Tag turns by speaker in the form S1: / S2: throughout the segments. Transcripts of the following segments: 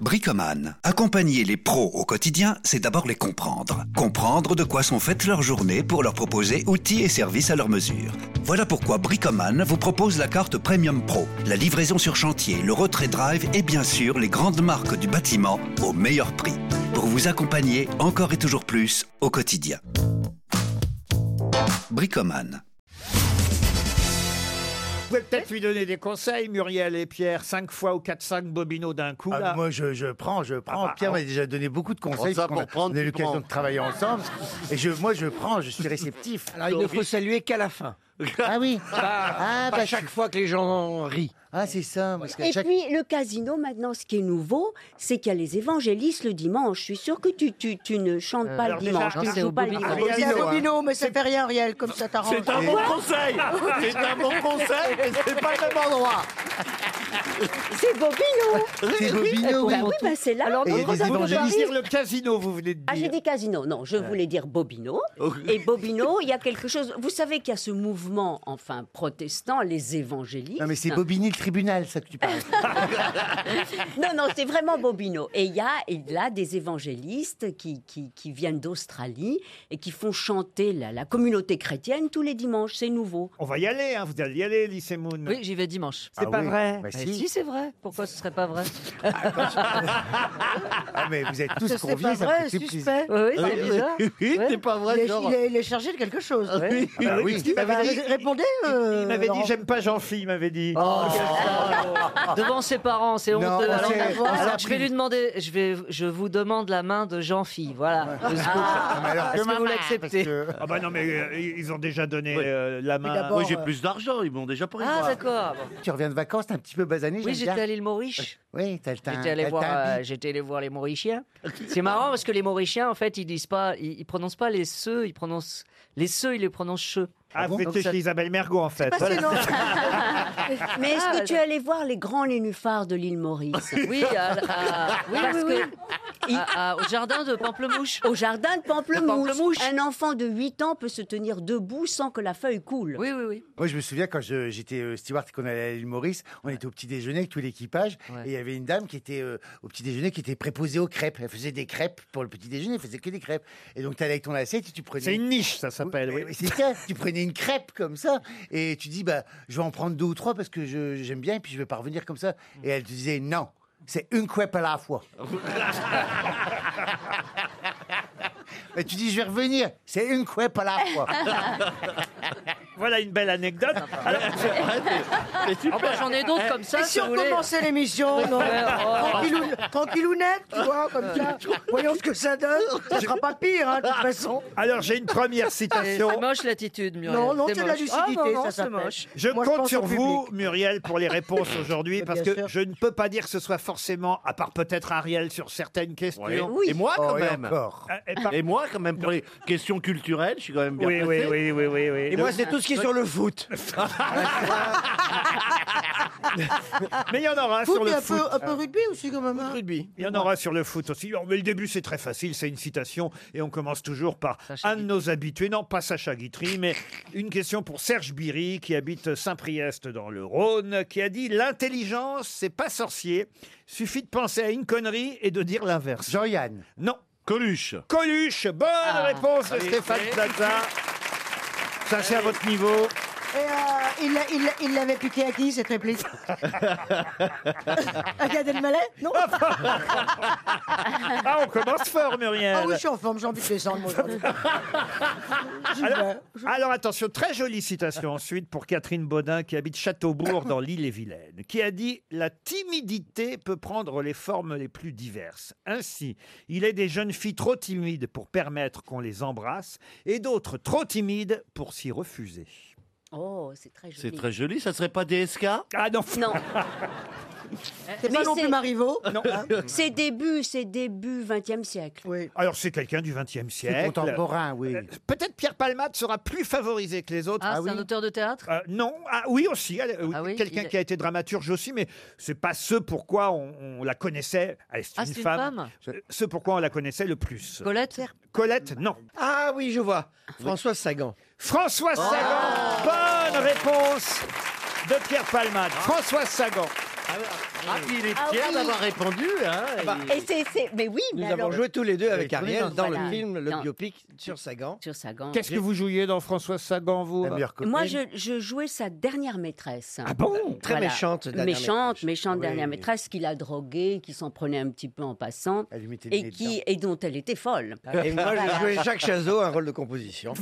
S1: Bricoman. Accompagner les pros au quotidien, c'est d'abord les comprendre. Comprendre de quoi sont faites leurs journées pour leur proposer outils et services à leur mesure. Voilà pourquoi Bricoman vous propose la carte Premium Pro, la livraison sur chantier, le retrait drive et bien sûr les grandes marques du bâtiment au meilleur prix. Pour vous accompagner encore et toujours plus au quotidien. Bricoman.
S2: Vous pouvez peut-être lui donner des conseils, Muriel et Pierre, 5 fois ou 4-5 bobineaux d'un coup.
S3: Ah,
S2: là.
S3: moi, je, je prends, je prends.
S2: bah,
S3: Pierre
S2: ah,
S3: m'a déjà donné beaucoup de conseils.
S4: ça
S3: parce qu'on
S4: pour
S3: a-
S4: prendre,
S3: on a eu
S4: tu
S3: l'occasion
S4: prends.
S3: de travailler ensemble. Et je, moi, je prends, je suis réceptif.
S5: Alors, il ne faut saluer qu'à la fin.
S3: Ah oui. Ah,
S5: Pas
S3: bah,
S5: chaque fois que les gens rient.
S3: Ah, c'est ça. Parce qu'à
S6: Et
S3: chaque...
S6: puis le casino, maintenant, ce qui est nouveau, c'est qu'il y a les évangélistes le dimanche. Je suis sûre que tu, tu, tu ne chantes pas
S2: alors
S6: le
S2: déjà,
S6: dimanche, tu
S2: hein,
S6: ne
S2: c'est
S6: joues
S2: au
S6: pas le
S2: Bobino.
S6: dimanche.
S3: Bobino, hein.
S7: mais ça fait rien, Riel, comme ça t'arrange.
S4: C'est un bon conseil C'est un bon conseil, mais c'est pas le même endroit
S6: C'est Bobino
S3: C'est Bobino.
S6: Bah oui, bah c'est là.
S3: Et il y a des
S2: Vous venez de
S3: évangélistes.
S2: dire le casino, vous venez de
S6: Ah, j'ai
S2: dire.
S6: dit casino. Non, je voulais dire Bobino. Et Bobino, il y a quelque chose. Vous savez qu'il y a ce mouvement, enfin, protestant, les évangélistes.
S3: Non, mais c'est Bobigny le tribunal, ça que tu parles.
S6: Non, non, c'est vraiment Bobino. Et il y a et là des évangélistes qui, qui, qui viennent d'Australie et qui font chanter la, la communauté chrétienne tous les dimanches. C'est nouveau.
S2: On va y aller, hein, vous allez y aller, Lise Moon.
S8: Oui, j'y vais dimanche.
S3: C'est pas vrai. Bah,
S8: Eh,
S3: si.
S8: si, c'est vrai. Pourquoi ce serait pas vrai
S2: bah,
S8: Ah,
S3: Ah, mais vous êtes tous
S7: C'est
S3: conviés,
S7: pas
S3: ça me
S7: vrai,
S3: fait plaisir. Ah,
S7: suspect.
S8: Oui, c'est bizarre.
S4: C'est pas
S7: Il
S4: vrai,
S7: est,
S4: genre...
S7: il est- il est chargé de quelque chose.
S4: Oui.
S3: Ah, bah oui.
S2: Il m'avait dit,
S7: Ré- Répondez. euh, Oh.
S2: il m'avait dit, j'aime pas Jean-Philippe, il m'avait dit.
S8: Oh. Devant ses parents, c'est
S3: Non,
S8: honteux. Alors,
S3: c'est-
S8: alors,
S3: elle a
S8: je vais
S3: pris-
S8: lui demander, je, vais, je vous demande la main de Jean-Fille, voilà.
S3: Ah, mais alors
S8: Est-ce que vous
S3: maman,
S8: l'acceptez
S3: parce que-
S2: Ah bah non, mais euh, ils ont déjà donné
S4: Oui.
S2: euh, la main.
S7: Mais
S2: à-
S7: d'abord-
S4: Moi, j'ai plus d'argent, ils m'ont déjà pris.
S8: Ah,
S4: moi.
S8: d'accord. bon.
S3: Tu reviens de vacances, t'es un petit peu basané, j'aime
S8: Oui,
S3: bien.
S8: j'étais à l'île Maurice.
S3: Oui, t'as le teint.
S8: J'étais allé,
S3: t'as le
S8: voir,
S3: teint
S8: euh,
S3: bip.
S8: j'étais allé voir les Mauriciens. C'est marrant parce que les Mauriciens, en fait, ils disent pas, ils, ils prononcent pas les se, ils prononcent les se, ils les prononcent che.
S2: Ah, vous
S8: Donc
S2: étiez
S8: ça-
S2: chez Isabelle Mergo en fait. Voilà.
S6: Mais est-ce
S8: bah, Ah,
S6: que
S8: bah,
S6: tu es allé voir les grands nénuphars de l'île Maurice
S8: Oui, à- à- oui,
S6: Parce
S8: oui,
S6: que-
S8: oui. À- à- au jardin de Pamplemouche.
S6: Au jardin de Pamplemousse, Ah
S8: Pamplemouche.
S6: un enfant de 8 ans peut se tenir debout sans que la feuille coule.
S8: Oui, oui, oui.
S3: Moi, je me souviens quand je- j'étais euh, steward et qu'on allait à l'île Maurice, on était au petit déjeuner avec tout l'équipage.
S8: Ouais.
S3: Et il y avait une dame qui était euh, au petit déjeuner qui était préposée aux crêpes. Elle faisait des crêpes pour le petit déjeuner, elle faisait que des crêpes. Et donc, tu allais avec ton assiette et tu prenais.
S2: C'est une niche, ça s'appelle.
S3: Ouais,
S2: Oui.
S3: ouais, c'est ça, tu prenais une crêpe comme ça et tu dis bah je vais en prendre deux ou trois parce que je- j'aime bien et puis je vais pas revenir comme ça
S2: Mm.
S3: et elle te disait non c'est une crêpe à la fois et tu dis je vais revenir c'est une crêpe à la fois
S2: Voilà une belle anecdote. Alors,
S8: Ah, bah, j'en ai d'autres comme ça.
S7: Eh, Et
S8: si
S7: si on
S8: vous voulez.
S7: commençait l'émission non
S8: Ouais, oh.
S7: Tranquillou- Tranquillounette, tu vois, comme ça. Voyons ce que ça donne. Ça sera pas pire, hein, de toute façon.
S2: alors j'ai une première
S8: C'est
S2: citation.
S8: c'est moche l'attitude, Muriel.
S7: Non, non, c'est de la
S8: moche.
S7: lucidité,
S8: Ah, non, non,
S7: ça
S8: c'est
S7: s'appelle.
S8: moche.
S2: Je
S7: Moi, je
S2: compte
S7: pense
S2: sur
S7: au
S2: vous, Muriel, pour les réponses aujourd'hui, parce
S7: bien
S2: que
S7: sûr.
S2: je ne peux pas dire que ce soit forcément, à part peut-être Ariel sur certaines questions.
S4: Ouais.
S6: Oui.
S4: Et moi, quand
S3: Oh, et
S4: même
S3: encore.
S2: Euh, et par-
S4: Et moi, quand même, pour les questions culturelles, je suis quand même bien
S2: Oui, oui,
S4: placé.
S2: oui, oui, oui, Euh, Ah, oui.
S5: moi, c'est tout ce qui est sur le foot.
S2: Mais il y en aura
S7: Foot
S2: sur le
S7: et un
S2: foot. Ah.
S7: peu, un peu rugby aussi, quand même. hein.
S5: Rugby.
S2: Il y en aura sur le foot aussi. Oh, Mais le début, c'est très facile, c'est une citation. Et on commence toujours par un de nos habitués, non pas Sacha Guitry, mais une question pour Serge Biry, qui habite Saint-Priest dans le Rhône, qui a dit L'intelligence, c'est pas sorcier. Suffit de penser à une connerie et de dire l'inverse.
S3: Jean-Yann
S2: Non.
S4: Coluche.
S2: Coluche, bonne réponse de Stéphane Plaza. Ça, c'est à votre niveau.
S7: Et euh, il l'a- il l'a- il l'avait piqué à qui, cette réplique À Gad Elmaleh Non
S2: Ah, on commence fort, Muriel.
S7: Ah oui, je suis en forme, j'ai envie de descendre, moi. aujourd'hui. J'y
S2: Alors,
S7: vais.
S2: alors, attention, très jolie citation ensuite pour Catherine Baudin qui habite Châteaubourg dans l'île-et-Vilaine, qui a dit La timidité peut prendre les formes les plus diverses. Ainsi, il est des jeunes filles trop timides pour permettre qu'on les embrasse et d'autres trop timides pour s'y refuser.
S6: Oh, c'est très joli.
S4: C'est très joli, ça serait pas DSK
S2: Ah non,
S6: Non,
S7: C'est
S6: Mais
S7: pas non
S6: c'est-
S7: plus Marivaux. Hein
S2: non.
S6: c'est début, c'est début 20e siècle.
S7: Oui.
S2: Alors, c'est quelqu'un du XXe
S3: c'est
S2: siècle.
S3: contemporain oui
S2: Euh, Peut-être Pierre Palmade sera plus favorisé que les autres.
S8: Ah, c'est un auteur de théâtre
S2: Euh, non, ah, oui aussi, elle- euh,
S8: Ah oui,
S2: quelqu'un
S8: il est-
S2: qui a été dramaturge aussi, mais c'est pas ce pourquoi on, on la connaissait. Elle,
S8: Ah, c'est une femme
S2: Euh, Ce pourquoi on la connaissait le plus.
S8: Colette
S2: Colette, non.
S5: Ah oui, je vois. François Sagan.
S2: François Sagan,
S8: Ah.
S2: bonne réponse de Pierre Palmade. François Sagan.
S9: Ah, puis il est
S6: Ah
S9: fier
S6: oui.
S9: d'avoir répondu. Hein,
S2: Ah bah,
S9: et-
S6: Et c'est, c'est- mais oui,
S7: Nous
S6: mais
S7: avons
S6: alors,
S7: joué tous les deux avec Ariel dans
S6: Voilà.
S7: le film Le
S6: Dans-
S7: biopic sur Sagan.
S6: sur Sagan.
S2: Qu'est-ce que vous jouiez dans Françoise Sagan, vous
S3: La meilleure copine.
S6: Moi, je, je jouais sa dernière maîtresse. Euh,
S2: Ah bon
S7: Très
S6: Voilà.
S7: méchante. dernière
S6: méchante, méchante
S3: Oui.
S6: dernière maîtresse qui l'a droguée, qui s'en prenait un petit peu en passant
S3: Elle lui mettait le
S6: et
S3: nez
S6: qui et dont elle était folle.
S7: méchante. Et moi, j'ai joué Jacques Chazot, un rôle de composition.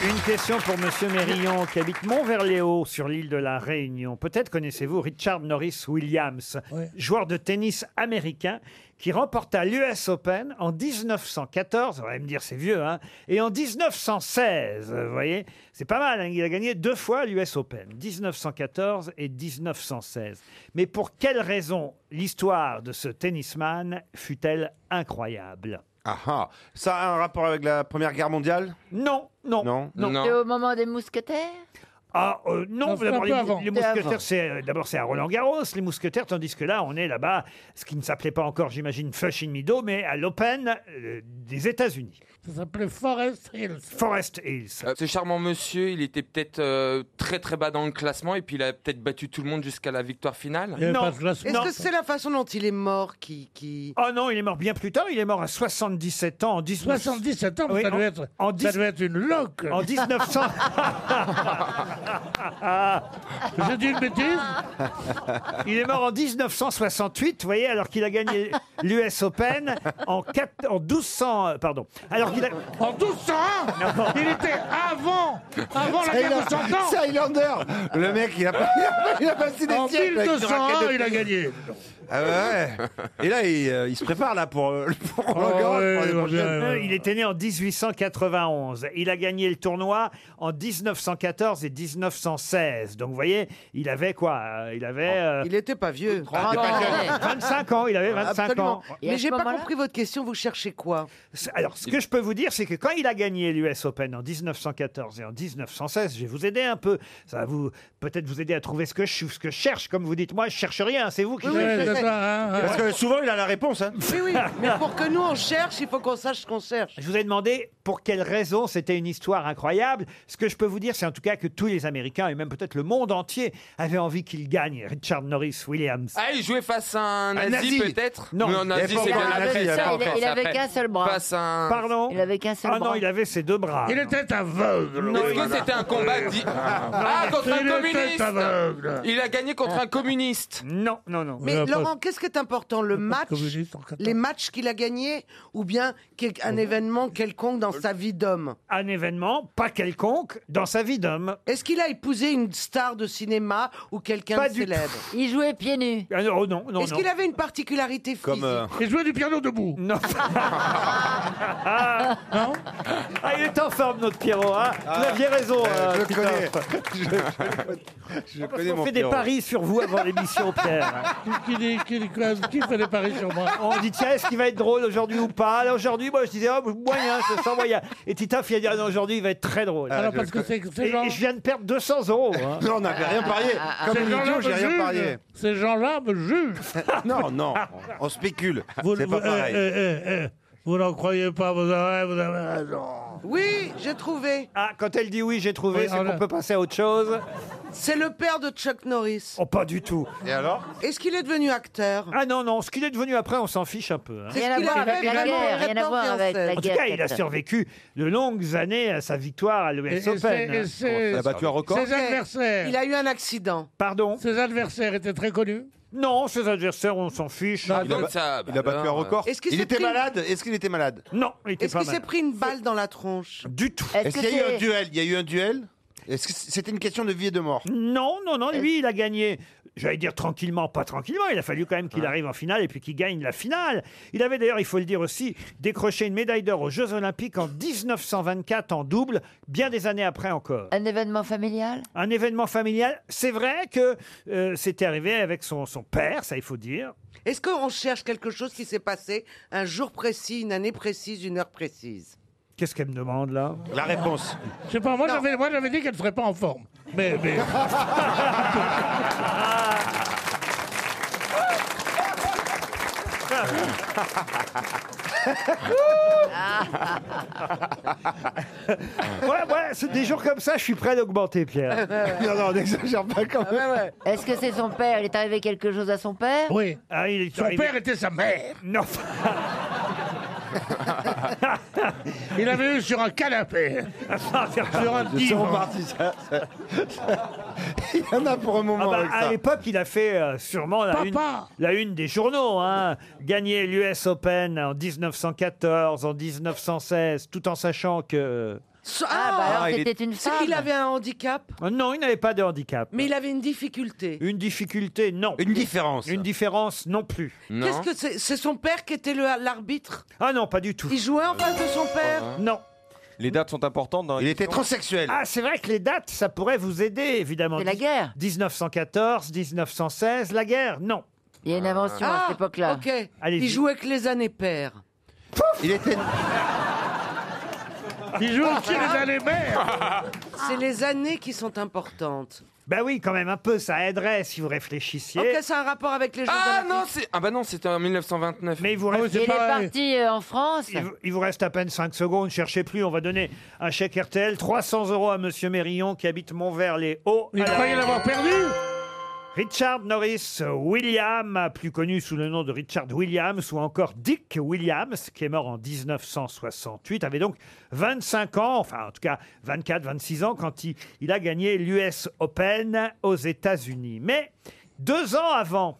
S2: Une question pour Monsieur Mérillon qui habite Mont-Verléo sur l'île de la Réunion. Peut-être connaissez-vous Richard Norris Williams, joueur de tennis américain qui remporta l'US Open en 1914, on va me dire c'est vieux, hein, et en 1916, vous voyez, c'est pas mal, hein, il a gagné deux fois l'US Open, 1914 et 1916. Mais pour quelle raison l'histoire de ce tennisman fut-elle incroyable
S10: Ah ah. Ça a un rapport avec la Première Guerre mondiale
S2: Non, non,
S10: Non.
S11: C'est au moment des mousquetaires
S2: Ah euh, non,
S11: Non, c'est un
S2: d'abord
S11: peu
S2: les, mous-
S11: avant.
S2: les mousquetaires, c'est euh, d'abord c'est à Roland Garros, les mousquetaires, tandis que là on est là-bas, ce qui ne s'appelait pas encore, j'imagine, Flushing Meadow, mais à l'Open euh, des États-Unis,
S11: Ça s'appelait Forest Hills.
S2: Forest Hills.
S12: Euh, Ce charmant monsieur, il était peut-être euh, très très bas dans le classement et puis il a peut-être battu tout le monde jusqu'à la victoire finale.
S2: Non.
S9: classement.
S2: Non.
S7: Est-ce que c'est la façon dont il est mort qui. qui...
S2: Oh non, il est mort bien plus tard, il est mort à 77 ans en 19...
S11: 77 ans, mais
S2: Oui,
S11: ça,
S2: en-
S11: doit être,
S2: en
S11: ça
S2: dix-
S11: doit être une loque.
S2: En 1900,
S11: J'ai dit une bêtise
S2: il est mort en 1968, vous voyez, alors qu'il a gagné l'US Open en, quatre- en 1200, euh, pardon, alors qu'il a,
S11: En 1201 Il était avant, avant la guerre de 100 ans
S10: Highlander Le mec, il a, pas- il a, il a passé des
S11: En
S10: siècles avec une
S11: 1201,
S10: raquette de
S11: il a gagné
S10: Ah ouais. Et là, il, euh, il se prépare là pour, euh, pour Roland
S11: Ah
S10: Garros,
S11: ouais,
S10: pour les
S11: il va
S10: prochaines.
S11: bien,
S2: Euh,
S11: ouais.
S2: il était né en 1891. Il a gagné le tournoi en 1914 et 1916. Donc vous voyez, il avait quoi euh, Il avait euh,
S7: Ah. Il n'était pas
S10: Il est
S7: vieux.
S10: pas jeune.
S2: 25 ans. Il avait 25
S7: Absolument.
S2: ans.
S11: Et à
S7: Mais
S11: ce
S7: j'ai pas
S11: moment-là
S7: compris votre question. Vous cherchez quoi
S2: C'est- Alors ce que je peux vous dire, c'est que quand il a gagné l'US Open en 1914 et en 1916, je vais vous aider un peu. Ça va vous peut-être vous aider à trouver ce que je ce que je cherche. Comme vous dites, moi, je cherche rien. C'est vous qui.
S11: Ouais, c'est ça, hein, hein.
S10: Parce que souvent, il a la réponse. Hein.
S7: Oui, oui. Mais pour que nous, on cherche, il faut qu'on sache ce qu'on cherche.
S2: Je vous ai demandé pour quelle raison c'était une histoire incroyable. Ce que je peux vous dire, c'est en tout cas que tous les Américains, et même peut-être le monde entier, avaient envie qu'il gagne Richard Norris Williams.
S12: Ah, il jouait face à un nazi,
S10: nazi.
S12: peut-être
S2: Non.
S12: Mais un
S10: Il
S12: nazi,
S10: avait
S12: c'est
S10: pas
S12: bien
S10: encore un
S12: après.
S10: nazi, il avait
S12: ça,
S10: pas
S12: il-
S10: encore.
S12: il avait qu'un
S11: seul
S12: Face à un...
S2: Pardon
S11: Il avait qu'un seul
S2: Ah non,
S11: bras.
S2: il avait ses deux bras.
S11: Il était aveugle
S12: Est-ce que c'était un combat di- Ah, contre un
S11: Il était
S12: communiste
S11: aveugle
S12: Il a gagné contre un communiste
S2: Non, non, non.
S7: Mais
S11: Ouais, pas-
S7: Laurent, qu'est-ce qui est important Le match
S11: communiste en 14.
S7: Les matchs qu'il a gagnés Ou bien quel- un événement quelconque dans sa vie d'homme
S2: Un événement, pas quelconque, dans sa vie d'homme.
S7: Est-ce qu'il a épousé une star de cinéma ou quelqu'un
S2: Pas
S7: de
S2: du
S7: célèbre
S11: Il jouait pieds nus.
S2: Ah non, oh non, non,
S7: Est-ce
S2: non.
S7: qu'il avait une particularité physique
S10: Comme, euh,
S11: Il jouait du piano debout.
S2: Non. ah,
S11: Non
S2: ah, il est en forme, notre Pierrot. hein. Vous aviez raison. euh,
S10: Ah. je le
S2: Christophe.
S10: connais. Je, je- je
S2: Parce
S10: connais
S2: qu'on
S10: mon
S2: fait des
S10: Pierrot.
S2: paris sur vous avant l'émission, Pierre.
S11: Qui, qui, dit- qui, dit quoi qui fait des paris sur moi
S2: On dit, tiens, est-ce qu'il va être drôle aujourd'hui ou pas Là, Aujourd'hui, moi, je disais, oh, moyen, je sens moyen. Et Titaf, il a dit, ah non, aujourd'hui, il va être très drôle.
S10: Ah,
S11: Alors
S10: je
S11: parce
S10: le
S11: que c'est
S2: Et,
S11: ces gens...
S2: et je viens de perdre 200 euros. hein. ah,
S10: Non, on
S11: ah,
S10: n'avait rien parié. Comme
S11: Ces
S10: une
S11: gens-là
S10: idiot, j'ai rien
S11: me
S10: parié.
S11: jugent. Ces gens-là me jugent.
S10: Non, non, on on spécule.
S11: Vous-
S10: C'est
S11: vous-
S10: pas
S11: eh,
S10: pareil.
S11: eh, eh, eh, vous n'en croyez pas, vous avez, vous avez raison.
S7: Oui, j'ai trouvé.
S2: Ah, quand elle dit oui, j'ai trouvé,
S11: Oui,
S2: c'est
S11: voilà.
S2: qu'on peut passer à autre chose.
S7: C'est le père de Chuck Norris.
S2: Oh, pas du tout.
S10: Et alors
S7: Est-ce qu'il est devenu acteur
S2: Ah non, non, ce qu'il est devenu après, on s'en fiche un peu. hein.
S7: Rien à voir avec la guerre, rien à voir avec la
S2: En tout cas, il a survécu de longues années à sa victoire à
S11: Et,
S2: l'US
S11: et
S2: Open. hein.
S11: c'est- et c'est-
S10: Il a battu un record
S7: Ok.
S11: ses adversaires.
S7: Il a eu un accident.
S2: Pardon
S11: Ses adversaires étaient très connus.
S2: Non, ses adversaires, on s'en fiche.
S10: Il a,
S12: Comme ça, bah
S10: il a battu un
S12: alors,
S10: record.
S7: euh, Est-ce qu'il
S10: il
S7: s'est
S10: était
S7: pris-
S10: malade Est-ce qu'il était malade
S2: Non, il était
S7: Est-ce
S2: pas
S7: qu'il s'est
S2: mal.
S7: pris une balle dans la tronche
S2: Du tout.
S10: Est-ce qu'il y a eu un duel Il y a eu un duel Est-ce que c'était une question de vie et de mort
S2: Non, non, non, lui, il a gagné, j'allais dire tranquillement, pas tranquillement, il a fallu quand même qu'il
S10: Ah.
S2: arrive en finale et puis qu'il gagne la finale. Il avait d'ailleurs, il faut le dire aussi, décroché une médaille d'or aux Jeux Olympiques en 1924 en double, bien des années après encore.
S11: Un événement familial
S2: Un événement familial, c'est vrai que euh, c'était arrivé avec son, son père, ça il faut dire.
S7: Est-ce qu'on cherche quelque chose qui s'est passé un jour précis, une année précise, une heure précise
S2: Qu'est-ce qu'elle me demande là
S10: La réponse.
S11: Je sais pas, moi
S7: Non.
S11: j'avais, moi j'avais dit qu'elle serait pas en forme. Mais, mais...
S2: Voilà, voilà, c'est des jours comme ça, je suis prêt d'augmenter,
S7: Ah,
S2: Pierre. Non, non, n'exagère
S9: Ah,
S2: pas quand même.
S13: Est-ce que c'est son père Il est arrivé quelque chose à son père
S2: Oui. Ah, il est
S11: Son
S2: arrivé-
S11: père était sa mère.
S2: Non.
S11: Il avait eu sur un canapé. sur un
S2: Ils sont
S11: divan.
S2: repartis,
S11: Il y en a pour un moment.
S2: Ah bah, à l'époque, il a fait euh, sûrement la une,
S11: Papa
S2: la une des journaux. Hein. Gagner l'US Open en 1914, en 1916, tout en sachant que...
S7: Ah,
S13: bah alors,
S2: Ah, il
S13: c'était
S2: est-
S13: une
S7: C'est
S13: femme.
S7: qu'il avait un handicap,
S2: euh, Non, il n'avait pas de handicap.
S7: mais il avait une difficulté.
S2: Une difficulté, non. Une différence. Une différence, non plus.
S7: Qu'est-ce que c'est C'est son père qui était le- l'arbitre.
S2: Ah non, pas du tout.
S7: Il jouait en face de son père.
S2: Non.
S10: Les dates sont importantes. Dans il était transsexuel.
S2: Ah, c'est vrai que les dates, ça pourrait vous aider, évidemment.
S13: C'est la guerre.
S2: 1914, 1916, la guerre, non.
S13: Il y a une invention à cette époque-là.
S7: Ah, ok. Il jouait que les années paires.
S10: Il était.
S11: Il joue aussi les années mères.
S7: C'est les années qui sont importantes.
S2: Ben oui, quand même un peu, ça aiderait si vous réfléchissiez.
S7: Ok, c'est un rapport avec les gens.
S12: Ah non, c'est ah bah non, c'était en 1929.
S2: Mais il vous
S13: Il est parti euh, en France.
S2: Il vous- il vous reste à peine 5 secondes, cherchez plus, on va donner un chèque RTL, 300 euros à Monsieur Mérillon qui habite Montvert-les-Hauts.
S11: Il
S2: Alors- euh,
S11: croyait l'avoir perdu.
S2: Richard Norris William, plus connu sous le nom de Richard Williams ou encore Dick Williams, qui est mort en 1968, avait donc 25 ans, enfin en tout cas 24-26 ans quand il, il a gagné l'US Open aux États-Unis. Mais deux ans avant,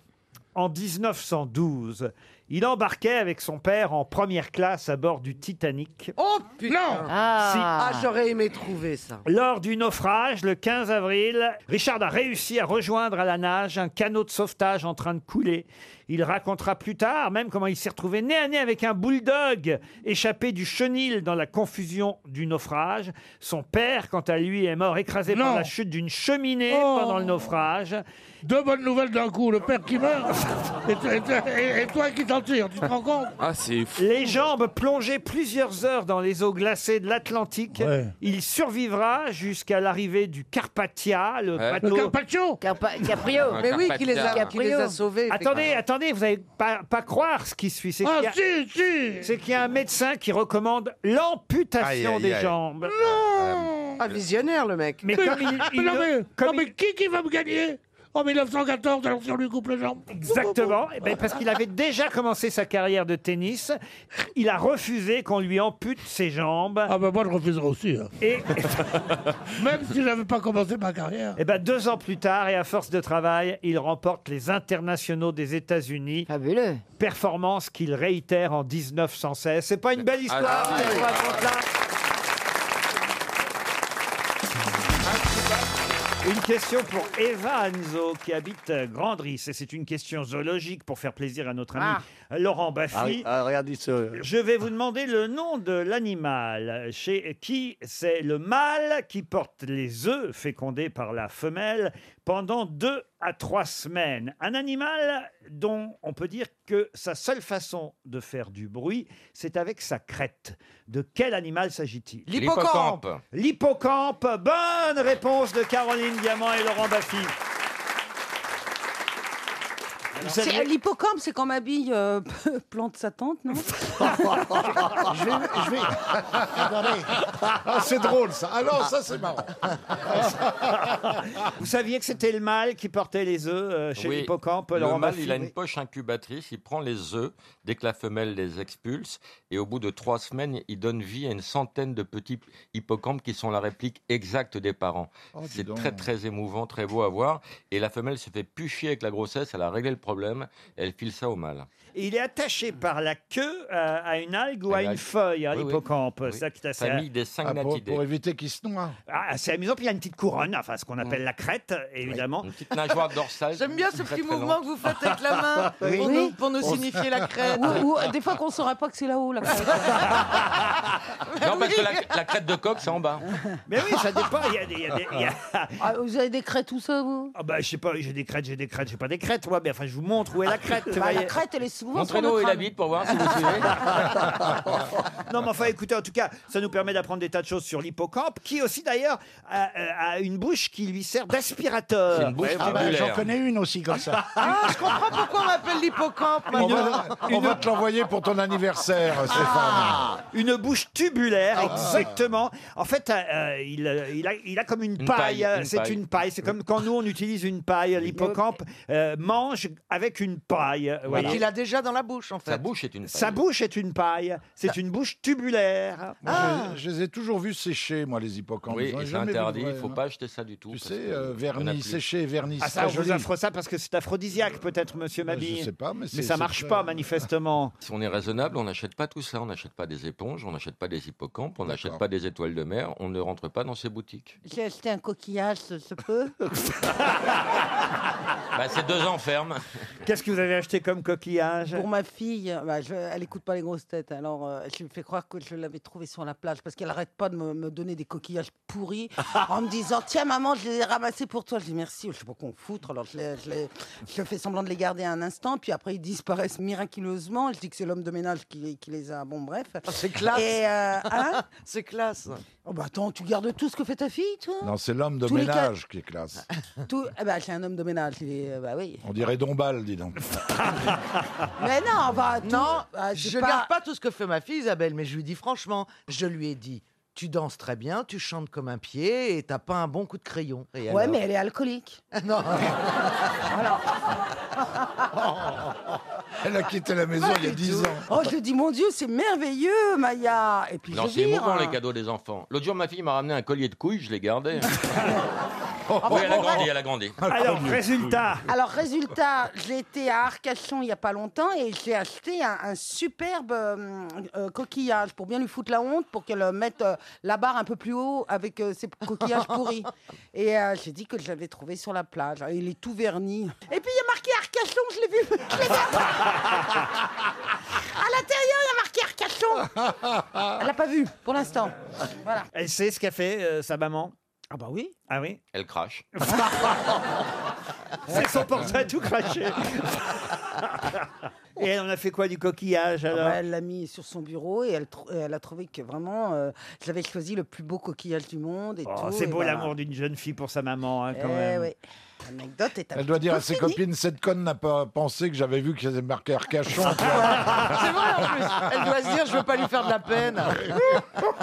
S2: en 1912, il embarquait avec son père en première classe à bord du Titanic.
S7: Oh putain
S11: Non.
S7: Ah,
S2: Si.
S7: j'aurais aimé trouver ça.
S2: Lors du naufrage, le 15 avril, Richard a réussi à rejoindre à la nage un canot de sauvetage en train de couler. Il racontera plus tard même comment il s'est retrouvé nez à nez avec un bulldog échappé du chenil dans la confusion du naufrage. Son père, quant à lui, est mort écrasé par
S11: Non.
S2: la chute d'une cheminée
S11: Oh.
S2: pendant le naufrage.
S11: Deux bonnes nouvelles d'un coup. Le père qui meurt et, et- et- et toi qui t'en tires. Tu te rends compte
S12: Ah c'est fou.
S2: Les jambes plongées plusieurs heures dans les eaux glacées de l'Atlantique, il survivra jusqu'à l'arrivée du Carpathia, le
S12: Ouais.
S2: bateau.
S11: Le Carpaccio Ah,
S13: Carpa- Caprio.
S12: Mais oui, qui les a-
S7: qui les a sauvés,
S2: Attendez,
S7: effectivement.
S2: attendez, vous n'allez pas, pas croire ce qui suit. C'est
S11: Ah
S2: qu'il y a-
S11: si, si
S2: c'est qu'il y a un médecin qui recommande l'amputation
S10: Aïe, aïe,
S2: des
S10: aïe.
S2: jambes.
S7: Ah, visionnaire le mec.
S2: Mais comme il, il
S11: non,
S2: le-
S11: mais,
S2: comme
S11: non, mais qui qui va me gagner en 1914 alors si on lui coupe les jambes
S2: Exactement, Eh ben, parce qu'il avait déjà commencé sa carrière de tennis, il a refusé qu'on lui ampute ses jambes.
S11: Ah ben moi je refuserais aussi. hein.
S2: Et,
S11: Même si j'avais pas commencé ma carrière.
S2: eh ben, deux ans plus tard, et à force de travail, il remporte les internationaux des États-Unis.
S13: Fabuleux.
S2: Performance qu'il réitère en 1916. C'est pas une belle histoire,
S12: Ah,
S2: je
S12: oui.
S2: vous raconte là. Une question pour Eva Anzo qui habite euh, Grandris. Et c'est une question zoologique pour faire plaisir à notre ami
S12: Ah.
S2: Laurent
S14: Ah,
S2: Baffy.
S9: regardez ce.
S2: Je vais vous demander le nom de l'animal chez qui c'est le mâle qui porte les œufs fécondés par la femelle pendant deux à trois semaines. Un animal dont on peut dire que sa seule façon de faire du bruit, c'est avec sa crête. De quel animal s'agit-il
S12: L'hippocampe.
S2: L'hippocampe. Bonne réponse de Caroline Diamant et Laurent Baffy. Vous
S15: C'est-
S2: saviez-
S15: L'hippocampe, c'est quand ma bille euh, plante sa tante, non
S9: Je vais. Je vais... Attendez. Ah, c'est drôle ça. Ah non, ça c'est marrant.
S2: Vous saviez que c'était le mâle qui portait les œufs euh, chez
S16: Oui.
S2: l'hippocampe
S16: Le
S2: Laurent
S16: mâle,
S2: Baffy
S16: il a
S2: Oui.
S16: une poche incubatrice, il prend les œufs dès que la femelle les expulse, et au bout de trois semaines, il donne vie à une centaine de petits hippocampes qui sont la réplique exacte des parents.
S9: Oh, dis
S16: C'est
S9: donc.
S16: très très émouvant, très beau à voir, et la femelle se fait pucher avec la grossesse, elle a réglé le problème, elle file ça au mâle.
S2: Et Il est attaché par la queue euh, à une algue ou à
S16: À une
S2: une
S16: algue.
S2: feuille, hein,
S16: Oui, oui.
S2: l'hippocampe.
S16: Oui.
S2: C'est ça qui est assez-
S16: Famille des
S9: Ah, pour,
S16: cygnatidés.
S9: pour éviter qu'il se noie.
S2: Ah, c'est amusant. Puis il y a une petite couronne, enfin ce qu'on appelle la crête, évidemment.
S16: Mm. Une petite nageoire dorsale.
S7: J'aime bien ce
S16: très,
S7: petit
S16: très
S7: mouvement
S16: lente.
S7: que vous faites avec la main
S16: Oui.
S7: pour, nous, pour nous
S16: On-
S7: signifier la crête.
S15: ou, ou, euh, Des fois qu'on ne saurait pas que c'est là-haut. Là.
S16: Non, parce que la, la crête de coq, c'est en bas.
S2: Mais oui, ça dépend. Il y a des. il y a des- il y a-
S15: Ah, vous avez des craies tout ça, vous
S2: Ah bah, je sais pas, j'ai des crêtes, j'ai des crêtes, j'ai pas des crêtes, moi, mais enfin, je vous montre où est la crête. vous
S15: Bah, la
S2: voyez.
S15: crête, elle est souvent sur
S12: Montrez-nous où
S15: notre
S12: est la
S15: âme.
S12: bite pour voir si vous suivez.
S2: non, mais enfin, écoutez, en tout cas, ça nous permet d'apprendre des tas de choses sur l'hippocampe, qui aussi d'ailleurs a, euh, a- a une bouche qui lui sert d'aspirateur.
S9: C'est une bouche Ah bah, fabulaire. j'en connais
S2: une aussi comme ça.
S9: Ah,
S2: je comprends pourquoi on m'appelle l'hippocampe.
S9: On va, on va te l'envoyer pour ton anniversaire, Stéphane.
S2: Ah, Une bouche tubulaire,
S9: Ah.
S2: exactement. En fait, euh, il, euh, il a, il a comme une,
S9: Une
S2: paille.
S9: paille,
S2: euh,
S9: une
S2: C'est
S9: paille.
S2: une paille. C'est comme quand nous, on utilise une paille. L'hippocampe euh, mange avec une paille. vous voyez.
S7: Voilà. Qu'il a déjà dans la bouche, en fait.
S16: Sa bouche est une
S2: Sa bouche est une paille. C'est une bouche tubulaire.
S9: Moi, je, je les ai toujours vus sécher, moi, les hippocampes.
S16: Oui,
S9: J'en ai
S16: et c'est
S9: jamais vu
S16: interdit,
S9: de
S16: il
S9: vrai,
S16: faut
S9: hein.
S16: pas acheter ça du tout.
S9: Tu
S16: parce
S9: sais,
S16: que
S9: euh,
S16: il y en a
S9: vernis,
S16: plus.
S9: séché, vernis,
S2: Ah
S9: c'est
S2: ça,
S9: pas
S2: on vous
S9: joli. Euh, bah,
S2: offre ça parce que c'est aphrodisiaque, peut-être, monsieur Mabille.
S16: je sais pas, mais c'est-
S2: ça
S16: c'est
S2: marche
S16: très-
S2: pas, manifestement.
S16: Si on est raisonnable, on n'achète pas tout ça. On n'achète pas des éponges, on n'achète pas des hippocampes, on n'achète pas des étoiles de mer, on ne rentre pas dans ces boutiques.
S15: J'ai acheté un coquillage, ce ce peu.
S16: Bah, c'est deux ans ferme.
S2: Qu'est-ce que vous avez acheté comme coquillage
S15: Pour ma fille, bah, je- elle écoute pas les grosses têtes. Alors, euh, je lui ai fait croire que je l'avais trouvé sur la plage parce qu'elle arrête pas de me, me donner des coquillages pourris en me disant Tiens, maman, je les ai ramassés pour toi. Je dis Merci, je sais pas qu'on foutre. Alors, je, les- je les- je fais semblant de les garder un instant, puis après, ils disparaissent miraculeusement. Je dis que c'est l'homme de ménage qui, qui les a. Bon, bref.
S7: Ah, c'est classe.
S15: Et, euh, hein
S7: c'est classe.
S15: Oh, bah, attends, tu gardes tout ce que fait ta fille, toi
S9: Non, c'est l'homme de
S15: Tous les cas-
S9: ménage qui est classe.
S15: Tout... Ah, bah, c'est un homme de ménage. il est- euh, Bah oui.
S9: On dirait Dombal, dis donc.
S15: Mais non, bah, tout-
S7: Non,
S15: bah, c'est
S7: je ne garde pas tout ce que fait ma fille Isabelle, mais je lui dis franchement, je lui ai dit, tu danses très bien, tu chantes comme un pied et t'as pas un bon coup de crayon. Et
S15: Ouais,
S7: alors Ah
S15: mais elle est alcoolique.
S7: Non.
S9: Elle a quitté la maison il y a 10 ans.
S15: Oh, je dis, mon Dieu, c'est merveilleux, Maya. Et puis,
S16: Non,
S15: je hein
S16: c'est
S15: vire.
S16: émouvant les cadeaux des enfants. L'autre jour, ma fille m'a ramené un collier de couilles, je l'ai gardé.
S15: Ah,
S16: oui, elle a
S15: bon,
S16: grandi,
S15: bref.
S16: elle a grandi.
S2: Alors, résultat.
S15: Alors, résultat, j'étais à Arcachon il n'y a pas longtemps et j'ai acheté un, un superbe euh, euh, coquillage pour bien lui foutre la honte, pour qu'elle euh, mette euh, la barre un peu plus haut avec euh, ses coquillages pourris. Et euh, j'ai dit que je l'avais trouvé sur la plage. Il est tout verni. Et puis, il y a marqué Arcachon, je l'ai vu. Je l'ai vu. à l'intérieur, il y a marqué
S9: Ah.
S15: Arcachon. Elle l'a pas vu pour l'instant. Voilà.
S2: Elle sait ce qu'a fait euh, sa maman
S15: Ah bah oui.
S2: Ah oui
S16: Elle crache.
S2: C'est son portrait tout craché. Et on a fait quoi du coquillage
S15: Ah bah,
S2: alors
S15: elle l'a mis sur son bureau et elle, tr- elle a trouvé que vraiment, euh, j'avais choisi le plus beau coquillage du monde et
S2: Oh,
S15: tout,
S2: C'est
S15: et
S2: beau
S15: voilà.
S2: l'amour d'une jeune fille pour sa maman, hein,
S15: Eh
S2: quand même.
S15: ouais. L'anecdote est un
S9: Elle
S15: petit
S9: doit dire
S15: peu
S9: à ses
S15: finie.
S9: copines, cette conne n'a pas pensé que j'avais vu qu'elle avait marqué Arcachon.
S7: C'est vrai en plus. Elle doit se dire, je veux pas lui faire de la peine.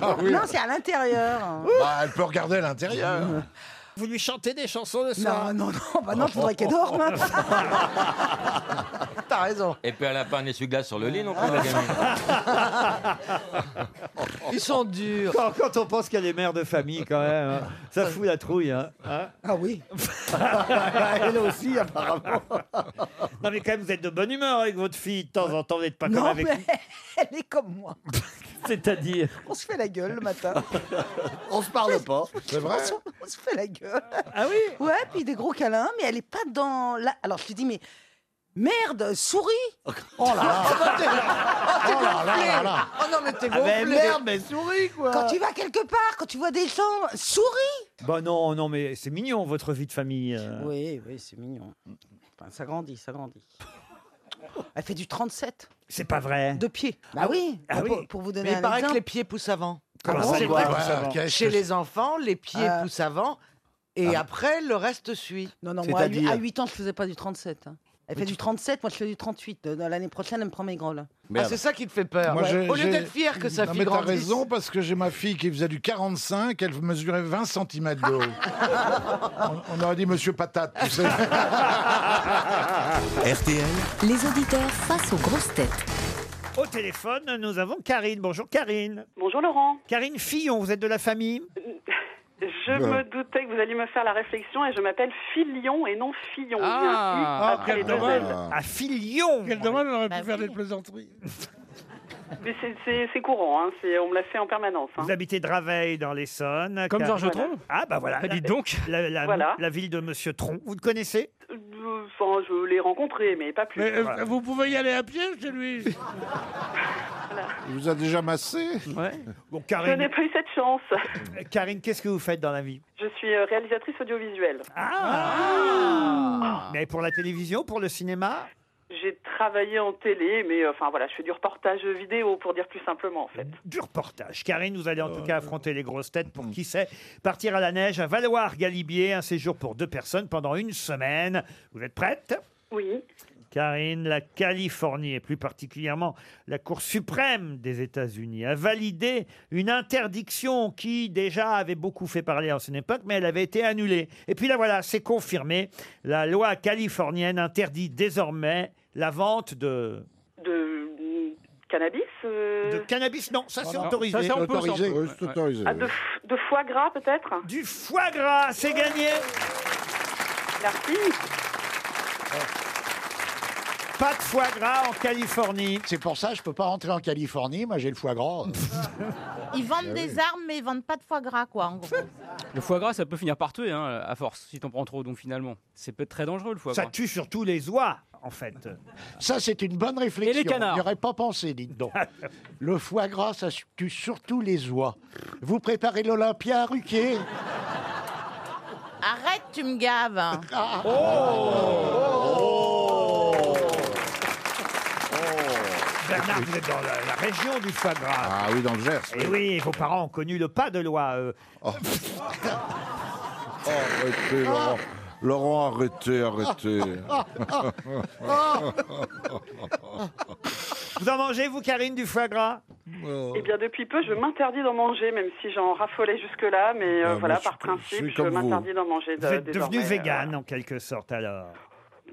S9: Ah oui.
S15: Non, c'est à l'intérieur.
S9: Bah, elle peut regarder à l'intérieur.
S2: Vous lui chantez des chansons le
S15: soir Non, non, non, bah non, faudrait qu'elle dorme. hein.
S17: Ah,
S7: T'as raison.
S16: Et puis elle a pas un essuie-glace sur le lit non plus, la gamine.
S7: Ils sont durs.
S2: Quand, quand on pense qu'elle est mère de famille, quand même, hein, ça fout la trouille. hein, hein.
S15: Ah oui.
S2: Elle aussi, apparemment. Non, mais quand même, vous êtes de bonne humeur avec votre fille. De temps en temps, vous n'êtes pas comme
S15: non,
S2: avec
S15: mais elle est comme moi.
S2: C'est-à-dire.
S15: On se fait la gueule le matin.
S2: On se parle pas.
S9: C'est
S15: On se- On se fait la gueule.
S2: Ah oui
S15: Ouais, puis des gros câlins, mais elle est pas dans la... Alors je lui dis, mais merde, souris Oh là là
S7: Oh, t'es gonflé. Oh non, mais t'es gonflé.
S15: souris, quoi Quand tu vas quelque part, quand tu vois des gens, souris
S2: Bah non, non, mais c'est mignon, votre vie de famille. euh.
S15: Oui, oui, c'est mignon. Enfin, ça grandit, ça grandit. Elle fait du 37.
S2: C'est pas vrai.
S15: De pied. Bah oui,
S2: Ah
S15: pour,
S2: oui.
S15: pour vous donner
S7: Mais
S15: un
S7: il paraît
S15: exemple.
S7: que les pieds poussent avant.
S2: Comment Ah ça, bon
S7: C'est
S2: quoi,
S7: vrai
S2: ouais,
S7: que
S2: alors, qu'est-ce
S7: Chez
S2: que-
S7: les enfants, les pieds
S15: Euh.
S7: poussent avant et après le reste suit.
S15: Ah. Non, non, moi, à, huit- à 8 ans, je faisais pas du 37. hein. Elle
S7: Mais
S15: fait
S7: tu-
S15: du 37, moi je fais du 38. Euh, dans L'année prochaine, elle me prend mes grolles.
S7: Ah, c'est ça qui te fait peur.
S9: Moi, j'ai-
S7: Au lieu
S9: j'ai-
S7: d'être fier que sa
S9: Non,
S7: fille
S9: mais t'as
S7: grandisse.
S9: raison, parce que j'ai ma fille qui faisait du 45, elle mesurait 20 cm de haut. on, on aurait dit Monsieur Patate, tu sais.
S18: RTL, les auditeurs face aux grosses têtes.
S2: Au téléphone, nous avons Karine. Bonjour Karine.
S19: Bonjour Laurent. Euh,
S2: Karine Fillon, vous êtes de la famille
S19: Je me doutais que vous alliez me faire la réflexion et je m'appelle Filion et non Fillon. Il y a un U
S11: Ah,
S19: après les
S11: quel
S19: deux
S11: dommage.
S19: L.
S2: À Filion
S11: Quel dommage, on aurait pu faire des plaisanteries.
S19: Mais c'est- c'est c'est courant, hein, c'est- on me l'a fait en permanence. hein.
S2: Vous habitez Draveil dans l'Essonne.
S19: Comme
S2: Car-
S19: Georges Tron
S2: Ah bah voilà.
S19: Ah, dites
S2: donc. La, la-
S19: Voilà.
S2: la ville de Monsieur Tron. Vous le connaissez
S19: Euh, Enfin, je l'ai rencontré, mais pas plus.
S11: Mais, euh, vous pouvez y aller à pied chez lui
S9: Il vous a déjà massé
S2: Bon,
S11: Ah,
S19: Je n'ai
S2: Karine,
S19: pas eu cette chance.
S2: Karine qu'est-ce que vous faites dans la vie
S11: Ah.
S19: Je suis euh, réalisatrice audiovisuelle.
S2: Ah Mais pour la télévision, pour le cinéma
S19: J'ai travaillé en télé, mais euh, enfin voilà, je fais du reportage vidéo pour dire plus simplement en fait.
S2: du reportage. Karine, vous allez en tout cas affronter les grosses têtes pour qui sait partir à la neige à Valoir-Galibier, un séjour pour deux personnes pendant une semaine. Vous êtes prête
S19: Oui.
S2: Karine, la Californie et plus particulièrement la Cour suprême des États-Unis a validé une interdiction qui déjà avait beaucoup fait parler en son époque, mais elle avait été annulée. Et puis là voilà, c'est confirmé. La loi californienne interdit désormais la vente de
S19: De mm, cannabis euh,
S2: de cannabis, non, ça Ah, c'est
S19: Voilà.
S2: autorisé.
S19: Ça, ça, on peut, ça, on Autorisé, peut.
S9: oui, c'est autorisé,
S19: Ah, de, f- de foie gras peut-être
S2: Du foie gras, c'est gagné
S19: Merci.
S2: Pas de foie gras en Californie.
S20: C'est pour ça que je peux pas rentrer en Californie. Moi, j'ai le foie gras.
S8: Ils vendent
S20: Ah
S8: des
S20: oui.
S8: armes, mais ils vendent pas de foie gras, quoi, en gros.
S21: Le foie gras, ça peut finir par tuer, hein, à force, si t'en prends trop. Donc finalement, c'est peut-être très dangereux le foie gras.
S2: Ça tue surtout les oies, en fait.
S20: Ça, c'est une bonne réflexion.
S21: Et les canards.
S20: J'y aurais pas pensé, dites donc. le foie gras, ça tue surtout les oies. Vous préparez l'Olympia à Ruquier
S8: Arrête, tu me gaves.
S4: Oh.
S2: Bernard, vous êtes dans la, la région du foie gras. Ah
S9: oui, dans le Gers.
S2: Et oui, vos parents ont connu le pas de loi. euh.
S9: Oh, arrêtez, Laurent. Laurent, arrêtez, arrêtez.
S2: Vous en mangez, vous, Karine, du foie gras
S19: Eh bien depuis peu, je m'interdis d'en manger, même si j'en raffolais jusque-là, mais euh,
S2: Ah,
S19: voilà,
S2: moi, je suis-
S19: par
S2: je
S19: principe,
S2: suis
S19: je
S2: comme vous.
S19: m'interdis d'en manger.
S2: Vous
S19: de-
S2: êtes devenu
S19: désormais, euh,
S2: vegan, en quelque sorte, alors.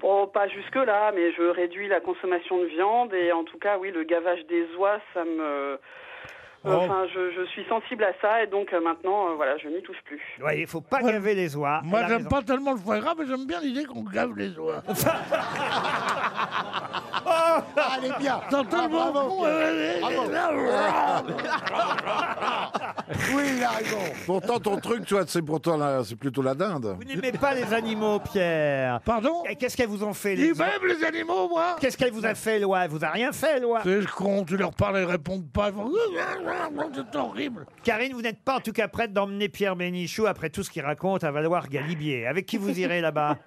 S19: Bon, pas jusque-là, mais je réduis la consommation de viande et en tout cas, oui, le gavage des oies, ça me. euh,
S2: Oh.
S19: Enfin, je, je suis sensible à ça et donc euh, maintenant, euh, voilà, je n'y touche plus.
S2: Vous voyez, il faut pas gaver les oies. Elle
S11: Moi,
S2: a
S11: j'aime
S2: raison.
S11: pas tellement le foie gras, mais j'aime bien l'idée qu'on gave les oies. Ah,
S20: Allez bien.
S2: Ah,
S11: T'entends le
S20: bravo,
S11: bon- euh,
S20: Oui, il a raison.
S9: Pourtant, ton truc, toi, c'est pourtant la- c'est plutôt la dinde.
S2: Vous n'aimez pas les animaux, Pierre. Pardon Et qu'est-ce qu'elles vous ont fait, les
S11: Ils m'aiment, les animaux, moi
S2: Qu'est-ce qu'elle vous a fait, loi Elle vous a rien fait, loi
S11: C'est con, tu leur parles, ils répondent pas. Ils font... C'est horrible.
S2: Karine, vous n'êtes pas en tout cas prête d'emmener Pierre Bénichou après tout ce qu'il raconte à Valoir-Galibier. Avec qui vous irez là-bas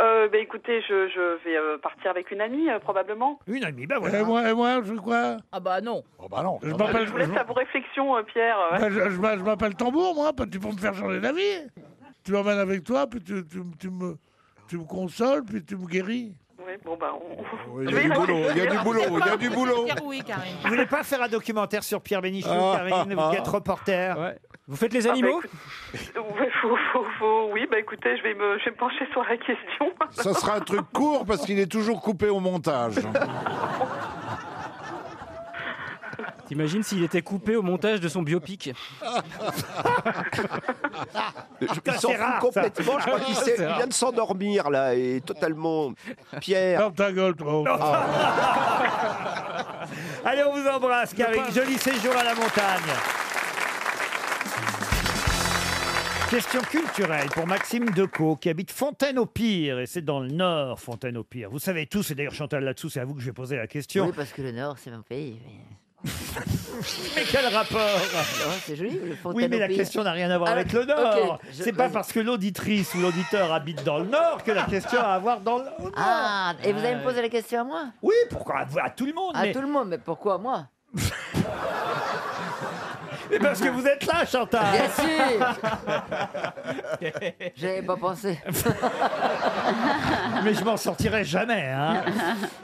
S19: Euh, ben écoutez, je, je vais euh, partir avec une amie, euh, probablement.
S2: Une amie,
S4: bah,
S2: ben
S4: Eh,
S2: voilà.
S11: Et moi, et moi, je quoi
S8: Ah bah non.
S20: Oh bah non.
S11: Je
S19: Je
S11: m'appelle...
S19: vous laisse à vos réflexions, euh, Pierre. euh.
S11: Bah, je, je m'a- je m'appelle Tambour, moi, pas- tu peux me faire changer d'avis. Tu m'emmènes avec toi, puis tu, tu me- tu me, tu me consoles, puis tu me guéris.
S19: Oui, bon, bah, on...
S9: Il y a du boulot, il y a du boulot, il y a du boulot.
S8: oui, Karine.
S2: Vous voulez pas faire un documentaire sur Pierre Bénichou,
S9: Ah,
S2: Karine,
S9: ah,
S2: vous qui
S9: ah.
S2: êtes reporter
S21: Vous faites les
S19: Ah, bah,
S21: animaux
S19: Ouais, faut- faut- faut- Oui, bah écoutez, je vais me, je vais me pencher sur la question.
S9: Ça sera un truc court parce qu'il est toujours coupé au montage.
S21: T'imagines s'il était coupé au montage de son biopic
S17: Ah, Il s'en
S21: c'est
S17: fout
S21: rare, ça.
S17: complètement. Je crois
S2: Ah,
S17: qu'il s'est-
S21: C'est
S17: il
S21: rare.
S17: vient de s'endormir là et totalement. Pierre.
S11: Ferme ta gueule, toi.
S2: Ah. Allez, on vous embrasse, Karine. Joli séjour à la montagne. Question culturelle pour Maxime Decaux qui habite Fontaine-au-Pire et c'est dans le Nord, Fontaine-au-Pire. Vous savez tous, et d'ailleurs Chantal là-dessous, c'est à vous que je vais poser la question.
S13: Oui, parce que le Nord, c'est mon pays.
S2: Mais quel rapport
S13: C'est joli, le
S2: Oui, mais la question n'a rien à voir
S13: Ah,
S2: avec le
S13: ok,
S2: Nord.
S13: je-
S2: C'est pas
S13: vas-y.
S2: parce que l'auditrice ou l'auditeur habite dans le Nord que la question a à voir dans le au Nord.
S13: Ah, et vous allez me poser la question à moi
S2: Oui, pourquoi à, à tout le monde
S13: À
S2: mais-
S13: tout le monde, mais pourquoi à moi
S2: mais Parce que vous êtes là, Chantal.
S13: Bien sûr J'avais pas pensé.
S2: Ah, Mais je m'en sortirai jamais. hein.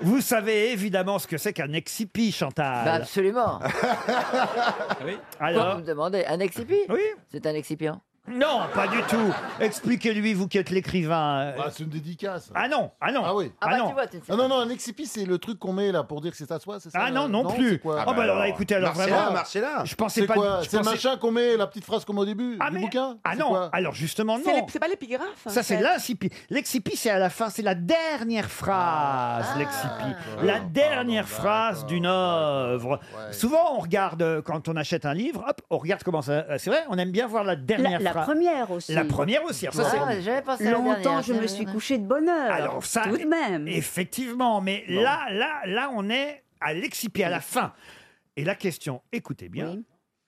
S2: Vous savez évidemment ce que c'est qu'un excipi, Chantal.
S13: Bah, absolument. Pourquoi
S2: Alors
S13: vous me demandez un excipient
S2: Oui.
S13: C'est un excipient.
S2: Non, pas du tout. Expliquez-lui, vous qui êtes l'écrivain.
S22: Ah, c'est une dédicace.
S2: Ah non, ah non.
S22: Ah oui.
S2: Ah Ah bah, non. tu vois,
S22: Ah non, non, un excipi, c'est le truc qu'on met là pour dire que c'est à soi, c'est ça euh,
S2: Ah non, non,
S22: c'est
S2: plus.
S22: quoi
S2: Ah bah alors, là, écoutez, alors vraiment. Je pensais
S22: C'est
S2: pas.
S22: quoi
S2: je
S22: C'est
S2: pensais-
S22: machin qu'on met, la petite phrase qu'on met au début du bouquin
S2: Ah
S22: C'est
S2: non,
S22: quoi
S2: alors justement, non.
S23: pas l'épigraphe
S2: Ça, hein, c'est l'incipi. L'excipi, c'est à la fin, c'est la dernière phrase,
S13: Ah.
S2: l'excipi. La dernière phrase d'une œuvre. Souvent, on regarde, euh, quand on achète un livre, hop, on regarde comment ça. euh, C'est vrai, on aime bien voir la dernière
S6: la
S2: phrase.
S6: première aussi.
S2: La première aussi. Alors, ça,
S13: Ah,
S2: c'est-
S13: ouais, j'avais pensé à la
S6: Longtemps,
S13: dernière,
S6: je
S13: c'est
S6: me
S13: la
S6: suis
S13: dernière.
S6: couchée de bonne heure.
S2: Alors, ça.
S6: Tout de même.
S2: Effectivement, mais là, là, là, on est à l'excipi, à la fin. Et la question, écoutez bien,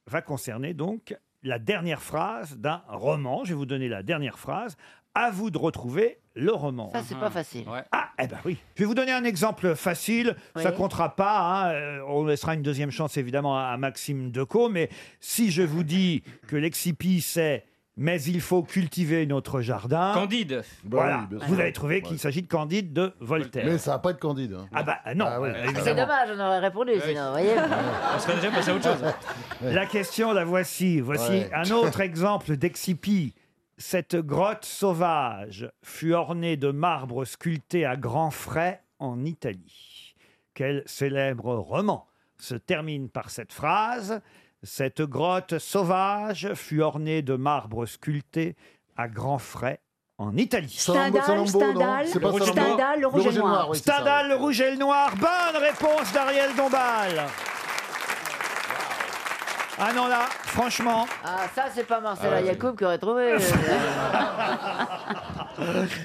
S2: va concerner donc la dernière phrase d'un roman. Je vais vous donner la dernière phrase. À vous de retrouver le roman.
S13: Ça, c'est pas facile.
S2: Ah, eh ben oui. Je vais vous donner un exemple facile. Ça
S13: Oui.
S2: comptera pas. hein. Euh, On laissera une deuxième chance, évidemment, à à Maxime Decaux. Mais si je vous dis que l'excipi, c'est mais il faut cultiver notre jardin.
S21: Candide. Bah
S2: Hein Voilà.
S21: oui, bien sûr.
S2: vous avez trouvé qu'il
S21: Ouais.
S2: s'agit de Candide de Voltaire.
S22: Mais ça va pas être candide. hein.
S2: Ah bah non. euh,
S13: C'est
S2: évidemment. Ah
S13: dommage, on aurait répondu sinon, vous voyez.
S21: On serait déjà passé à autre chose.
S2: La question, la voici. Voici
S21: Ouais.
S2: un autre exemple d'Excipi. Cette grotte sauvage fut ornée de marbre sculpté à grands frais en Italie. Quel célèbre roman se termine par cette phrase Cette grotte sauvage fut ornée de marbre sculpté à grands frais en Italie.
S6: Stendhal, Salombo, Salombo, non Stendhal, C'est pas Stendhal, Salombo le Rouge et le Noir, oui, c'est ça,
S2: Stendhal, le rouge et le noir. Bonne réponse d'Ariel Dombal. Ah non, là, franchement.
S13: Ah, ça, c'est pas Marcela
S2: Ah, ouais.
S13: Yacoub qui aurait trouvé.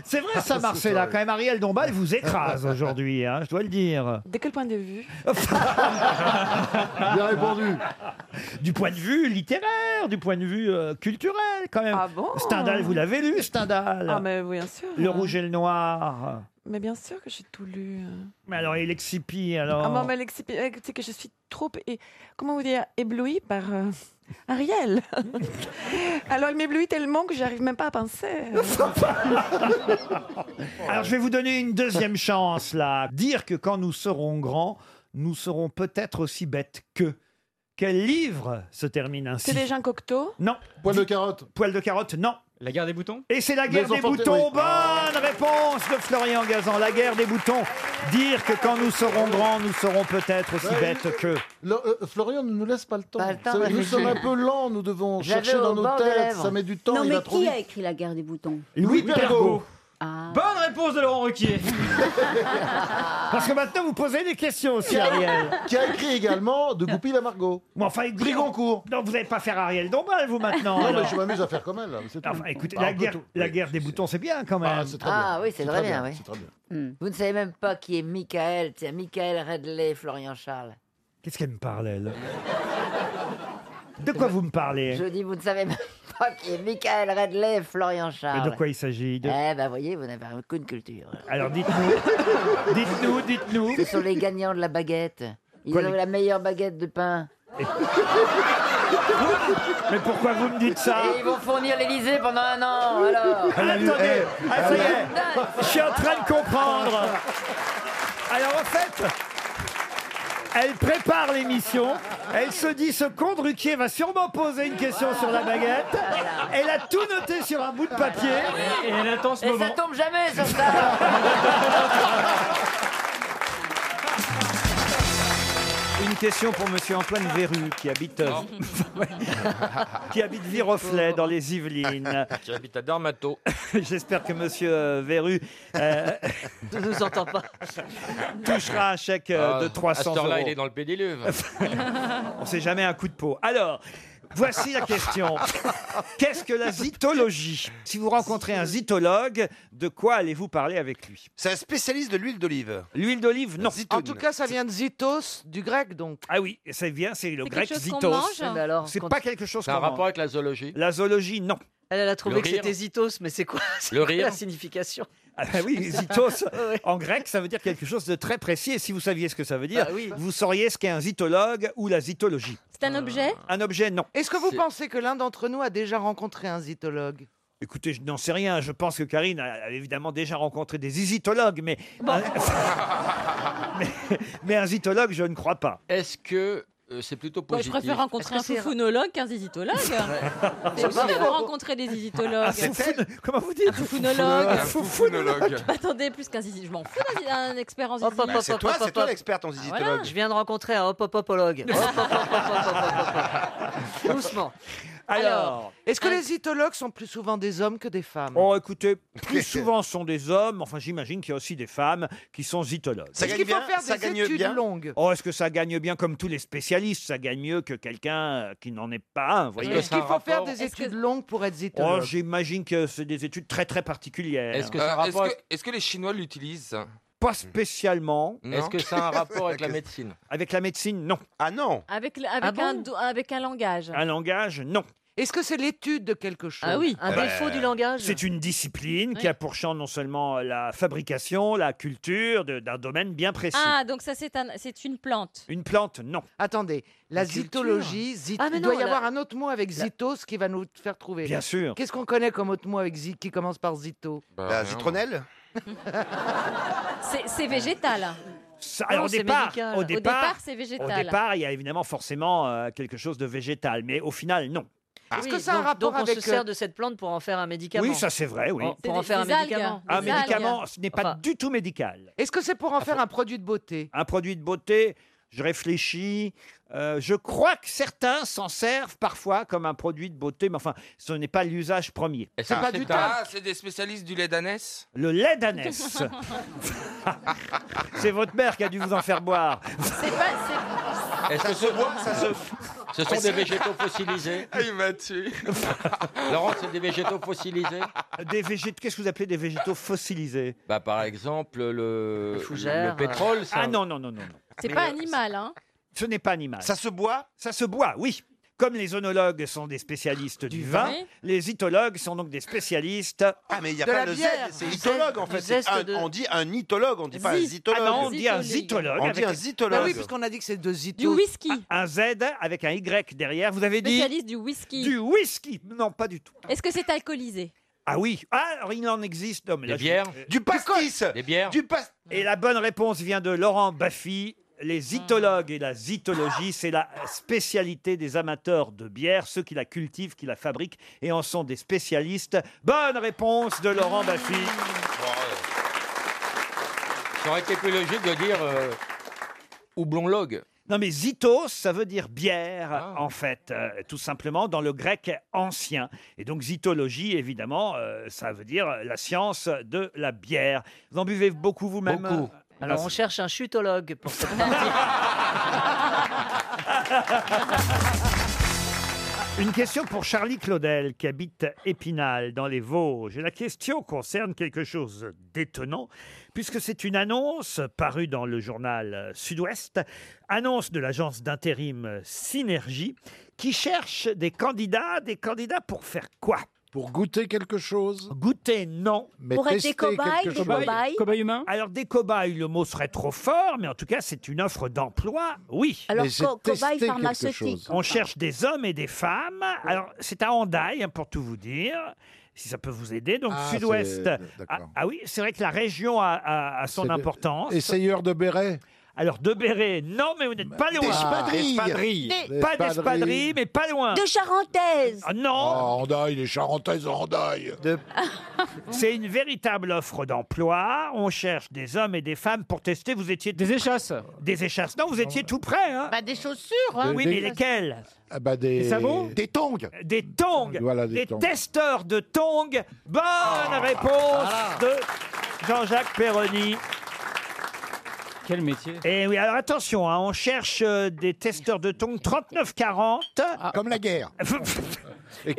S2: C'est vrai
S6: Ah,
S2: ça, Marcella. Quand même, Ariel Dombal vous écrase aujourd'hui, hein, je dois le dire.
S4: De quel point de vue
S2: Bien répondu. Du point de vue littéraire, du point de vue euh, culturel, quand même. Stendhal, vous l'avez lu, Stendhal
S4: Ah, mais oui, bien sûr.
S2: Le rouge et le noir.
S4: Mais bien sûr que j'ai tout lu.
S2: Mais alors, et l'excipi, alors
S4: Ah, moi, mais l'excipient, euh, c'est que je suis trop, é- comment vous dire, éblouie par euh, Ariel. Alors, elle m'éblouit tellement que j'arrive même pas à penser.
S2: Alors, je vais vous donner une deuxième chance, là. Dire que quand nous serons grands, nous serons peut-être aussi bêtes que. Quel livre se termine ainsi
S4: C'est des gens cocteaux
S2: Non. Poil de carotte. Poil de carotte, non.
S21: La guerre des boutons
S2: Et c'est la guerre
S21: Les
S2: des
S21: enfants-
S2: boutons.
S21: oui.
S2: Bonne
S22: Ah
S2: réponse de Florian Gazan. La guerre des boutons. Dire que quand nous serons grands, nous serons peut-être aussi
S22: Ouais,
S2: bêtes que.
S22: Le- euh, Florian ne nous laisse pas le temps.
S4: Pas le temps,
S22: Ça-
S4: ouais.
S22: nous sommes un peu lents, nous devons
S4: J'avais
S22: chercher dans
S4: au
S22: nos
S4: bord des
S22: têtes.
S4: lèvres.
S22: Ça met du temps,
S6: non,
S22: il
S6: mais
S22: va trop
S6: qui
S22: vite.
S6: a écrit La guerre des boutons
S2: Louis
S22: Pergaud.
S21: Bonne réponse de Laurent Ruquier.
S2: Parce que maintenant, vous posez des questions aussi, Ariel.
S22: Qui a écrit également De Goupil à Margot.
S2: Mais enfin, Brigoncourt. Non, vous n'allez pas faire Ariel Dombal, vous, maintenant.
S22: Non, mais
S2: alors.
S22: je m'amuse à faire comme elle. là, c'est tout.
S2: Enfin, écoutez,
S22: Bah, un
S2: la
S22: peu
S2: guerre,
S22: tout.
S2: la guerre des boutons, c'est bien quand même.
S13: Ah oui, c'est très bien, oui.
S22: c'est très bien.
S13: Vous ne savez même pas qui est Michael. C'est Michael Redley, Florian Charles.
S2: Qu'est-ce qu'elle me parle, elle De quoi vous me parlez
S13: Je dis, vous ne savez même pas qui est Michael Redley, Florian Charles.
S2: Mais de quoi il s'agit de-
S13: Eh ben, voyez, vous n'avez aucune culture.
S2: Alors dites-nous, dites-nous, dites-nous.
S13: Ce sont les gagnants de la baguette. Ils
S2: Quoi,
S13: ont
S2: les-
S13: la meilleure baguette de pain.
S2: Mais pourquoi vous me dites ça
S13: Et ils vont fournir l'Elysée pendant un an, alors.
S2: Attendez, ah, ça y est, je suis en train de comprendre. Alors en fait, elle prépare l'émission. Elle se dit ce con de Ruquier va sûrement poser une question sur la baguette. Elle a tout noté sur un bout de papier.
S21: Et elle attend ce
S13: Et ça
S21: moment.
S13: tombe jamais sur ça.
S2: Une question pour Monsieur Antoine Verru qui habite euh, qui habite Viroflay dans les Yvelines.
S16: Qui habite à Darmato.
S2: J'espère que Monsieur euh, Verru euh,
S16: Ne nous entend pas.
S2: touchera un chèque euh, de 300
S16: Ah, à
S2: euros.
S16: là il est dans le pédiluve.
S2: On sait jamais un coup de peau. Alors, voici la question. Qu'est-ce que la zytologie Si vous rencontrez un zytologue, de quoi allez-vous parler avec lui
S10: C'est un spécialiste de l'huile d'olive.
S2: L'huile d'olive, non.
S7: En tout cas, ça vient de Zitos, du grec donc.
S2: Ah oui, ça vient, c'est le
S7: quelque
S2: grec
S7: chose qu'on
S2: zytos.
S7: mange Ah, mais alors,
S2: C'est
S7: quand-
S2: pas quelque chose
S16: C'est un
S2: qu'on
S16: rapport
S2: mange.
S16: avec la zoologie.
S2: La zoologie, non.
S23: Elle, elle a trouvé
S16: Le
S23: que
S16: rire.
S23: c'était Zitos, mais c'est quoi c'est
S16: Le
S23: quoi
S16: rire.
S23: la signification
S2: Ah bah oui, zitos, en grec, ça veut dire quelque chose de très précis. Et si vous saviez ce que ça veut dire,
S23: Bah oui.
S2: vous sauriez ce qu'est un zytologue ou la zytologie.
S7: C'est un objet
S2: Un objet, non.
S7: Est-ce que Euh, vous pensez que l'un d'entre nous a déjà rencontré un zitologue
S2: Écoutez, je n'en sais rien. Je pense que Karine a a évidemment déjà rencontré des zitologues, mais, un... mais, mais un zytologue, je ne crois pas.
S16: Est-ce que euh, c'est plutôt
S23: Moi, je
S16: positif
S23: préfère rencontrer un
S16: Est-ce que c'est-
S23: foufounologue qu'un zizitologue. C'est
S16: C'est
S23: aussi
S16: pas
S23: de
S16: faux.
S23: rencontrer des zizitologues. Ah,
S16: Ah, c'est tel-
S2: Comment vous dites Un
S23: foufounologue.
S16: Un foufounologue.
S23: Bah, attendez, plus qu'un zizi. Je m'en fous d'un zi- d'un expert en zizi. Ah,
S10: Bah, hop, c'est hop, toi- hop, c'est hop, toi hop. l'experte en zizitologue.
S23: voilà.
S10: Je
S23: viens de rencontrer un hop hop hopologue.
S1: Ah
S7: Doucement.
S2: Alors,
S7: Est-ce que les zitologues sont plus souvent des hommes que des femmes
S2: Oh, écoutez, plus souvent ce sont des hommes, enfin j'imagine qu'il y a aussi des femmes qui sont zytologues.
S7: Ça Est-ce gagne qu'il faut bien faire Ça des gagne études bien longues
S2: Oh, est-ce que ça gagne bien comme tous les spécialistes Ça gagne mieux que quelqu'un euh, qui n'en est pas un, vous voyez
S7: Est-ce qu'il faut faire des études longues pour être
S2: Oh,
S7: zitologue
S2: j'imagine que c'est des études très très particulières.
S16: Euh, Est-ce
S7: Euh,
S16: que, ça a un rapport avec- est-ce que les Chinois l'utilisent
S2: Pas spécialement.
S16: Est-ce que ça a un rapport avec la médecine
S2: Avec la médecine, non. Ah non
S1: Ah,
S23: Avec, le- avec, un, do- avec un langage.
S2: Un langage, non.
S7: Est-ce que c'est l'étude de quelque chose
S23: Ah oui. Un
S2: Ben,
S23: défaut du langage.
S2: C'est une discipline qui
S23: Oui.
S2: a pour champ non seulement la fabrication, la culture de- d'un domaine bien précis.
S23: Ah, donc ça, c'est un, c'est une plante.
S2: Une plante, non.
S7: Attendez, la zytologie, zit-
S23: Ah, mais
S7: il doit
S23: non,
S7: y
S23: la-
S7: avoir un autre mot avec zitos qui va nous faire trouver.
S2: Bien sûr.
S7: Qu'est-ce qu'on connaît comme autre mot avec zi- qui commence par zito
S2: La rien. citronnelle
S23: C'est, c'est végétal.
S2: Ça-
S23: Non,
S2: alors, au,
S23: c'est
S2: départ,
S23: médical.
S2: au
S23: Au
S2: départ,
S23: départ, c'est végétal.
S2: au départ, il y a évidemment forcément euh, quelque chose de végétal, mais au final, non.
S23: Ah.
S1: Oui, donc- donc on se
S8: euh,
S23: euh,
S1: sert de cette plante pour en faire un médicament.
S2: Oui, ça c'est vrai, oui.
S1: Pour- Pour en faire un médicament.
S2: Un
S1: Des algues.
S2: médicament, ce n'est pas du tout médical.
S7: Est-ce que c'est pour en faire un produit de beauté
S2: Un produit de beauté, je réfléchis. euh, je crois que certains s'en servent parfois comme un produit de beauté, mais enfin, ce n'est pas l'usage premier.
S12: Ah, c'est des spécialistes du lait d'ânesse
S2: Le lait d'ânesse. c'est votre mère qui a dû vous en faire boire.
S23: C'est pas.
S16: Est-ce que ce bois, ça se. Ce sont des végétaux fossilisés.
S12: Ah, Il m'a tué.
S16: Laurent, c'est des végétaux fossilisés
S2: Des végétaux, qu'est-ce que vous appelez des végétaux fossilisés
S16: bah, Par exemple, le,
S2: fougères,
S16: le pétrole. ça-
S2: Ah non, non, non, non. non.
S23: C'est
S1: euh,
S23: pas animal, hein.
S2: Ce n'est pas animal. Ça se boit Ça se boit, oui. Comme les onologues sont des spécialistes du, vin,
S23: vin. Oui.
S2: les itologues sont donc des spécialistes. Ah, mais il
S14: n'y a De pas la le Z, bière. c'est Du itologue, zeste- en fait. du C'est zeste un- de- on
S2: dit un itologue, on
S14: dit pas un Zi- zytologue.
S2: Ah non, on dit un
S14: Zytologue.
S2: zytologue.
S14: On dit
S2: avec- Ah,
S14: un zytologue. Bah oui, puisqu'on
S7: a dit que c'est deux zitos.
S23: Du whisky.
S2: Un Z avec un Y derrière. Vous avez dit
S23: Spécialiste du whisky.
S2: du whisky. Non, pas du tout.
S23: Est-ce que c'est alcoolisé
S2: Ah oui. Ah, alors il en existe. Non, mais
S16: Des
S2: là, je-
S16: bières
S2: euh,
S16: Du pastis Des bières
S2: Du pas- Et la bonne réponse vient de Laurent Baffy. Les itologues et la zytologie, c'est la spécialité des amateurs de bière, ceux qui la cultivent, qui la fabriquent et en sont des spécialistes. Bonne réponse de Laurent Baffy.
S16: Ça aurait été plus logique de dire euh, houblon-log.
S2: Non mais zitos, ça veut dire bière
S16: Ah.
S2: en fait, euh, tout simplement dans le grec ancien. Et donc zytologie, évidemment, euh, ça veut dire euh, la science de la bière. Vous en buvez beaucoup vous-même
S1: Beaucoup.
S2: euh, alors-
S1: Alors, on cherche un chutologue pour cette
S2: Une question pour Charlie Claudel qui habite Épinal dans les Vosges. Et la question concerne quelque chose d'étonnant puisque c'est une annonce parue dans le journal euh, Sud-Ouest, annonce de l'agence d'intérim Synergie qui cherche des candidats, des candidats pour faire quoi
S9: Pour goûter quelque chose
S2: Goûter, non.
S9: Pour être des tester cobayes, quelque des chose. cobayes Cobayes
S2: humains Alors des cobayes, le mot serait trop fort, mais en tout cas, c'est une offre d'emploi, oui.
S6: Alors, Mais c'est co- cobayes tester quelque pharmaceutiques. chose.
S2: On cherche des hommes et des femmes. Alors, c'est à Hendaye, hein, pour tout vous dire. Si ça peut vous aider, donc
S9: Ah,
S2: sud-ouest.
S9: c'est-
S2: Ah, ah oui, c'est vrai que la région a, a- a son
S9: C'est de-
S2: importance.
S9: Essayeur de béret
S2: Alors, de béret, non, mais vous n'êtes pas loin.
S9: D'espadrilles. D'espadrilles.
S2: Pas
S9: D'espadrilles.
S2: d'espadrilles, mais pas loin.
S6: De charentaise.
S2: Ah non
S9: Oh, Hendaye, les Charentaises Hendaye
S2: C'est une véritable offre d'emploi. On cherche des hommes et des femmes pour tester. Vous étiez des échasses. Des échasses. Non, vous étiez tout près. hein.
S8: Bah, des chaussures. hein.
S2: oui, mais lesquelles
S9: Ah bah des...
S2: Des savons
S9: Des tongs
S2: Des tongs.
S9: Voilà, des
S2: des
S9: tongs. Ah,
S2: testeurs de tongs. Bonne réponse de Jean-Jacques Perroni. Quel métier Et oui, alors attention, hein, on cherche euh, des testeurs de tongs 39-40.
S9: Ah. Comme la guerre. Et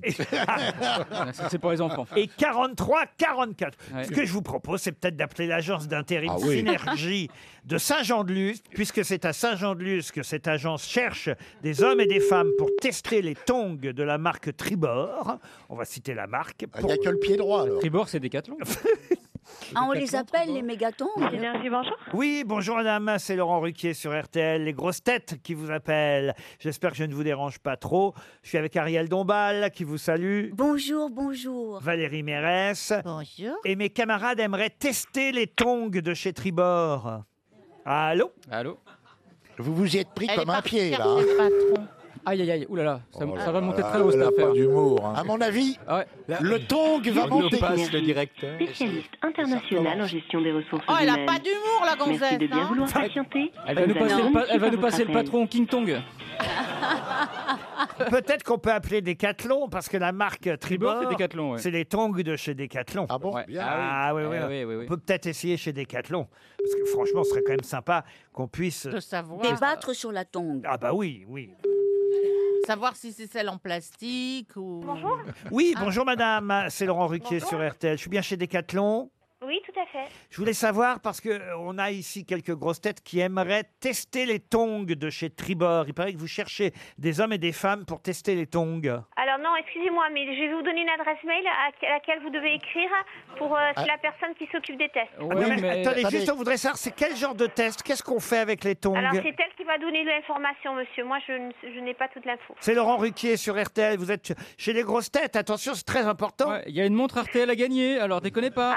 S9: 14-18.
S2: Ah, C'est pour les enfants. Et 43-44. Ce que je vous propose, c'est peut-être d'appeler l'agence d'intérim
S9: Ah oui.
S2: Synergie de Saint-Jean-de-Luz, puisque c'est à Saint-Jean-de-Luz que cette agence cherche des hommes et des femmes pour tester les tongs de la marque Tribord. On va citer la marque. Ah, Il n'y a que le pied droit. Tribord, c'est Décathlon.
S6: Ah, on les appelle les mégatons. Énergie, bonjour.
S2: Oui, bonjour madame, c'est Laurent Ruquier sur RTL, les grosses têtes qui vous appellent. J'espère que je ne vous dérange pas trop. Je suis avec Ariel Dombal qui vous salue.
S6: Bonjour, bonjour.
S2: Valérie Mérès. Bonjour. Et mes camarades aimeraient tester les tongs de chez Tribord. Allô Allô
S9: Vous vous y êtes pris
S21: Elle
S9: comme
S21: est
S9: un
S21: partie
S9: pied, là. Oh,
S21: chercher le Aïe, aïe, aïe, oulala, ça,
S16: Oh
S21: ça va monter
S16: Ah
S21: très haut
S9: Elle
S21: cette
S9: a
S21: affaire. Ah
S9: pas d'humour. hein.
S21: À mon
S9: avis,
S21: le
S9: tong va monter.
S21: passe le
S9: directeur.
S24: Spécialiste international en gestion des ressources
S8: Oh, elle a
S24: humaines.
S8: pas d'humour, la gonzesse.
S24: Merci de bien
S8: hein.
S24: vouloir patienter.
S21: Elle va nous
S24: Nous
S21: passer,
S24: allons
S21: le, pa-
S24: suivre
S21: elle va nous
S24: votre
S21: passer le
S24: appel.
S21: patron King Tong.
S2: Peut-être qu'on peut appeler Decathlon parce que la marque Tribord,
S21: c'est Decathlon, ouais.
S2: c'est les tongs de chez Decathlon. Ah bon
S21: bien.
S2: Ah oui, oui,
S21: Ah
S2: oui.
S21: oui, oui, oui.
S2: On peut peut-être essayer chez Decathlon parce que franchement, ce serait quand même sympa qu'on puisse
S8: savoir.
S6: Débattre sur la tongue.
S2: Ah bah oui, oui.
S8: Savoir si c'est celle en plastique ou. Bonjour. Ah.
S2: Oui, bonjour madame, c'est Laurent Ruquier sur RTL. Je suis bien chez Decathlon.
S24: Oui, tout à fait.
S2: Je voulais savoir parce que euh, on a ici quelques grosses têtes qui aimeraient tester les tongs de chez Tribord. Il paraît que vous cherchez des hommes et des femmes pour tester les tongs.
S24: Alors non, excusez-moi, mais je vais vous donner une adresse mail à à laquelle vous devez écrire pour euh, c'est
S2: Ah.
S24: la personne qui s'occupe des tests.
S2: Ah, non, mais attendez, juste on voudrait savoir c'est quel genre de test Qu'est-ce qu'on fait avec les tongs
S24: Alors c'est elle qui va donner l'information, monsieur. Moi, je, ne- je n'ai pas toute l'info.
S2: C'est Laurent Ruquier sur RTL. Vous êtes chez les grosses têtes. Attention, c'est très important. Il y a une montre RTL à gagner. Alors déconnez pas.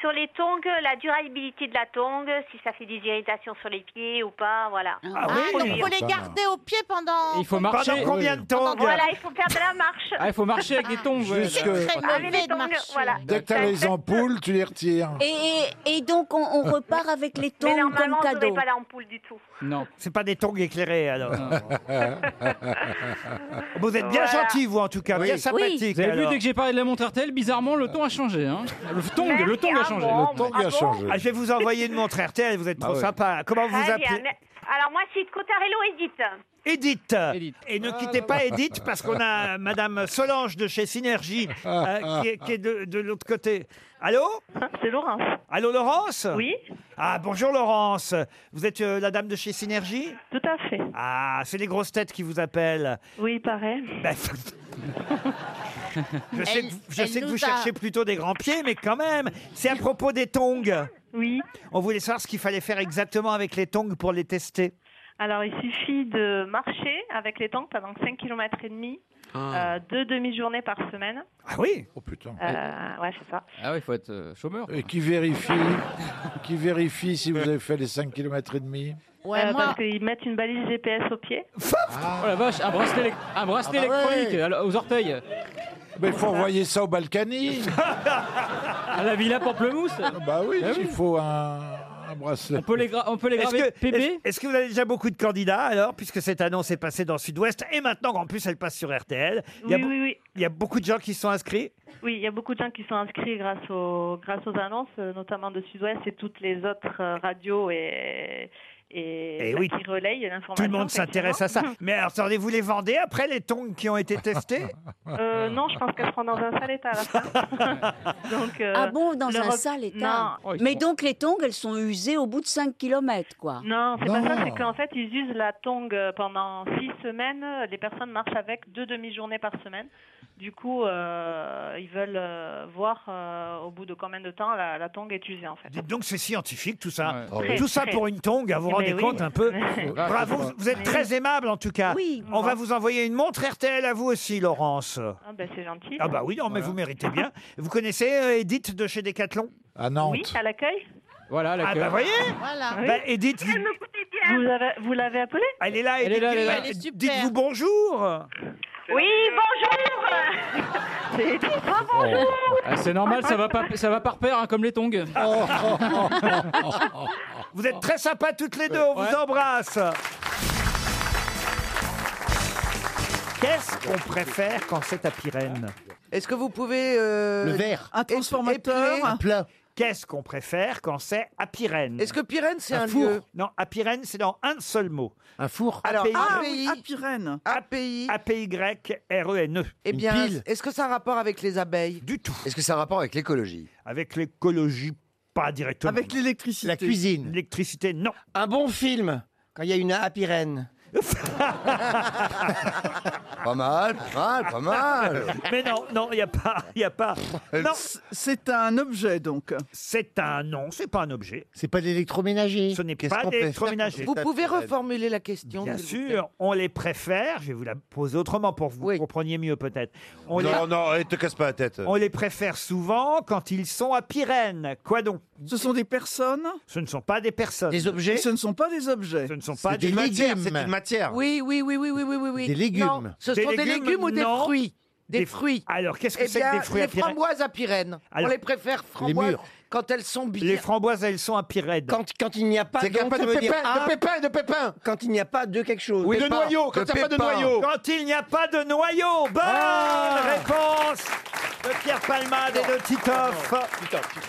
S24: sur les tongs la durabilité de la tongue, si ça fait des irritations sur les pieds ou pas, voilà.
S25: Ah, donc il faut les garder au pied pendant.
S18: Il faut marcher.
S25: pendant- pendant-
S24: Voilà, il faut faire de la marche.
S18: Ah, il faut marcher avec des tongs. ouais.
S9: Jusque- C'est très
S24: Ah, mais les tongs, voilà.
S9: Dès que t'as les ampoules, tu les retires.
S6: Et, et donc, on, on repart avec les
S24: Mais
S6: tongs comme
S24: normalement, vous n'aurez
S6: cadeau.
S24: pas d'ampoule du tout.
S2: Non. C'est pas des tongs éclairés alors. vous êtes bien
S24: Voilà.
S2: gentil vous en tout cas, bien sympathique.
S18: Vous avez vu,
S2: alors.
S18: dès que j'ai parlé de la montre RTL, bizarrement, le ton a changé. hein. Le ton,
S24: Merci,
S18: le ton a
S24: ah
S18: changé.
S24: bon, Le tong a ah bon changé.
S2: Ah, je vais vous envoyer une montre RTL, vous êtes
S18: Ah
S2: trop
S18: ouais.
S2: sympa. Comment vous vous
S24: Très bien,
S2: appelez
S24: mais- Alors moi, c'est Cotarello Edith.
S2: Edith. Et
S18: Ah,
S2: ne quittez pas Edith parce qu'on a Madame Solange de chez Synergie
S18: Ah,
S2: euh, qui est, qui est de, de l'autre côté. Allô
S8: C'est Laurence.
S2: Allô Laurence
S8: Oui.
S2: Ah bonjour Laurence. Vous êtes euh, la dame de chez Synergie
S8: Tout à fait.
S2: Ah, c'est les grosses têtes qui vous appellent.
S8: Oui, pareil.
S2: Ben, je sais,
S8: Elle-
S2: que, vous- je
S8: elle
S2: sais que
S8: nous
S2: vous
S8: a-
S2: cherchez plutôt des grands pieds, mais quand même, c'est à propos des tongs.
S8: Oui.
S2: On voulait savoir ce qu'il fallait faire exactement avec les tongs pour les tester.
S8: Alors, il suffit de marcher avec les tanks pendant 5 km et demi,
S18: Ah.
S8: euh, deux demi-journées par semaine.
S2: Ah oui
S9: Oh putain.
S8: Euh, ouais, c'est ça.
S18: Ah oui, il faut être euh, chômeur.
S9: Et qui vérifie, qui vérifie si vous avez fait les 5 km et demi
S8: Ouais, Euh, Parce qu'ils mettent une balise GPS au pied.
S18: Oh la vache, un bracelet, élec- un bracelet
S8: Ah bah ouais.
S18: électronique alors, aux orteils.
S9: Mais il faut envoyer ça aux Balkany.
S18: À la Villa Pamplemousse Ah
S9: Bah oui, il faut un,
S26: Ah,
S9: un bracelet.
S18: On peut les, gra- on peut les
S2: Est-ce
S18: graver
S2: que,
S18: PB
S2: est-ce- est-ce que vous avez déjà beaucoup de candidats alors, puisque cette annonce est passée dans Sud-Ouest et maintenant en plus elle passe sur RTL Il y a
S8: Oui,
S2: beau-
S8: oui, oui.
S2: Il y a beaucoup de gens qui sont inscrits.
S8: Oui, il y a beaucoup de gens qui sont inscrits grâce aux, grâce aux annonces, euh, notamment de Sud-Ouest et toutes les autres euh, radios et, et,
S2: Eh
S8: bah,
S2: oui.
S8: qui relayent l'information.
S2: Tout le monde s'intéresse à ça. Mais alors, attendez, vous les vendez après les tongs qui ont été testés
S20: Ah.
S8: Euh, non, je pense qu'elles seront dans un sale état à la fin. Donc, euh,
S6: Ah bon, dans
S8: leur-
S6: un sale état.
S20: Oh,
S2: Oh,
S8: Non,
S6: Mais donc, les tongs, elles sont usées au bout de 5 km, quoi.
S8: Non, c'est pas ça, c'est qu'en fait, ils usent la tongue euh, pendant six semaines. Les personnes marchent avec deux demi-journées par semaine. Du coup, euh, ils veulent euh, voir euh, au bout de combien de temps la, la tongue est usée, en fait.
S2: Dites donc, c'est scientifique tout ça.
S8: Ah oui.
S2: Tout ça
S8: Très,
S2: pour
S8: très.
S2: une tongue, vous vous
S8: Eh
S2: rendez
S8: ben oui.
S2: compte un peu
S8: Ah,
S2: Bravo,
S8: c'est ça.
S2: vous êtes
S8: Oui.
S2: très aimable en tout cas.
S8: Oui.
S2: On va vous envoyer une montre RTL à vous aussi, Laurence.
S8: Ah, ben, c'est gentil.
S2: Ah bah oui, non, mais vous méritez bien. Vous connaissez euh, Edith de chez Decathlon
S9: À
S8: Oui, à l'accueil.
S18: Voilà,
S2: Ah bah voyez
S8: Voilà.
S2: Bah, Edith, dites-
S8: Vous avez- vous l'avez appelée
S2: elle est là,
S8: Elle est
S2: Edith.
S8: là, elle est là.
S2: Bah,
S8: Elle est super.
S2: Dites-vous bonjour.
S8: Oui, bonjour
S18: Ah, c'est normal, ça va pas, ça va par paire, hein, comme les tongs.
S2: Vous êtes très sympas toutes les deux, on vous embrasse. Qu'est-ce qu'on préfère quand c'est à Pirène
S7: Est-ce que vous pouvez. euh,
S2: Le verre.
S7: Un transformateur. Un
S2: plat. Qu'est-ce qu'on préfère quand c'est à Pirène
S7: Est-ce que Pirène, c'est un
S2: four.
S7: lieu
S2: Non, à Pirène, c'est dans un seul mot. Un four
S7: Alors,
S2: ah,
S7: API. API.
S2: A-P-Y-R-E-N-E.
S7: Eh bien, est-ce que ça a un rapport avec les abeilles
S2: E. Du tout.
S27: Est-ce que ça a un rapport avec l'écologie
S2: Avec l'écologie, pas directement. Avec
S27: l'électricité.
S2: La cuisine. L'électricité, non.
S27: Un bon film, quand il y a une apirène. pas mal, pas mal, pas mal.
S2: Mais non, non, il n'y a pas, il y a pas. Non.
S3: C'est un objet donc.
S2: C'est un non, c'est pas un objet.
S3: C'est pas l'électroménager.
S2: Ce n'est pas d'électroménager.
S7: Vous pouvez reformuler la question
S2: Bien
S7: s'il vous
S2: sûr, on les préfère. Je vais vous la poser autrement pour que vous compreniez mieux peut-être. On, les,
S26: Non, non, eh, te casse pas la tête.
S2: on les préfère souvent quand ils sont à Pyrène. Quoi donc Ce sont des personnes Ce ne sont pas des personnes. Des objets Ce ne sont pas des objets. Ce ne sont pas
S27: C'est des matières, c'est une matière.
S7: Oui, oui, oui, oui, oui, oui, oui, oui.
S27: Des légumes.
S7: Non, ce
S2: Des
S7: sont des
S2: légumes,
S7: légumes ou des
S2: non.
S7: fruits. Des,
S2: Des-
S7: fruits.
S2: Alors, qu'est-ce que
S7: Eh
S2: c'est que
S7: bien,
S2: des fruits à
S7: Les
S2: Pirène
S7: framboises à Pirène.
S2: Alors-
S7: On les préfère framboises
S2: mûres.
S7: Quand elles sont bien.
S2: Les framboises, elles sont à Pirène.
S7: Quand, quand il n'y a pas
S2: C'est qu'il y a
S7: donc,
S2: pas de
S7: ça veut dire
S2: pépins, de
S7: un-
S2: pépins,
S7: de pépins. Quand il n'y a pas de quelque chose.
S2: Oui, de noyau, quand il n'y a pas de noyau. Quand il n'y a pas de noyau. Bonne
S7: Ah.
S2: réponse de Pierre Palmade et de Titoff.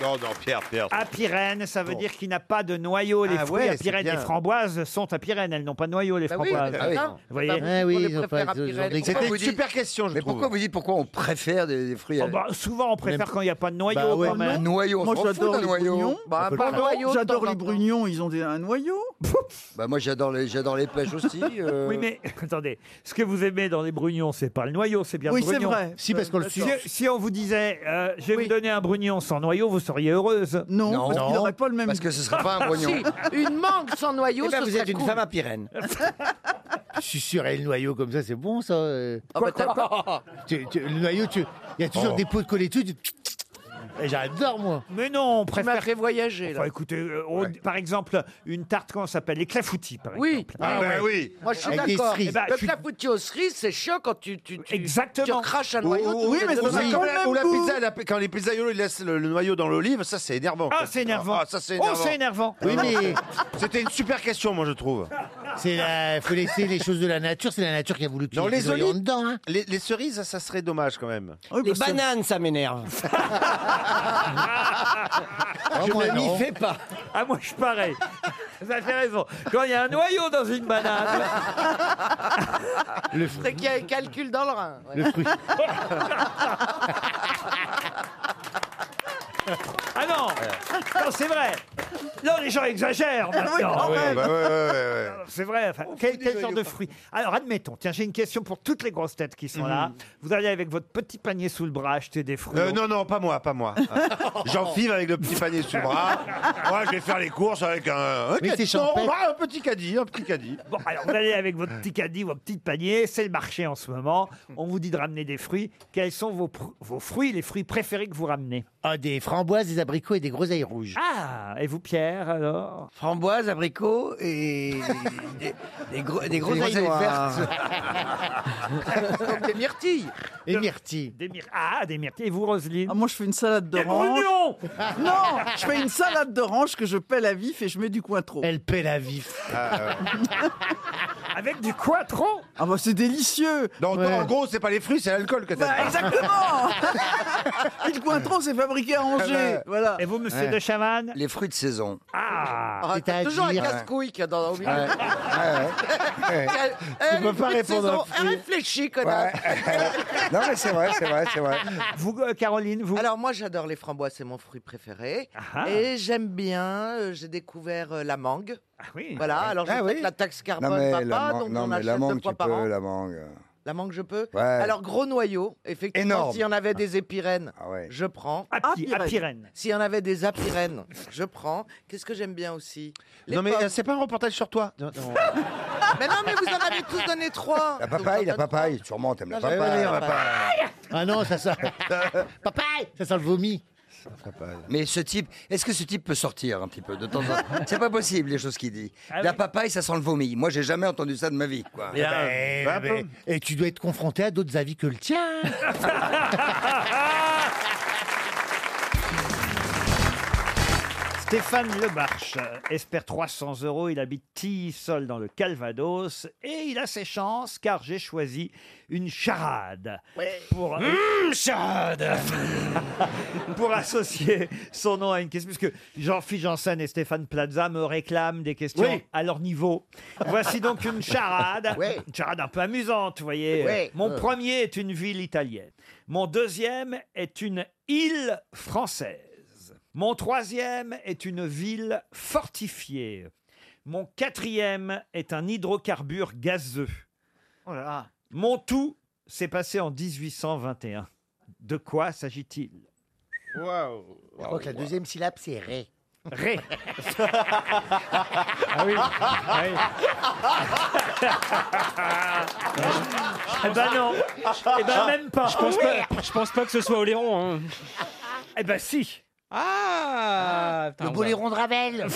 S19: Non, non, Pierre, Pierre.
S18: Ah,
S2: À Pirène, ça veut dire qu'il n'a pas de noyau. Les
S19: Ah
S2: fruits
S19: ouais,
S2: à Pirène,
S19: c'est bien.
S2: les framboises sont à Pirène. Elles n'ont pas de noyau, les
S19: Bah oui,
S2: framboises.
S19: ah oui.
S2: Vous voyez
S7: Bah
S19: Ah oui, ils ont pas- ils ont- ils ont-
S2: C'était
S19: Pourquoi
S2: une
S19: vous dites-
S2: super question, je
S19: Mais
S2: trouve.
S19: pourquoi vous dites pourquoi on préfère des, des fruits à-
S2: Oh bah, souvent, on préfère quand il n'y a pas de noyau.
S19: Bah ouais,
S2: quand même.
S19: un noyau, on
S2: Moi,
S19: s'en fout
S2: j'adore
S19: d'un
S2: les
S19: noyau.
S2: brouillons.
S19: Bah,
S2: On peut
S19: pas
S2: pas.
S19: de noyau, de
S18: J'adore
S19: temps
S18: les
S19: en temps.
S18: brugnons, ils ont des- un noyau.
S19: Bah moi j'adore les j'adore les pêches aussi. euh.
S2: Oui, mais attendez, ce que vous aimez dans les brugnons, c'est pas le noyau, c'est bien
S18: Oui,
S2: le
S18: c'est
S2: brugnon.
S18: vrai. Si, parce qu'on le
S2: si,
S18: cherche.
S2: si on vous disait, euh, je vais vous donner un brugnon sans noyau, vous seriez heureuse.
S18: Non, parce qu'il n'aurait pas le même
S19: parce que ce serait pas
S7: Ah,
S19: un brugnon.
S28: Une mangue sans noyau,
S3: Eh ben,
S28: ce
S3: vous
S28: serait
S3: êtes une
S28: cool.
S3: femme à Pirène. Je suis sûr, et le noyau comme ça, c'est bon ça. euh.
S28: bah, t'as-
S3: Tu- tu- le noyau, tu- il y a toujours
S2: Oh.
S3: des pots de collés dessus. tu- Et J'adore moi.
S2: Mais non, on
S3: préfère.
S2: fait voyager. écoutez, euh, on- par exemple, une tarte, comment ça s'appelle Les clafoutis, par
S7: Oui.
S2: exemple.
S19: bah
S7: Ah ouais. Moi, je suis d'accord.
S2: Eh ben,
S7: le
S2: je suis-
S7: clafoutis aux cerises, c'est chiant quand tu, tu, tu, tu craches un
S4: Ou-
S7: noyau.
S4: ou-
S7: tu fais
S4: ou
S7: de-
S4: la- ou la- ou la pizza, la- quand les pizzaiolos ils laissent le, le noyau dans l'olive, ça c'est énervant.
S2: Ah, c'est énervant.
S4: Ah, ça c'est
S2: Oh,
S4: énervant.
S2: c'est énervant.
S4: Oui, mais c'était une super question, moi je trouve.
S3: C'est la... faut laisser les choses de la nature. C'est la nature qui a voulu
S4: Non,
S3: les
S4: les
S3: noyaux en
S4: olives,
S3: dedans. hein.
S4: les, les cerises, ça serait dommage quand même.
S3: les bananes, ça m'énerve.
S2: Ah,
S3: Je
S2: moi,
S3: ne
S2: non.
S3: m'y fais pas.
S2: Ah, moi, je suis pareil. Vous avez raison. Quand il y a un noyau dans une banane.
S3: Le
S28: C'est qu'il y a un calcul dans le rein. ouais.
S3: Le fruit.
S2: Ah non Non, Oh, c'est vrai Non, les gens exagèrent maintenant.
S4: Ah oui, Ah ouais, bah ouais, ouais, ouais, ouais.
S2: C'est vrai. enfin, quel quel genre de fruit Alors, admettons, tiens, j'ai une question pour toutes les grosses têtes qui
S4: Mhm.
S2: sont là. Vous allez avec votre petit panier sous le bras acheter des fruits.
S4: Euh, non, non, pas moi, pas moi. J'en five avec le petit panier sous le bras. Moi, je vais faire les courses avec un. un
S2: Mais c'est
S4: caddie. Non,
S2: champêtre.
S4: bah, un petit caddie, un petit caddie.
S2: Bon, alors vous allez avec votre petit caddie, votre petit panier, c'est le marché en ce moment. On vous dit de ramener des fruits. Quels sont vos, pr- vos fruits, les fruits préférés que vous ramenez
S3: Ah, des framboises, des abricots et des groseilles rouges.
S2: Ah, et vous, Pierre, alors
S3: Framboises, abricots et des, gros,
S4: des groseilles vertes.
S7: Comme des myrtilles.
S3: Des myrtilles.
S2: Des myr- ah, des myrtilles. Et vous, Roselyne
S18: Ah, Moi, je fais une salade d'orange.
S2: brugnon
S18: Non, je fais une salade d'orange que je pèle à vif et je mets du cointreau.
S3: Elle pèle à vif.
S7: Ah,
S2: Avec du cointreau
S18: Ah bah c'est délicieux
S4: Non, toi, en gros, c'est pas les fruits, c'est l'alcool que t'as.
S18: Bah, exactement Et le cointreau, c'est fabriqué à
S7: Ah,
S18: Angers.
S7: bah.
S18: Voilà.
S2: Et vous, monsieur
S4: Ouais.
S2: de Chavannes
S19: Les fruits de saison.
S2: Ah,
S7: Arrête, t'as toujours un casse-couille qu'il y a dans au milieu. Tu
S4: peux pas répondre à un fruit.
S7: Réfléchis, connasse.
S4: Non, mais c'est vrai, c'est vrai, c'est vrai.
S2: Vous, euh, Caroline, vous
S7: Alors, moi, j'adore les framboises, c'est mon fruit préféré.
S4: ah.
S7: Et j'aime bien, euh, j'ai découvert euh, la mangue.
S2: oui.
S7: Voilà,
S4: Ah
S7: alors je
S4: oui.
S7: sais que la taxe
S4: Non,
S7: carbone
S4: mais
S7: va
S4: la
S7: pas,
S4: man-
S7: donc
S4: non,
S7: on
S4: mais
S7: achète
S4: la mangue,
S7: deux fois
S4: tu
S7: par
S4: peux,
S7: an.
S4: la mangue.
S7: La mangue, je peux
S4: Ouais.
S7: Alors, gros noyau, effectivement.
S4: Énorme.
S7: S'il y en avait des épirènes,
S19: Ah
S7: je prends.
S21: Ah,
S7: Ah,
S2: Api- Apirènes. apirènes.
S7: S'il y en avait des apirènes, je prends. Qu'est-ce que j'aime bien aussi Les
S4: Non, mais
S7: pommes.
S4: euh, c'est pas un reportage sur toi. Non, non.
S7: Mais non, mais vous en avez tous donné trois.
S4: La papaye, la papaye, sûrement t'aimes
S7: la Non, j'aime papaye. pas la
S3: Ah non, ça sent. Papaye Ça sent le vomi.
S19: Mais ce type, est-ce que ce type peut sortir un petit peu de temps en temps C'est pas possible les choses qu'il dit.
S21: Ah
S19: La papaye, ça sent le vomi. Moi, j'ai jamais entendu ça de ma vie. Quoi.
S3: Eh ben,
S4: bah,
S3: eh ben, et tu dois être confronté à d'autres avis que le tien.
S2: Stéphane Lebarche euh, espère 300 euros. Il habite Tillissol dans le Calvados et il a ses chances car j'ai choisi une charade pour charade pour associer son nom à une question puisque Jean-Philippe Janssen et Stéphane Plaza me réclament des questions
S4: Oui.
S2: à leur niveau. Voici donc une charade, une charade un peu amusante, vous voyez.
S4: Oui.
S2: Mon
S4: Euh.
S2: premier est une ville italienne. Mon deuxième est une île française. Mon troisième est une ville fortifiée. Mon quatrième est un hydrocarbure gazeux. Mon tout s'est passé en 1821. De quoi s'agit-il
S3: Waouh. Je crois que la deuxième syllabe, c'est ré.
S2: Ré.
S3: ah oui.
S4: hein.
S2: Eh ben non Eh ben même pas
S18: Ah
S29: Je pense pas, je pense pas que ce soit Oléron. Hein.
S2: Eh ben si
S29: Ah,
S3: Ah. Le boléron de Ravel.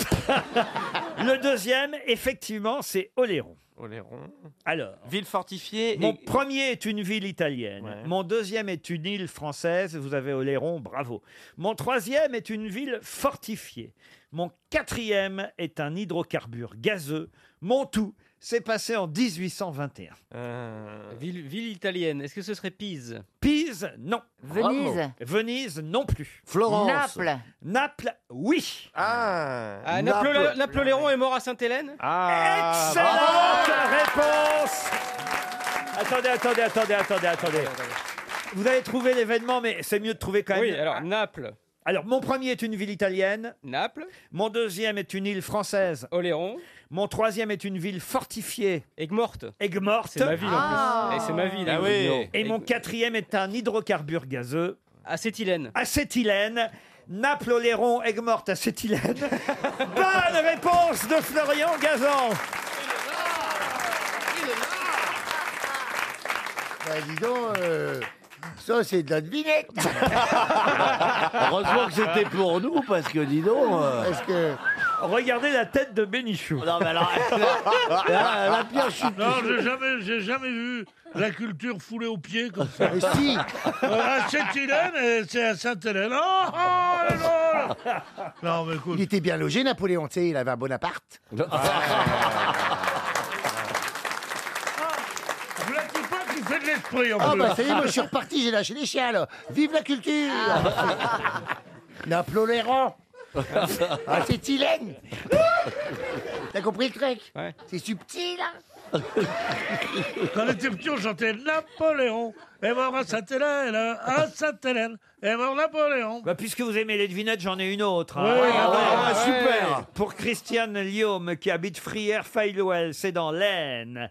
S2: Le deuxième, effectivement, c'est Oléron.
S12: Oléron.
S2: Alors.
S12: Ville fortifiée.
S2: Mon premier est une ville italienne. Mon deuxième est une île française. Vous avez Oléron, bravo. Mon troisième est une ville fortifiée. Mon quatrième est un hydrocarbure gazeux. Mon tout s'est passé en 1821.
S12: Euh.
S21: Ville, ville italienne, est-ce que ce serait Pise
S2: Pise, non.
S21: Venise.
S2: Bravo. Venise, non plus.
S21: Florence. Naples.
S2: Naples, oui.
S12: Ah,
S21: Ah, Napolé- Napoléon est mort à Sainte-Hélène
S2: Excellente réponse Attendez, attendez, attendez, attendez, attendez. Vous avez trouvé l'événement, mais c'est mieux de trouver quand même.
S21: Oui, alors Naples.
S2: Alors, mon premier est une ville italienne.
S21: Naples.
S2: Mon deuxième est une île française.
S21: Oléron.
S2: Mon troisième est une ville fortifiée.
S21: Aigues-Mortes.
S2: Aigues-Mortes.
S21: C'est ma ville, en plus. Ah. Eh, c'est ma ville,
S2: Ah
S21: Aigues-
S2: oui. Et
S21: Aigues-
S2: mon quatrième est un hydrocarbure gazeux.
S21: Acétylène.
S2: Acétylène. Naples, Oléron, Aigues-Mortes, acétylène. Bonne réponse de Florian Gazan.
S19: Bah, dis donc, euh, ça c'est de la devinette.
S4: Heureusement que c'était pour nous, parce que dis donc.
S19: Parce que.
S2: Regardez la tête de Bénichou.
S4: Non, mais alors.
S19: Ah, la- la pierre chute.
S4: Non, j'ai jamais, j'ai jamais vu la culture foulée aux pieds comme ça.
S19: Mais si.
S4: Euh, à Sainte-Hélène, et c'est à Sainte-Hélène. Oh, oh, là, là, là. Non, mais écoute.
S19: Il était bien logé, Napoléon, tu sais, il avait un Bonaparte.
S4: Ah. Je la dis pas tu fais de l'esprit en
S19: Ah
S4: plus.
S19: bah ça y est, moi je suis reparti, j'ai lâché les chiens là. Vive la culture Napoléon Ah c'est Tylène T'as compris le truc C'est subtil hein
S4: Quand on était petit, on chantait Napoléon. Et mort à Sainte-Hélène, hein, à Sainte-Hélène, et mort Napoléon.
S2: Bah, puisque vous aimez les devinettes, j'en ai une autre. hein.
S4: hein. Ouais, Ouais, ah ouais, ouais, ah, ouais.
S2: Ouais. Pour Christiane Liome, qui habite Frières-Faillouel, c'est dans l'Aisne.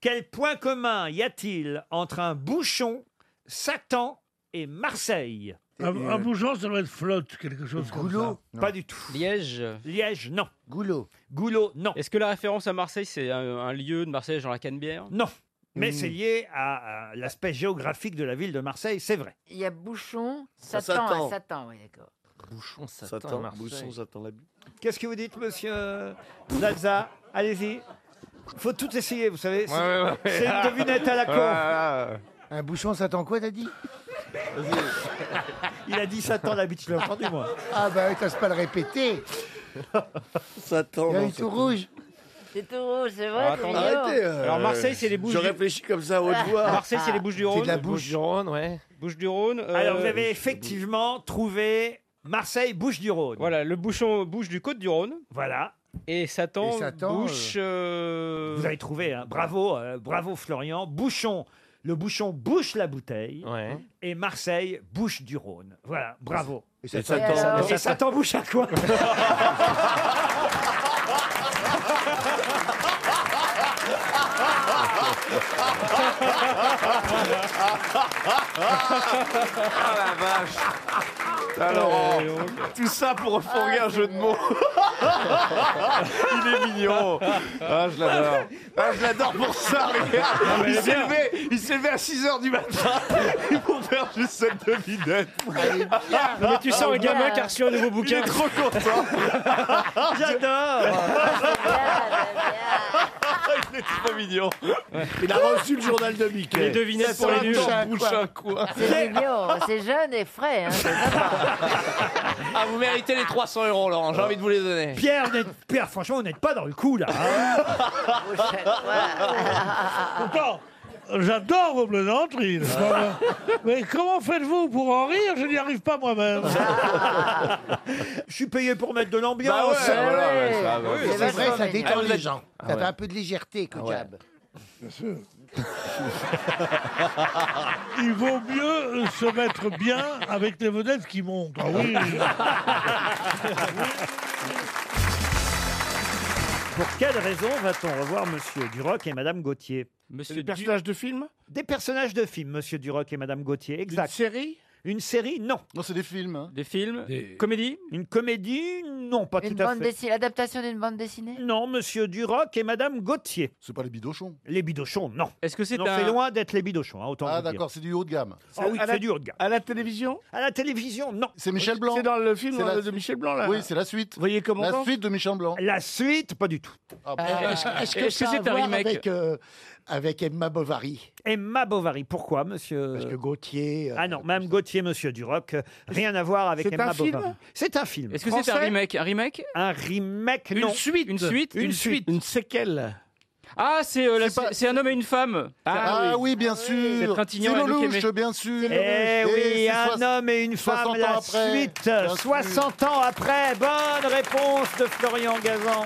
S2: Quel point commun y a-t-il entre un bouchon, Satan et Marseille
S4: Un,
S19: euh,
S4: un bougeon, ça doit être flotte, quelque chose comme ça.
S2: Pas du tout.
S21: Liège.
S2: Liège, non.
S19: Goulot.
S2: Goulot, non.
S21: Est-ce que la référence à Marseille, c'est un, un lieu de Marseille, genre la Canebière
S2: Non. Mais c'est lié à, à l'aspect géographique de la ville de Marseille, c'est vrai.
S13: Il y a Bouchon,
S2: Ça
S13: Satan,
S2: s'attend.
S13: ah, Satan, oui, d'accord.
S12: Bouchon,
S2: Satan, Satan, Marseille.
S12: Bouchon, Satan, la
S2: Qu'est-ce que vous dites, monsieur Zaza Allez-y. Faut tout essayer, vous savez. C'est
S12: Ouais, ouais, ouais.
S2: c'est une devinette à la con.
S19: Ah, Un bouchon Satan quoi t'as dit
S2: Il a dit Satan l'habitude, je l'ai entendu moi.
S19: Ah bah oui, t'oses pas le répéter
S4: Satan.
S19: Il y a
S4: non,
S19: eu tout
S4: Satan.
S19: rouge
S13: C'est tout rouge, c'est vrai. c'est mignon.
S21: Alors Marseille, c'est les Bouches.
S18: Je
S21: du- Ah.
S18: réfléchis comme ça à haute
S2: Ah.
S18: voix.
S21: Marseille, c'est les Bouches du Rhône.
S18: du Rhône, ouais.
S21: Bouches du Rhône. euh,
S2: Alors vous avez effectivement trouvé Marseille Bouche du Rhône.
S21: Voilà, le bouchon bouche du Côte du Rhône.
S2: Voilà.
S21: Et Satan,
S2: Et Satan,
S21: bouche. euh,
S2: Vous avez trouvé, hein. bravo, euh, bravo Florian. Bouchon, le bouchon bouche la bouteille. Et Marseille bouche du Rhône. Voilà, bravo.
S19: Et
S4: ça- Et Satan- et alors
S2: Et Satan bouche à quoi
S4: Bah
S18: Ah la vache Alors, Ah, tout ça pour refourguer un jeu de mots. Il est mignon. Ah, je l'adore. Ah, je l'adore pour ça. regarde.
S4: Non, mais
S18: Il
S4: Ah, bah, elle est
S18: s'est
S4: bien.
S18: levé, il s'est levé à 6h du matin pour faire juste cette devinette.
S4: Non, mais tu sens un gamin qui a reçu
S21: un nouveau bouquin.
S18: Il est trop content.
S2: J'adore.
S18: Il est trop mignon.
S4: Il a reçu le journal de Mickey.
S18: Les devinettes
S4: Ça
S18: pour les
S4: sent
S18: nuls.
S4: un
S18: Bouche
S4: coin.
S18: à coin.
S2: euh.
S13: C'est mignon, c'est jeune et frais. Hein, c'est sympa.
S12: Ah, vous méritez les 300 euros, Laurent. J'ai envie de vous les donner.
S2: Pierre, vous n'êtes- Pierre, franchement, vous n'êtes pas dans le coup là. hein.
S12: Ah,
S4: Ah. Pourtant, j'adore vos plaisanteries.
S19: Ah.
S4: n'est-ce pas Mais comment faites-vous pour en rire Je n'y arrive pas moi-même.
S2: Je suis payé pour mettre de l'ambiance.
S4: Bah ouais, Ouais, voilà, ouais, ouais, ça va.
S19: C'est
S4: c'est
S19: vrai,
S4: vachement
S19: ça
S4: mignon.
S19: détend
S4: Ah, vous
S19: les
S4: êtes-
S19: gens.
S4: Ah
S19: Ça fait
S4: ouais.
S19: un peu de légèreté, que
S4: Ah ouais.
S19: diable.
S4: Bien sûr. Il vaut mieux se mettre bien avec les vedettes qui montent. Ah oui.
S2: Pour quelle raison va-t-on revoir Monsieur Duroc et Madame Gauthier
S21: Monsieur
S2: Des personnages de film Des personnages de film, Monsieur Duroc et Madame Gauthier, exact. Une
S19: série
S2: Une série, non.
S14: Non, c'est des films. hein.
S21: Des films Comédie
S2: Une comédie, non, pas
S13: Une
S2: tout à
S13: bande
S2: fait.
S13: dessinée, l'adaptation d'une bande dessinée
S2: Non, Monsieur Duroc et Madame Gauthier. C'est pas les bidochons. Les bidochons, non. Est-ce que
S14: c'est
S2: Non,
S14: un-
S2: c'est loin d'être les bidochons, hein, autant
S14: Ah,
S2: vous dire.
S14: d'accord, c'est du haut de gamme.
S2: Ah oui,
S14: à la-
S2: c'est du haut de gamme.
S14: À la télévision
S2: À la télévision, non.
S14: C'est Michel Blanc. C'est dans le film C'est la euh, de suite. Michel Blanc, là. Oui, c'est la suite. Vous voyez comment La on- suite de Michel Blanc.
S2: La suite, pas du tout.
S14: Euh,
S2: est-ce- est-ce que
S14: est-ce
S2: ça a à voir avec,
S14: euh,
S2: euh,
S14: avec Emma Bovary
S2: Emma Bovary, pourquoi, monsieur Parce que
S14: Gauthier. euh,
S2: Ah non, Mme Gauthier, Monsieur Duroc, euh, rien à voir avec
S21: C'est
S2: Emma
S21: un film
S2: Bovary. C'est un film.
S21: Est-ce que c'est un
S2: Français
S21: remake Un remake
S2: Un remake,
S21: Une
S2: non.
S21: suite. Une suite Une suite.
S14: Une séquelle.
S21: Ah, c'est euh, la- c'est- c'est un homme et une femme.
S14: Ah, oui. bien
S21: C'est
S14: sûr.
S21: Trintignant
S14: C'est
S21: et Luc
S14: Lelouch,
S21: Aimé.
S14: bien sûr.
S2: Eh oui,
S14: c'est
S2: un
S14: soix-
S2: homme et une
S14: 60
S2: femme,
S14: ans
S2: la
S14: après.
S2: suite,
S14: Bien sûr.
S2: 60 ans après. Bonne réponse de Florian Gazan.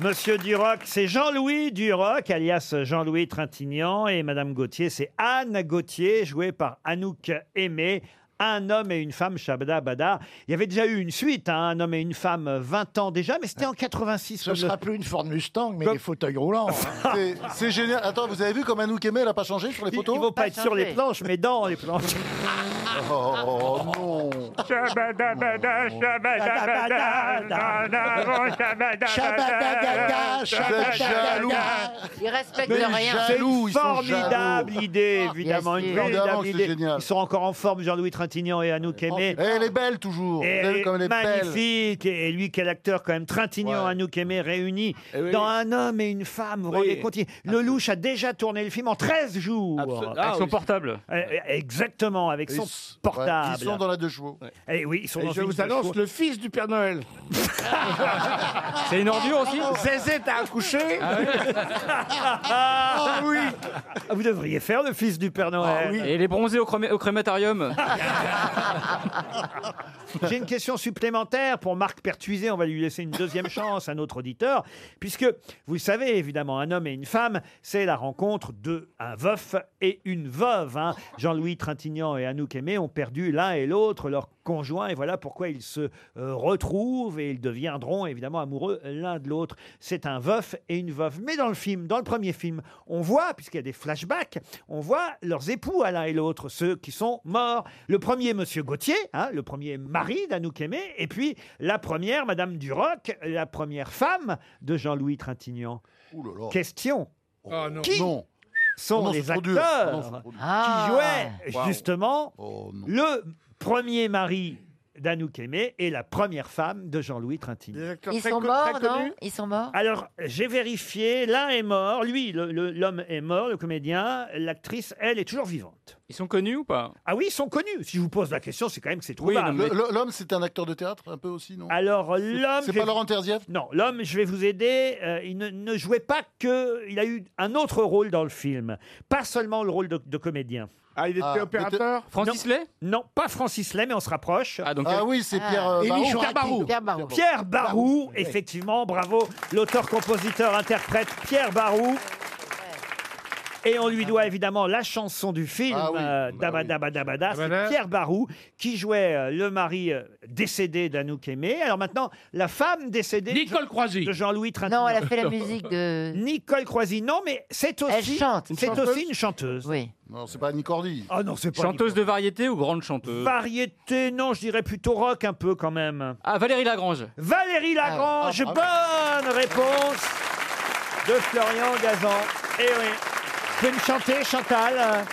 S2: Monsieur Duroc, c'est Jean-Louis Duroc, alias Jean-Louis Trintignant, et Madame Gauthier, c'est Anne Gauthier, jouée par Anouk Aimé. Un homme et une femme, Shabda Bada. Il y avait déjà eu une suite, hein, un homme et une femme, 20 ans déjà, mais c'était en 86.
S19: Ce sera plus une Ford Mustang, mais
S2: Comme-
S19: des fauteuils roulants. hein.
S14: C'est- C'est génial. Attends, vous avez vu comme Anouk Aimé, elle a pas changé sur les photos
S2: Il ne faut pas être sur les planches, mais dans les planches.
S14: Oh non.
S4: Ah
S2: Ah,
S4: Shabadabada,
S13: Ils respectent
S2: Mais
S13: rien. Oh,
S2: c'est une formidable idée, évidemment. Une
S14: sûr. Évidemment
S2: formidable
S14: que
S2: idée.
S14: c'est génial.
S2: Ils sont encore en forme, Jean-Louis Trintignant et Anouk Aimé.
S14: Eh, elle est belle toujours.
S2: Et
S14: Vous avez vu
S2: elle
S14: comme elle
S2: est
S14: est belle.
S2: magnifique. Et lui, quel acteur quand même. Trintignant, Anouk Aimé, réunis
S14: Eh oui,
S2: dans
S14: oui.
S2: un homme et une femme. Vous vous
S14: Oui.
S2: rendez compte il- Lelouch a déjà tourné le film en 13 jours.
S14: Absol- Ah,
S21: Avec son oui. portable.
S2: Euh, Exactement, avec
S14: Ils
S2: son
S14: s-
S2: portable.
S14: ouais, ils sont dans la deux chevaux.
S2: Eh oui, ils sont
S14: Et
S2: dans
S14: je
S2: une
S14: vous annonce
S2: chevaux.
S14: le fils du Père Noël.
S21: C'est une hein. ordure aussi
S14: Zézette a accouché.
S2: Ah oui Ah Vous devriez faire le fils du Père Noël.
S21: Et les bronzés au, chromé- au crématarium
S2: J'ai une question supplémentaire pour Marc Pertuiset. On va lui laisser une deuxième chance, un autre auditeur, puisque vous le savez évidemment, un homme et une femme, c'est la rencontre de un veuf et une veuve. hein. Jean-Louis Trintignant et Anouk Aimé ont perdu l'un et l'autre leur conjoint, et voilà pourquoi ils se euh, retrouvent et ils deviendront évidemment amoureux l'un de l'autre. C'est un veuf et une veuve. Mais dans le film, dans le premier film, on voit, puisqu'il y a des flashbacks, on voit leurs époux à l'un et l'autre, ceux qui sont morts. Le premier, Monsieur Gauthier, hein, le premier mari d'Anouk Aimé, et puis la première, Madame Duroc, la première femme de Jean-Louis Trintignant.
S14: Ouh là là.
S2: Question
S14: Ah non.
S2: Qui
S14: Non.
S2: sont
S14: Ah non, c'est
S2: les
S14: trop dur. Ah non,
S2: acteurs
S14: c'est trop dur.
S2: qui
S14: Ah.
S2: jouaient
S14: Waouh. Oh,
S2: justement le premier mari d'Anouk Aimé et la première femme de Jean-Louis Trintignant.
S13: Ils sont morts, non Ils sont morts
S2: Alors, j'ai vérifié, l'un est mort, lui, le- le- l'homme est mort, le comédien, l'actrice, elle, est toujours vivante.
S21: Ils sont connus ou pas
S2: Ah oui, ils sont connus. Si je vous pose la question, c'est quand même que c'est
S14: Le-
S2: trouvable.
S14: le- L'homme, c'est un acteur de théâtre un peu aussi, non
S2: Alors,
S14: C'est-
S2: l'homme...
S14: C'est
S2: je-
S14: pas Laurent Terzieff
S2: Non, l'homme, je vais vous aider, euh, il ne, ne jouait pas que... Il a eu un autre rôle dans le film. Pas seulement le rôle de, de comédien.
S14: Ah, il était Ah, opérateur
S21: Francis
S2: Non.
S21: Lay
S2: Non, pas Francis Lay, mais on se rapproche.
S21: Ah, donc,
S14: Ah oui, c'est Pierre euh,
S2: Élie
S14: Barou.
S2: Chouraki.
S13: Pierre Barou.
S2: Pierre Barou,
S14: Barou, oui.
S2: effectivement, bravo, l'auteur, compositeur, interprète Pierre Barou. Et on lui doit évidemment la chanson du film,
S14: Ah oui,
S2: euh,
S14: bah
S2: Dabada,
S14: oui.
S2: Dabada, Dabada.
S14: Dabada.
S2: C'est Pierre Barou qui jouait euh, le mari euh, décédé d'Anouk Aimé. Alors maintenant, la femme décédée Nicole Croisy. de Jean-Louis Trintignant.
S13: Non, elle a fait la musique de.
S2: Nicole Croisy, non, mais c'est aussi.
S13: Elle chante. Une
S2: C'est
S13: chanteuse
S2: aussi une chanteuse.
S13: Oui.
S14: Non, c'est pas Annie Cordy.
S2: Ah non, c'est pas.
S21: Chanteuse de variété ou grande
S14: Euh.
S21: chanteuse
S2: Variété, non, je dirais plutôt rock un peu quand même.
S21: Ah, Valérie Lagrange.
S2: Valérie Lagrange,
S21: Ah,
S2: bonne réponse de Florian Gazan. Eh oui. Vous pouvez me chanter, Chantal, euh,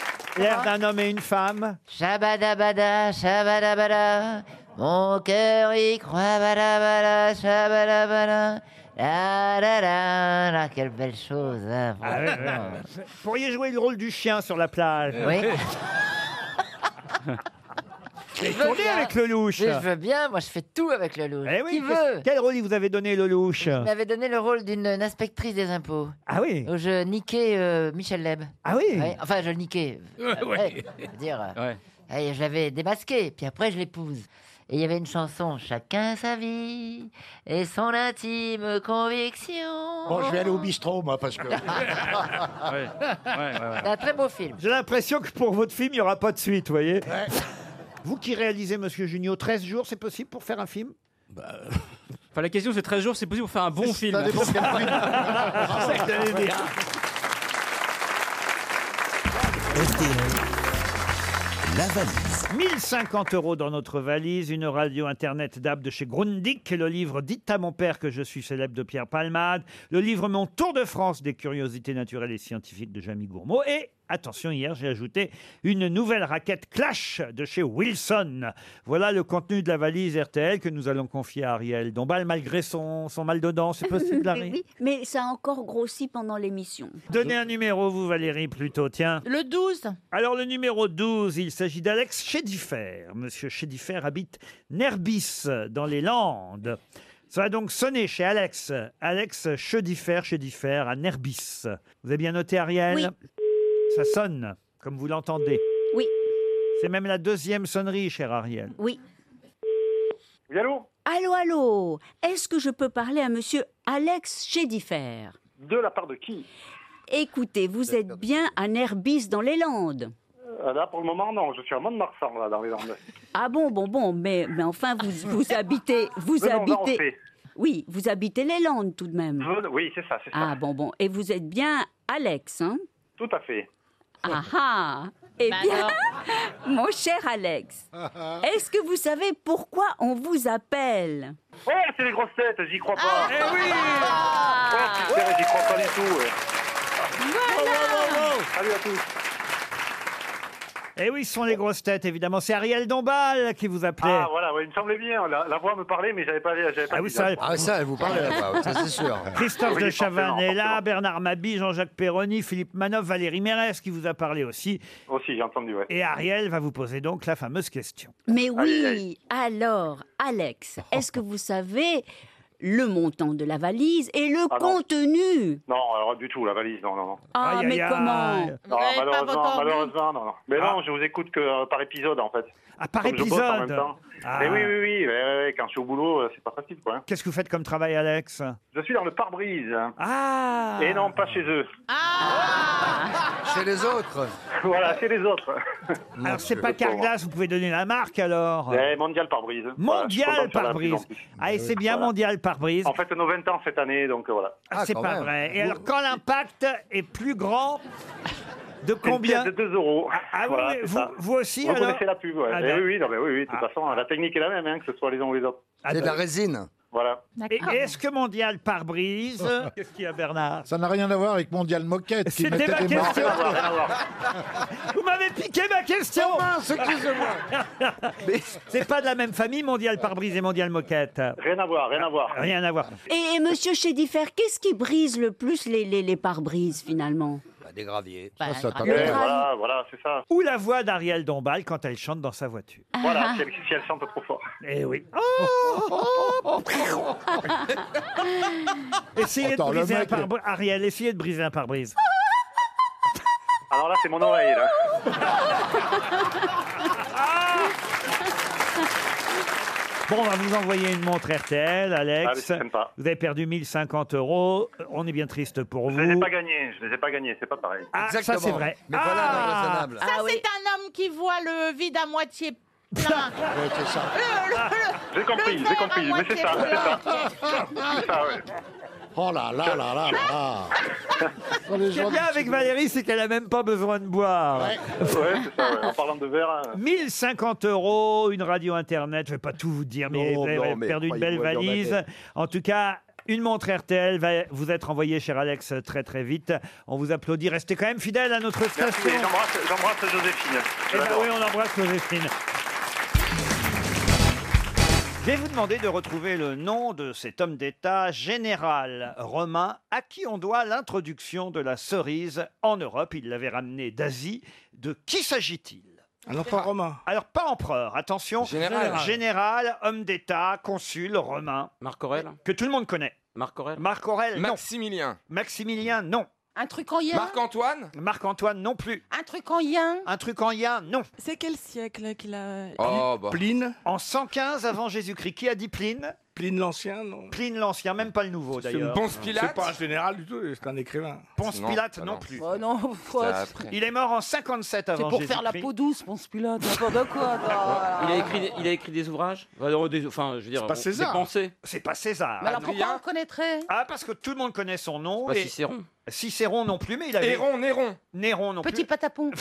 S2: l'air d'un homme et une femme
S13: Shabadabada, shabadabada, mon cœur y croit, badabada, shabadabada, la la la la, quelle belle chose. hein,
S2: Ah ouais, ouais,
S13: franchement.
S2: ouais. Vous pourriez jouer le rôle du chien sur la plage.
S13: Oui.
S2: Et
S13: Je veux
S2: tourner
S13: bien.
S2: avec le louche.
S13: Mais je veux bien, moi je fais tout avec le louche.
S2: Eh oui,
S13: Qui
S2: qu'est-ce-
S13: veut
S2: Quel rôle il vous avait donné, le louche
S13: Il m'avait donné le rôle d'une euh, inspectrice des impôts.
S2: Ah oui
S13: Où je niquais euh, Michel Leb.
S2: Ah oui
S13: Ouais, Enfin, je le niquais.
S2: Ouais.
S13: Ouais, je veux dire, euh, ouais, je l'avais démasqué, puis après je l'épouse. Et il y avait une chanson, chacun sa vie et son intime conviction.
S19: Bon, je vais aller au bistrot, moi, parce que.
S13: C'est un très beau film.
S2: J'ai l'impression que pour votre film, il n'y aura pas de suite, vous voyez Vous qui réalisez, monsieur Junio, 13 jours, c'est possible pour faire un film
S21: Enfin, la question c'est 13 jours, c'est possible pour faire un bon film.
S2: dépend quel
S19: Ah,
S21: C'est ça que
S4: Ah,
S21: j'allais dire.
S2: La valise. 1050 euros dans notre valise, une radio internet d'ab de chez Grundig, le livre Dites à mon père que je suis célèbre de Pierre Palmade, le livre Mon tour de France des curiosités naturelles et scientifiques de Jamie Gourmaud et Attention, hier, j'ai ajouté une nouvelle raquette Clash de chez Wilson. Voilà le contenu de la valise RTL que nous allons confier à Ariel Dombal, malgré son, son mal de dents. C'est possible, Larry
S6: Oui, mais ça a encore grossi pendant l'émission.
S2: Donnez un numéro, vous, Valérie, plutôt, tiens.
S8: Le 12.
S2: Alors, le numéro 12, il s'agit d'Alex Chédifer. Monsieur Chédifer habite Nerbis, dans les Landes. Ça va donc sonner chez Alex. Alex Chédifer, Chédifer, à Nerbis. Vous avez bien noté, Ariel
S6: Oui.
S2: Ça sonne, comme vous l'entendez.
S6: Oui.
S2: C'est même la deuxième sonnerie, cher Ariel.
S6: Oui.
S20: allô
S6: Allô, allô Est-ce que je peux parler à monsieur Alex Chédifer
S20: De la part de qui
S6: Écoutez, vous êtes bien à Nerbis dans les Landes.
S20: Euh, Là, pour le moment, non. Je suis à Mont-de-Marsan, là, dans les Landes.
S6: Ah bon, bon, bon, mais, mais enfin, vous, vous habitez... Vous
S20: Mais Euh, non, là, on
S6: habitez...
S20: sait.
S6: oui, vous habitez les Landes tout de même.
S20: Je- Oui, c'est ça, c'est ça.
S6: Ah bon, bon. Et vous êtes bien Alex, hein
S20: Tout à fait.
S6: Ah ah Eh
S20: Bah
S6: bien, mon cher Alex, est-ce que vous savez pourquoi on vous appelle
S20: Oh, c'est les grosses têtes, j'y crois pas.
S6: Ah.
S20: Eh oui Ouais, c'est vrai, j'y crois pas du tout. ouais. Oh, Salut à tous.
S2: Eh oui, ce sont les grosses têtes, évidemment. C'est Ariel Dombal qui vous appelait.
S20: Ah, voilà, ouais, il me semblait bien. La, la voix me parlait, mais j'avais pas, j'avais pas
S2: Ah
S20: le
S2: oui,
S20: visage.
S2: ça, Christophe
S20: Oui,
S2: de
S20: forcément,
S2: Chavannes est là,
S20: forcément.
S2: Bernard Mabi, Jean-Jacques Perroni, Philippe Manoff, Valérie Mérès qui vous a parlé aussi.
S20: Aussi, j'ai entendu, ouais.
S2: Et Ariel va vous poser donc la fameuse question.
S6: Mais
S20: Aïe,
S6: oui, alors, Alex, est-ce que vous savez le montant de la valise et le
S20: Ah non.
S6: contenu
S20: Non, alors du tout, la valise, non, non, non.
S6: Ah, Aïe, mais aïe, comment aïe. Vous
S20: Non,
S6: n'avez pas votre ordi
S20: malheureusement, malheureusement, non, non. Mais non, je vous écoute que euh, par épisode, en fait.
S2: Ah, par
S20: Comme je bosse en même
S2: épisode.
S20: temps.
S2: Ah.
S20: Mais oui, oui, oui, ouais, ouais, ouais, quand je suis au boulot, euh, c'est pas facile, quoi. hein.
S2: Qu'est-ce que vous faites comme travail, Alex
S20: Je suis dans le pare-brise.
S2: Ah
S20: Et non, pas chez eux.
S2: Chez les autres.
S20: Voilà, chez les autres.
S2: Alors, c'est pas Carglass, vous pouvez donner la marque alors
S20: Eh, mondial pare-brise. Voilà, je suis content
S2: Mondial
S20: que ça
S2: par
S20: va de plus en
S2: brise.
S20: plus.
S2: Ah, et c'est bien
S20: Voilà.
S2: mondial par brise.
S20: En fait, nos 20 ans cette année, donc euh, voilà.
S2: Ah, c'est pas vrai. Et alors, quand l'impact est plus grand, de
S20: Une
S2: combien
S20: pièce de 2 euros.
S2: Ah oui,
S20: Voilà,
S2: mais
S20: c'est
S2: vous,
S20: ça.
S2: vous aussi
S20: Vous
S2: alors
S20: connaissez la pub, ouais.
S2: Ah,
S20: Eh
S2: d'accord.
S20: oui, oui, non, mais oui, oui, de toute façon, la technique est la même, hein, que ce soit les uns ou les autres.
S2: Ah, C'est de la d'accord.
S20: résine. Voilà.
S2: Et est-ce que mondial par brise Qu'est-ce qu'il y a, Bernard
S9: Ah. Ça n'a rien à voir avec Mondial Moquette qui
S2: C'était
S9: mettait
S2: ma
S9: des
S2: question.
S9: morceaux.
S2: Vous m'avez piqué ma question
S18: Oh,
S2: Mais C'est pas de la même famille, mondial par brise et mondial moquette.
S20: Rien à voir, rien à voir.
S2: Rien à voir.
S6: Et, et monsieur Chédifer, qu'est-ce qui brise le plus les, les, les pare-brises finalement
S9: Bah,
S11: Des graviers.
S20: Eh, voilà, voilà, c'est ça. Ah.
S2: Ou la voix d'Ariel Dombal quand elle chante dans sa voiture.
S20: Voilà, si elle, si elle chante trop fort.
S2: Eh oui. Essayez
S20: Attends,
S2: de
S20: le
S2: briser un
S20: mec-
S2: pare-brise. Ariel, essayez de briser un pare-brise.
S20: Alors là, c'est mon oreille, là.
S2: Bon, on va vous envoyer une montre RTL,
S20: Ah, mais
S2: Alex.
S20: c'est sympa.
S2: vous avez perdu 1050 euros. On est bien triste pour
S20: Je les ai
S2: vous.
S20: pas gagnés, je les ai pas gagnés, c'est pas pareil.
S2: Ah, ça, c'est vrai. Ah,
S8: Ça, c'est un homme qui voit le vide à moitié plein.
S20: J'ai compris, j'ai compris, mais c'est ça, c'est ça. C'est
S18: Ah
S20: ça, ouais.
S9: Oh là là là là là là Oh, les
S2: Ce qui est
S9: gens
S2: bien
S9: du
S2: avec
S9: sud.
S2: Valérie, c'est qu'elle a même pas besoin de boire.
S20: Ouais, c'est ça, ouais. En parlant de verre, hein.
S2: 1050 euros, une radio internet, je vais pas tout vous dire, mais
S20: Non,
S2: vous avez
S20: non, mais
S2: perdu une
S20: croyez-moi,
S2: belle
S20: il y en
S2: valise.
S20: avait.
S2: En tout cas, une montre RTL va vous être envoyée, cher Alex, très très vite. On vous applaudit. Restez quand même fidèle à notre
S20: Merci,
S2: station.
S20: j'embrasse j'embrasse Joséphine. Je
S2: Eh ben
S20: l'adore.
S2: oui, on embrasse Joséphine. Je vais vous demander de retrouver le nom de cet homme d'État général romain à qui on doit l'introduction de la cerise en Europe. Il l'avait ramenée d'Asie. De qui s'agit-il un empereur romain. Alors, pas empereur, attention.
S16: Général.
S2: Général, homme d'État, consul romain. Marc Aurel. Que tout le monde connaît. Marc Aurel. Marc Aurel, non.
S12: Maximilien.
S2: Maximilien, non.
S8: Un truc en yin
S12: Marc-Antoine
S2: Marc-Antoine, non plus.
S8: Un truc en yin
S2: Un truc en yin, non.
S8: C'est quel siècle qu'il a
S12: Oh, bah.
S2: Pline En 115 avant Jésus-Christ. Qui a dit Pline Pline l'Ancien, non Pline l'Ancien, même pas le nouveau d'ailleurs.
S16: Ponce Pilate C'est pas un général du tout, c'est un écrivain.
S2: Ponce Pilate non, plus.
S30: Oh non,
S2: Il est mort en 57
S30: C'est
S2: avant
S30: pour faire la peau
S2: Jésus-Christ.
S30: douce, pense pilote. N'importe quoi. quoi.
S17: Il a écrit, des- il a écrit des ouvrages Enfin, Bah, non, des- Enfin, je veux dire, on-
S2: pas
S17: des
S2: César.
S17: pensées.
S2: C'est pas César.
S17: Mais alors pourquoi
S2: Adrien.
S8: On connaîtrait
S2: Ah, parce que tout le monde connaît son nom.
S17: C'est pas
S2: et-
S17: Cicéron.
S2: Cicéron non plus, mais il avait.
S17: Néron,
S2: Néron. Néron non
S8: Petit patapon.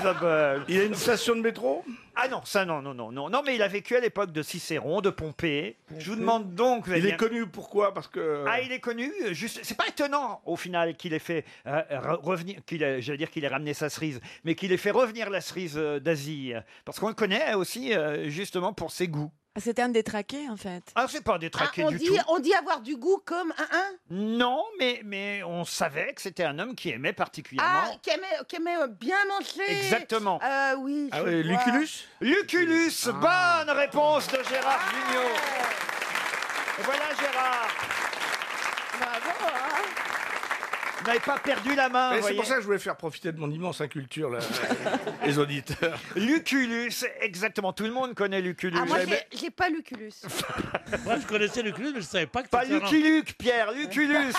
S2: Isabelle. Il a une station de métro Ah non, ça non, non, non, non. Non, mais il a vécu à l'époque de Cicéron, de Pompée. Je vous demande donc.
S18: Il est
S2: connu pourquoi Parce que. Ah, il est connu. euh, Juste, c'est pas étonnant au final qu'il ait fait euh, re- revenir, qu'il ait- j'allais dire qu'il ait ramené sa cerise, mais qu'il ait fait revenir la cerise euh, d'Asie, parce qu'on le connaît aussi euh, justement pour ses goûts.
S15: C'était Ah, un détraqué, en fait.
S2: Ah, c'est pas détraqué
S15: on
S2: du
S15: dit-
S2: tout.
S15: on dit avoir du goût comme un un
S2: Non, mais mais on savait que c'était un homme qui aimait particulièrement.
S15: Ah, qui aimait, qui aimait euh, bien manger.
S2: Exactement.
S15: Euh, oui.
S18: Ah
S15: je vois.
S2: Lucullus, bonne réponse de Gérard Jugnot. Voilà Gérard.
S15: Bravo, hein.
S2: Vous n'avez pas perdu la main.
S18: Et
S2: vous
S18: c'est
S2: voyez.
S18: pour ça que je voulais faire profiter de mon immense inculture, là, les auditeurs.
S2: Lucullus, exactement. Tout le monde connaît Lucullus.
S15: Ah, moi, j'ai- j'ai pas l'uculus.
S4: Moi, je connaissais Lucullus, mais je savais pas que
S2: Pas
S4: c'était un nom.
S2: Lucky Luke, Pierre, Lucullus.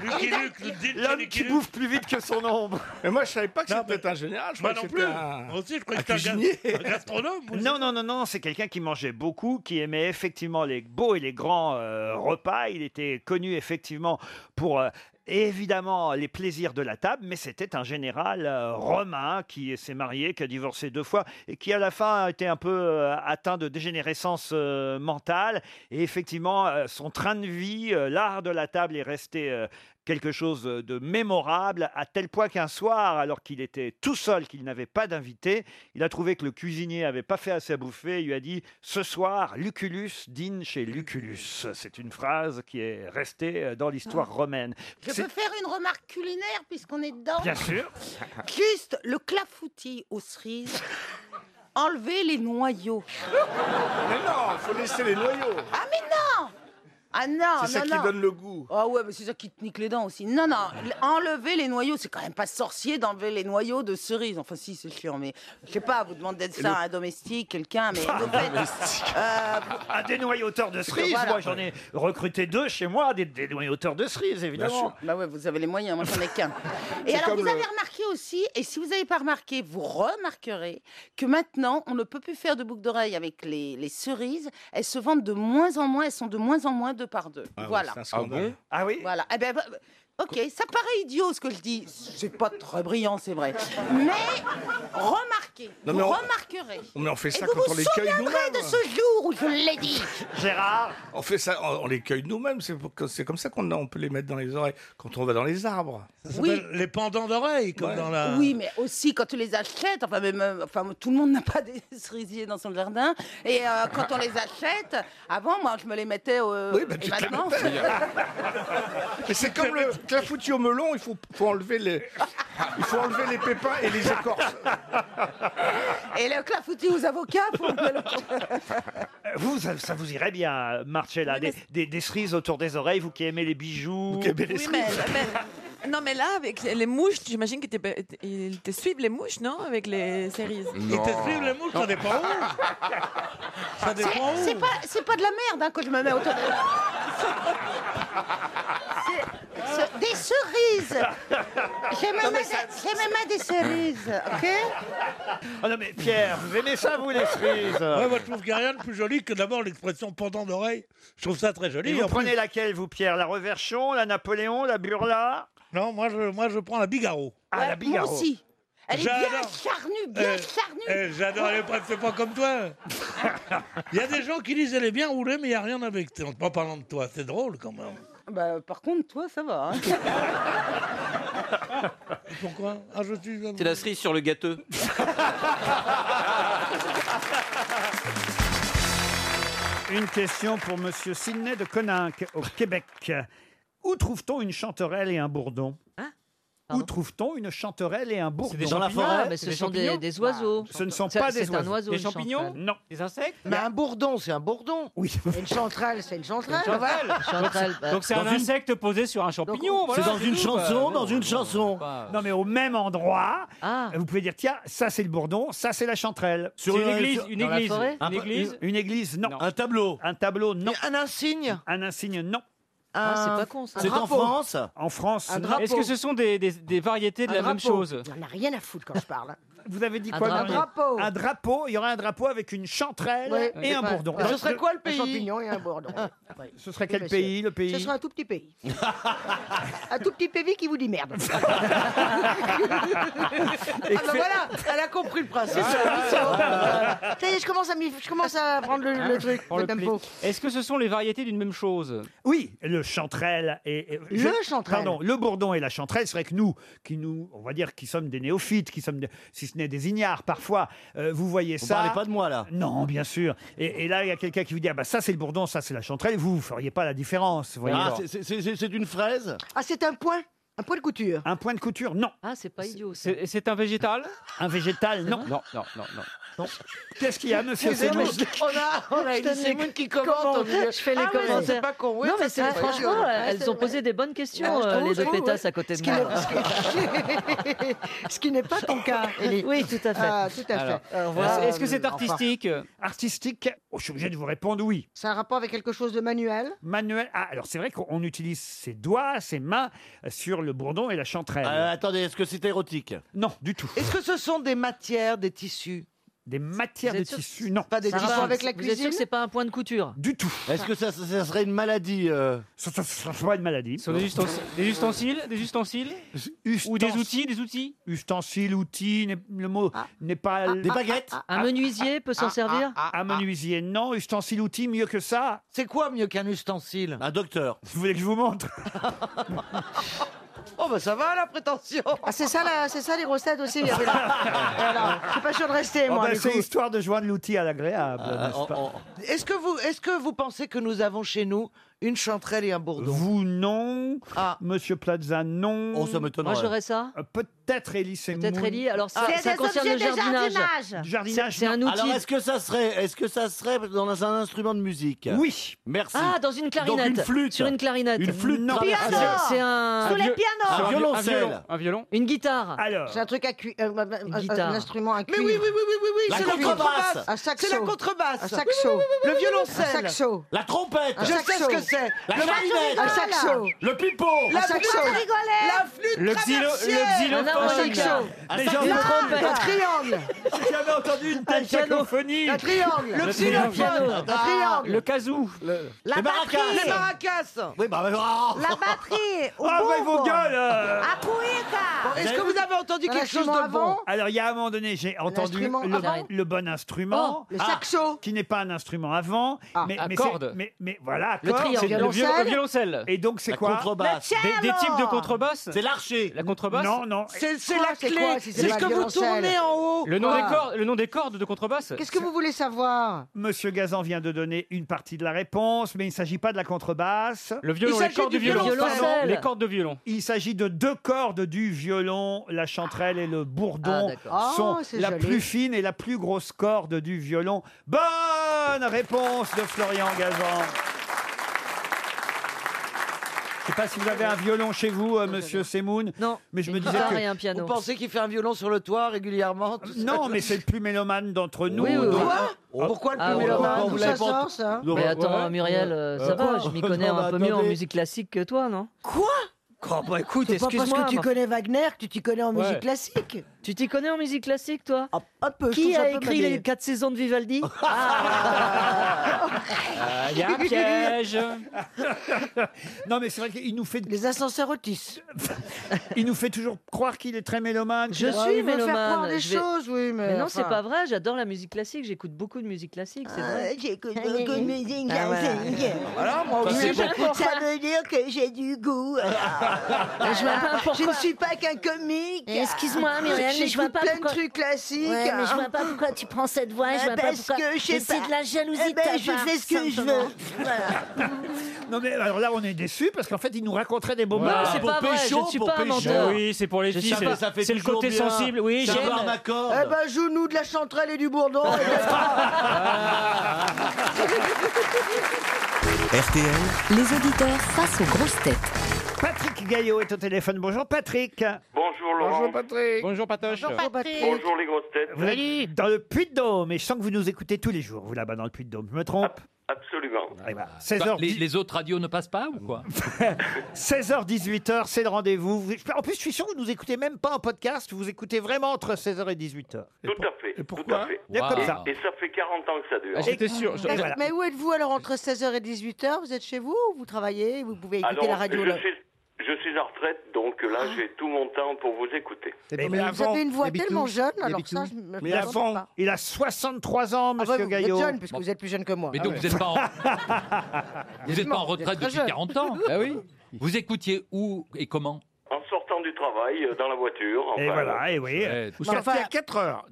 S4: Lucky Luke, le dit de
S2: L'homme qui
S4: Lucky Luke.
S2: bouffe plus vite que son ombre.
S18: Mais moi, je savais pas que c'était un général. Je
S4: Moi
S18: croyais que
S4: non plus.
S18: c'était un...
S4: Moi aussi, je croyais que c'était un gars- un gastronome.
S2: Non, non, non, non, c'est quelqu'un qui mangeait beaucoup, qui aimait effectivement les beaux et les grands euh, repas. Il était connu effectivement pour. euh, Évidemment, les plaisirs de la table, mais c'était un général euh, romain qui s'est marié, qui a divorcé deux fois et qui, à la fin, a été un peu euh, atteint de dégénérescence euh, mentale. Et effectivement, euh, son train de vie, euh, l'art de la table est resté euh, quelque chose de mémorable, à tel point qu'un soir, alors qu'il était tout seul, qu'il n'avait pas d'invité, il a trouvé que le cuisinier avait pas fait assez à bouffer, il lui a dit « Ce soir, Lucullus dîne chez Lucullus ». C'est une phrase qui est restée euh, dans l'histoire romaine.
S15: Je
S2: C'est-
S15: peux faire une remarque culinaire puisqu'on est dedans
S2: Bien sûr.
S15: Juste le clafoutis aux cerises. Enlever les noyaux.
S18: Mais non, faut laisser les noyaux.
S15: Ah mais non Ah non,
S18: C'est ça
S15: non,
S18: qui
S15: non.
S18: donne le goût.
S15: Ah ouais, mais c'est ça qui te nique les dents aussi. Non, non, l- enlever les noyaux, c'est quand même pas sorcier d'enlever les noyaux de cerises. Enfin si, c'est chiant, mais je sais pas, vous demandez
S2: Et
S15: ça
S2: le-
S15: à un domestique,
S18: Ah,
S15: quelqu'un, mais...
S2: Un
S15: vous faites-
S2: domestique.
S15: Euh,
S2: Ah, des noyauteurs de
S15: Parce que
S2: cerises
S15: voilà.
S2: Moi, j'en ai recruté deux chez moi, des, des noyauteurs de cerises, évidemment.
S15: Bah ouais, vous avez les moyens, moi j'en ai qu'un. Et
S2: C'est
S15: alors
S2: comme
S15: vous
S2: le-
S15: avez remarqué aussi, et si vous n'avez pas remarqué, vous remarquerez que maintenant on ne peut plus faire de boucles d'oreilles avec les, les cerises. Elles se vendent de moins en moins, elles sont de moins en moins deux par deux.
S18: Ah ouais,
S15: voilà.
S18: c'est un scandale. Ah bon
S2: Ah oui.
S15: Voilà. Eh ben, bah, ok, ça paraît idiot ce que je dis. C'est pas très brillant, c'est vrai. Mais remarquez,
S18: Non,
S15: vous
S18: mais on-
S15: remarquerez.
S18: Mais on fait ça
S15: et vous
S18: quand
S15: vous
S18: on les cueille
S15: souviendrez
S18: nous-mêmes.
S15: de ce jour où je l'ai dit.
S2: Gérard
S18: On fait ça, on, on les cueille nous-mêmes. C'est pour- c'est comme ça qu'on on peut les mettre dans les oreilles quand on va dans les arbres.
S15: s'appelle Oui.
S18: les pendants d'oreilles,
S4: comme dans la-
S15: Oui, mais aussi quand tu les achètes, enfin, même, euh, enfin tout le monde n'a pas des cerisiers dans son jardin. Et euh, quand on les achète, avant, moi, je me les mettais. euh,
S18: Oui, bah,
S15: et
S18: tu te la hein.
S15: maintenant.
S18: mets Mais c'est comme le clafoutis au melon, il faut, faut enlever les, il faut enlever les pépins et les écorces.
S15: et le clafoutis aux avocats, faut enlever le-
S2: Vous, ça, ça vous irait bien, Marcella, des, des- des cerises autour des oreilles, vous qui aimez les bijoux. Vous qui aimez les
S15: Oui,
S2: cerises.
S15: Non, mais là, avec les mouches, j'imagine qu'ils te, ils te suivent les mouches, non Avec les cerises.
S4: Ils te suivent les mouches, ça dépend où. Ça
S15: C'est
S4: dépend où.
S15: c'est pas, c'est pas de la merde hein, que je me mets autour de. C'est- c'est Des cerises Je me mets, des- je me mets des cerises, ok
S2: Oh non, mais Pierre, vous aimez ça, vous, les cerises
S4: Ouais, moi, je trouve qu'il n'y a rien de plus joli que d'abord l'expression pendant d'oreille. Je trouve ça très joli.
S2: Et vous
S4: En plus-
S2: prenez laquelle, vous, Pierre La Reverchon, la Napoléon, la Burla
S4: Non, moi je, moi, je prends la Bigarro.
S2: Ah, la Bigarro.
S18: Oh.
S15: Elle est bien charnue, bien
S4: Euh,
S15: charnue.
S4: euh, J'adore, elle est pas- c'est pas comme toi. Il y a des gens qui disent elle est bien roulée, mais il n'y a rien avec. En en parlant de toi, c'est drôle quand même.
S15: Bah, par contre, toi, ça va. hein.
S4: Pourquoi Ah, je suis.
S16: C'est la cerise sur le gâteau.
S2: Une question pour Monsieur Sidney de Coninck, au Québec. Où trouve-t-on une chanterelle et un bourdon Où trouve-t-on une chanterelle et un bourdon
S31: des Dans la champignons. forêt. Ah, mais ce sont des- des oiseaux.
S2: Bah,
S7: Bah,
S2: Ce ne sont
S31: Ça,
S2: pas
S31: c'est
S2: des
S31: un
S2: oiseaux.
S31: oiseau, Des une champignons chanterelle.
S2: Non.
S31: Des insectes
S6: Mais un bourdon, c'est un bourdon.
S2: Oui.
S6: une chanterelle, c'est une chanterelle.
S7: Donc c'est un insecte posé sur un champignon. voilà, tout, quoi.
S2: une chanson. Bah,
S7: Ah.
S2: Non, mais au même endroit, vous pouvez dire tiens, ça c'est le bourdon, ça c'est la chanterelle.
S7: Sur C'est une une- église, sur- une dans la église, forêt une
S2: Un peu-
S7: église
S2: une église, non. Un tableau, un tableau, non. un insigne, un insigne, non.
S7: Ah, c'est pas con, ça. C'est en France
S2: En France.
S7: Est-ce que ce sont des, des- des variétés de la même chose
S32: On n'a rien à foutre quand je parle.
S2: Vous avez dit
S7: hein. Un
S2: quoi
S7: drapeau.
S2: Marie Un drapeau. Il y aurait un drapeau avec une chanterelle
S7: Ouais.
S2: et un
S7: Ouais.
S2: bourdon.
S7: Et ce serait quoi le
S2: Un
S7: pays
S2: champignon
S7: et un bourdon.
S2: Ce serait quel pays, le pays
S7: Ce serait un tout petit pays. un tout petit pays qui vous dit merde.
S2: Et
S7: Ah bah
S2: fait-
S7: voilà, elle a compris le principe. Ah. Ça y est, je commence à, m'y- je commence à prendre le, le truc.
S33: Prends
S7: le
S33: Hein le pli.
S7: tempo.
S33: Est-ce que ce sont les variétés d'une même chose
S2: Oui, le chanterelle et, et-
S33: Le chanterelle.
S2: Pardon, le bourdon et la chanterelle. C'est vrai que nous, qui nous, on va dire, qui sommes des néophytes, qui sommes, des- si ce n'est des ignares, parfois, euh, vous voyez
S6: Vous
S2: ça.
S6: parlez pas de moi, là.
S2: Non, bien sûr. Et, et là, il y a quelqu'un qui vous dit, ah bah ça c'est le bourdon, ça c'est la chanterelle. Vous, vous feriez pas la différence. vous voyez
S6: Ah,
S2: Alors,
S6: c'est- c'est- c'est c'est une fraise
S7: Ah, c'est un point Un point de couture
S2: Un point de couture, non.
S7: Ah, c'est pas idiot.
S33: C'est c'est un végétal
S2: Un végétal, non.
S33: Non, non, non, non.
S2: Qu'est-ce qu'il y a, monsieur
S33: Excusez-moi,
S2: Semoun
S33: je- on a-
S8: on a une Semoun qui commente, on dit,
S7: Je fais les
S8: ah, mais
S7: commentaires.
S8: c'est pas con, oui,
S7: non,
S8: ça,
S7: mais
S8: c'est euh,
S7: c'est
S8: vrai.
S7: franchement,
S8: Ouais,
S7: elles
S8: c'est
S7: ont
S8: vrai.
S7: posé
S8: des bonnes questions,
S15: Ah,
S8: euh, les deux pétasses à côté de moi.
S7: Ce qui n'est pas ton cas, Élie.
S8: Oui, tout à fait.
S7: Ah, tout à
S2: Alors,
S7: fait. Euh, voilà,
S2: est-ce que c'est
S7: euh,
S2: artistique Artistique oh, Je suis obligé de vous répondre oui.
S7: C'est un rapport avec quelque chose de manuel
S2: Manuel. Ah, alors c'est vrai qu'on utilise ses doigts, ses mains euh, sur le bourdon et la chanterelle.
S6: Euh, Attendez, est-ce que c'est érotique
S2: Non, du tout.
S6: Est-ce que ce sont des matières, des tissus
S2: Des matières
S8: Vous
S2: de
S8: êtes sûr que
S2: tissu, non.
S8: Pas des tissus. Vous êtes sûr que c'est
S2: pas un point de couture Du tout.
S6: Est-ce que ça, ça- ça serait une maladie euh
S2: Ça ne serait pas une maladie.
S33: Ce sont des ustensiles, des ustensiles, des ustensiles ou des outils, des outils.
S2: Ustensiles, outils, n'est- le mot n'est pas.
S8: Ah, Des ah, baguettes ah, ah, Un menuisier peut s'en servir
S2: ah, Un
S33: Ah.
S2: menuisier, non. Ustensile, outil, mieux que ça. C'est quoi mieux qu'un ustensile
S6: Un docteur.
S2: Vous voulez que je vous montre
S8: Oh, bah ça va la prétention
S7: Ah, c'est ça, la- c'est ça les recettes aussi. il y avait la- Voilà. Je suis pas sûr de rester,
S6: Ah,
S2: Oh,
S7: moi.
S6: bah,
S2: ben,
S7: du
S2: C'est
S7: coup.
S2: histoire de joindre l'outil à l'agréable, n'est-ce pas
S6: Est-ce que, vous, est que vous pensez que nous avons chez nous une chanterelle et un bourdon
S2: Vous, non.
S7: Ah.
S2: Monsieur Plaza, non.
S6: Oh, ça m'étonnerait. Moi, j'aurais
S8: ça.
S2: Euh, Peut-être Élie Semoun.
S8: Peut-être Élie. Alors, ça- Ah, ça c'est des concerne le objets de jardinage. jardinage.
S2: Du jardinage,
S8: C'est- c'est
S2: non.
S8: un outil.
S6: Alors, est-ce que ça serait, est-ce que ça serait dans un instrument de musique
S2: Oui.
S6: Merci.
S8: Ah, dans une clarinette.
S6: Donc une flûte.
S8: Sur une clarinette.
S6: Une flûte.
S8: Non.
S6: traversée.
S8: Piano. C'est un- Sous les
S6: Ah, Un viol-
S8: pianos.
S6: Un
S8: Un viol- un
S6: violoncelle.
S8: violon.
S33: Un violon
S8: Une guitare.
S2: Alors.
S7: C'est un truc à cuire. un
S8: guitare.
S7: instrument à cuire.
S8: oui, oui,
S7: oui, oui,
S6: La contrebasse.
S7: Un saxo.
S6: C'est la contrebasse.
S7: Un
S6: Oui,
S7: saxo.
S6: oui, oui, oui, oui,
S7: Le
S6: oui,
S7: violoncelle.
S6: oui.
S7: Un saxo.
S6: La trompette.
S7: Un
S6: Je sais
S7: saxo.
S6: ce que c'est.
S7: La
S6: Le
S7: flûte
S6: clarinette.
S7: rigole. Un saxo.
S6: Le pipeau.
S7: Un saxo.
S6: La flûte
S7: Le xylo-
S6: traversière.
S7: le xylophone. Un saxo.
S6: Un
S7: Les
S6: saxo.
S7: gens- trompette. Ah, Un triangle.
S2: J'ai jamais entendu une telle cacophonie.
S7: Un triangle. Le xylophone. Un
S2: Ah,
S7: triangle.
S33: Le kazoo.
S8: La
S6: Les maracas.
S8: batterie.
S6: Les maracas. Oui, bah, oh.
S8: La batterie
S2: au Ah, mais vos bombe. gueules, euh. À
S8: Est-ce que vous avez entendu
S7: Un
S8: quelque chose
S7: instrument
S8: de bon
S7: avant
S2: Alors, il y a un moment donné, j'ai entendu
S7: instrument
S2: le,
S7: avant
S2: le bon instrument.
S7: Oh, le
S2: Ah,
S7: saxo.
S2: Qui n'est pas un instrument avant. mais,
S33: à
S2: mais
S33: corde.
S2: c'est- Mais, mais voilà,
S33: Le
S2: corde,
S33: triangle.
S2: c'est
S33: Le violon- le violoncelle.
S2: Et donc, c'est quoi
S33: Des, des types de contrebasses
S6: C'est l'archer.
S33: La contrebasse
S2: Non, non.
S6: C'est c'est
S7: quoi,
S6: la
S7: c'est
S6: clé.
S7: quoi, si c'est
S6: C'est ce
S7: pas
S6: que vous
S7: violoncelle
S6: tournez en haut.
S33: Le nom,
S7: Quoi
S33: des cordes, le nom des cordes de contrebasse
S7: Qu'est-ce que vous voulez savoir
S2: Monsieur Gazan vient de donner une partie de la réponse, mais il ne s'agit pas de la contrebasse.
S33: Le violon,
S2: Il
S33: les
S2: s'agit
S33: cordes
S2: du
S33: du violon.
S2: violoncelle.
S33: Pardon, les cordes de violon.
S2: Il s'agit de deux cordes du violon, la chanterelle et le
S8: Ah,
S2: bourdon
S8: d'accord.
S2: sont
S8: Oh, c'est
S2: la
S8: joli.
S2: plus fine et la plus grosse corde du violon. Bonne réponse de Florian Gazan. Je sais pas si vous avez un violon chez vous, euh, Monsieur Semoun. Non. Mais je me disais
S8: guitare
S2: que
S8: et un piano.
S6: Vous pensez qu'il fait un violon sur le toit régulièrement tout ça
S2: non, mais c'est le plus mélomane d'entre nous.
S8: oui, oui.
S2: donc-
S8: Quoi
S2: Ah,
S6: Pourquoi le
S8: Ah,
S6: plus mélomane
S8: ouais.
S6: Vous
S8: D'où
S6: l'avez
S8: ça
S6: pas-
S8: sort, ça
S6: Non,
S8: Mais bah, attends,
S6: ouais.
S8: Muriel, euh, ça
S6: Euh,
S8: va, je m'y connais
S6: non,
S8: un
S6: mais
S8: peu mieux en
S6: attendez.
S8: musique classique que toi, non Quoi
S6: Ah,
S8: Oh bah écoute,
S15: C'est pas
S8: excuse-moi.
S15: parce que tu
S8: mais-
S15: connais Wagner que tu t'y connais en
S8: Ouais.
S15: musique classique.
S8: Tu t'y connais en musique classique, toi
S7: Ah,
S15: Un peu, je
S8: Qui
S15: trouve ça
S8: a
S15: un peu
S8: écrit
S15: mal
S8: les 4 saisons de Vivaldi
S7: Ah,
S33: Ah, Il y a un piège.
S2: Non, mais c'est vrai qu'il nous fait. Les ascenseurs Otis. il nous fait toujours croire qu'il est très mélomane.
S8: Je
S2: qu'il-
S8: suis mélomane.
S7: des
S8: je vais-
S7: choses, oui, mais
S8: non,
S7: enfin.
S8: c'est pas vrai. J'adore la musique classique. J'écoute beaucoup de musique classique, c'est vrai.
S15: Ah, J'écoute beaucoup de musique
S8: Ah, voilà.
S15: classique.
S8: Voilà, Ah, moi aussi,
S15: Mais
S8: j'écoute
S15: Ça veut dire que j'ai du goût.
S7: Ah.
S15: Alors,
S8: je vois pas
S15: je ne suis pas qu'un comique. Excuse-moi, Muriel, mais je vois J'écoute pas plein pourquoi- de trucs classiques. Ouais, mais je vois
S7: Ah.
S15: pas pourquoi tu prends cette voix. Ah,
S13: Eh
S15: je vois
S13: ben,
S15: pas parce pourquoi. que je sais Mais c'est pas. de la jalousie Eh de ben, ta je part, fais ce que je simplement. veux. Voilà.
S2: Non, mais alors là, on est déçus parce qu'en fait, il nous raconterait des bobards.
S8: Non, c'est pas vrai, je ne suis pas un menteur.
S33: Oui, c'est pour les
S2: Je
S33: filles.
S2: sais pas, ça fait
S33: C'est le
S2: toujours
S33: côté
S2: bien.
S33: sensible. Oui,
S2: Ça
S33: j'aime.
S2: part ma
S6: corde.
S15: Eh ben, joue-nous de la chanterelle et du bourdon.
S2: RTL.
S3: Les auditeurs face aux grosses têtes.
S2: Patrick Gaillot est au téléphone. Bonjour, Patrick.
S18: Bonjour Laurent. Bonjour
S2: Patrick. Bonjour, Patoche.
S18: Bonjour les grosses têtes.
S2: Vous êtes dans le Puy-de-Dôme et je sens que vous nous écoutez tous les jours, vous là-bas dans le Puy-de-Dôme. Je me trompe
S14: Absolument.
S2: Bah,
S10: les, les autres radios ne passent pas ou quoi
S2: 16h, 18h, c'est le rendez-vous. Vous- En plus, je suis sûr que vous nous écoutez même pas en podcast, vous écoutez vraiment entre 16h et 18h.
S14: Tout à fait. tout
S2: pourquoi
S14: à fait.
S2: Il y a comme ça.
S14: Et, et ça fait 40 ans que ça dure.
S2: Ah, j'étais sûr, je-
S3: Mais,
S14: Voilà.
S3: mais où êtes-vous alors entre 16h et 18h Vous êtes chez vous ou vous travaillez Vous pouvez écouter
S14: Alors,
S3: la radio
S14: je
S3: là Ah.
S14: suis, je suis en retraite, donc là, j'ai tout mon temps pour vous écouter.
S3: Mais mais vous avez une voix tellement jeune, alors ça, je me
S2: Mais
S3: me présente
S2: avant,
S3: pas.
S2: il a 63 ans,
S3: Ah
S2: monsieur
S3: ouais, vous êtes
S2: Gaillot.
S3: jeune, puisque vous êtes plus jeune que moi. Ah
S10: Mais donc vous n'êtes pas en, vous êtes pas en retraite
S3: très
S10: depuis
S3: jeune.
S10: 40 ans. oui. Vous écoutiez où et comment
S14: En sortant du travail, euh, dans la voiture.
S2: Et
S14: enfin, euh,
S2: voilà, et oui.
S10: Vous
S2: Enfin,
S10: sortiez à
S2: 4 heures.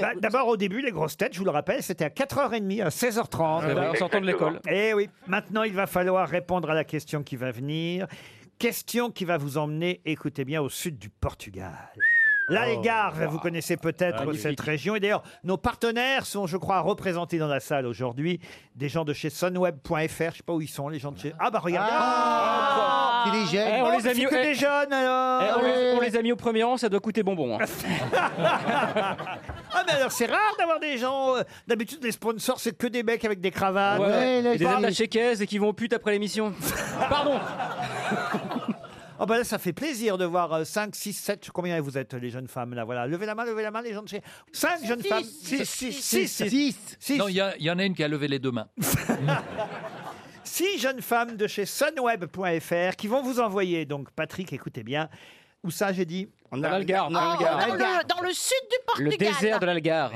S2: Bah, D'abord, au début, les grosses têtes, je vous le rappelle, c'était à 4h30, à 16h30.
S30: Ah
S10: C'est vrai, en sortant de l'école.
S2: Et Eh oui. Maintenant, il va falloir répondre à la question qui va venir. Question qui va vous emmener, écoutez bien, au sud du Portugal.
S30: Oh.
S2: Là, les gares, vous connaissez peut-être
S10: Magnifique.
S2: cette région. Et d'ailleurs, nos partenaires sont, je crois, représentés dans la salle aujourd'hui. Des gens de chez sunweb.fr. Je sais pas où ils sont, les gens de chez. Ah, bah, regardez.
S30: Ah,
S2: Oh,
S30: intelligent. Eh, on les a
S2: c'est
S30: mis-
S2: que
S30: eh,
S2: des jeunes, alors.
S30: eh, on les- on
S2: les a mis au premier rang, ça doit coûter bonbon. Ah mais alors c'est rare d'avoir des gens. euh, D'habitude les sponsors c'est que des mecs avec des cravates.
S21: et des attachés caisses et qui vont au pute après l'émission. Pardon.
S2: Oh bah là ça fait plaisir de voir euh, 5, 6, 7, combien vous êtes les jeunes femmes là voilà. Levez la main, levez la main les gens de chez. 5 jeunes femmes. 6, 6, 6, 6,
S10: Non, il y, a- il y en a une qui a levé les deux mains.
S2: Six jeunes femmes de chez sunweb.fr qui vont vous envoyer donc Patrick écoutez bien. Où ça j'ai dit Ah, On a le gars,
S8: Oh,
S3: Ah,
S8: dans, le, dans le sud du Portugal.
S2: l'Algarve.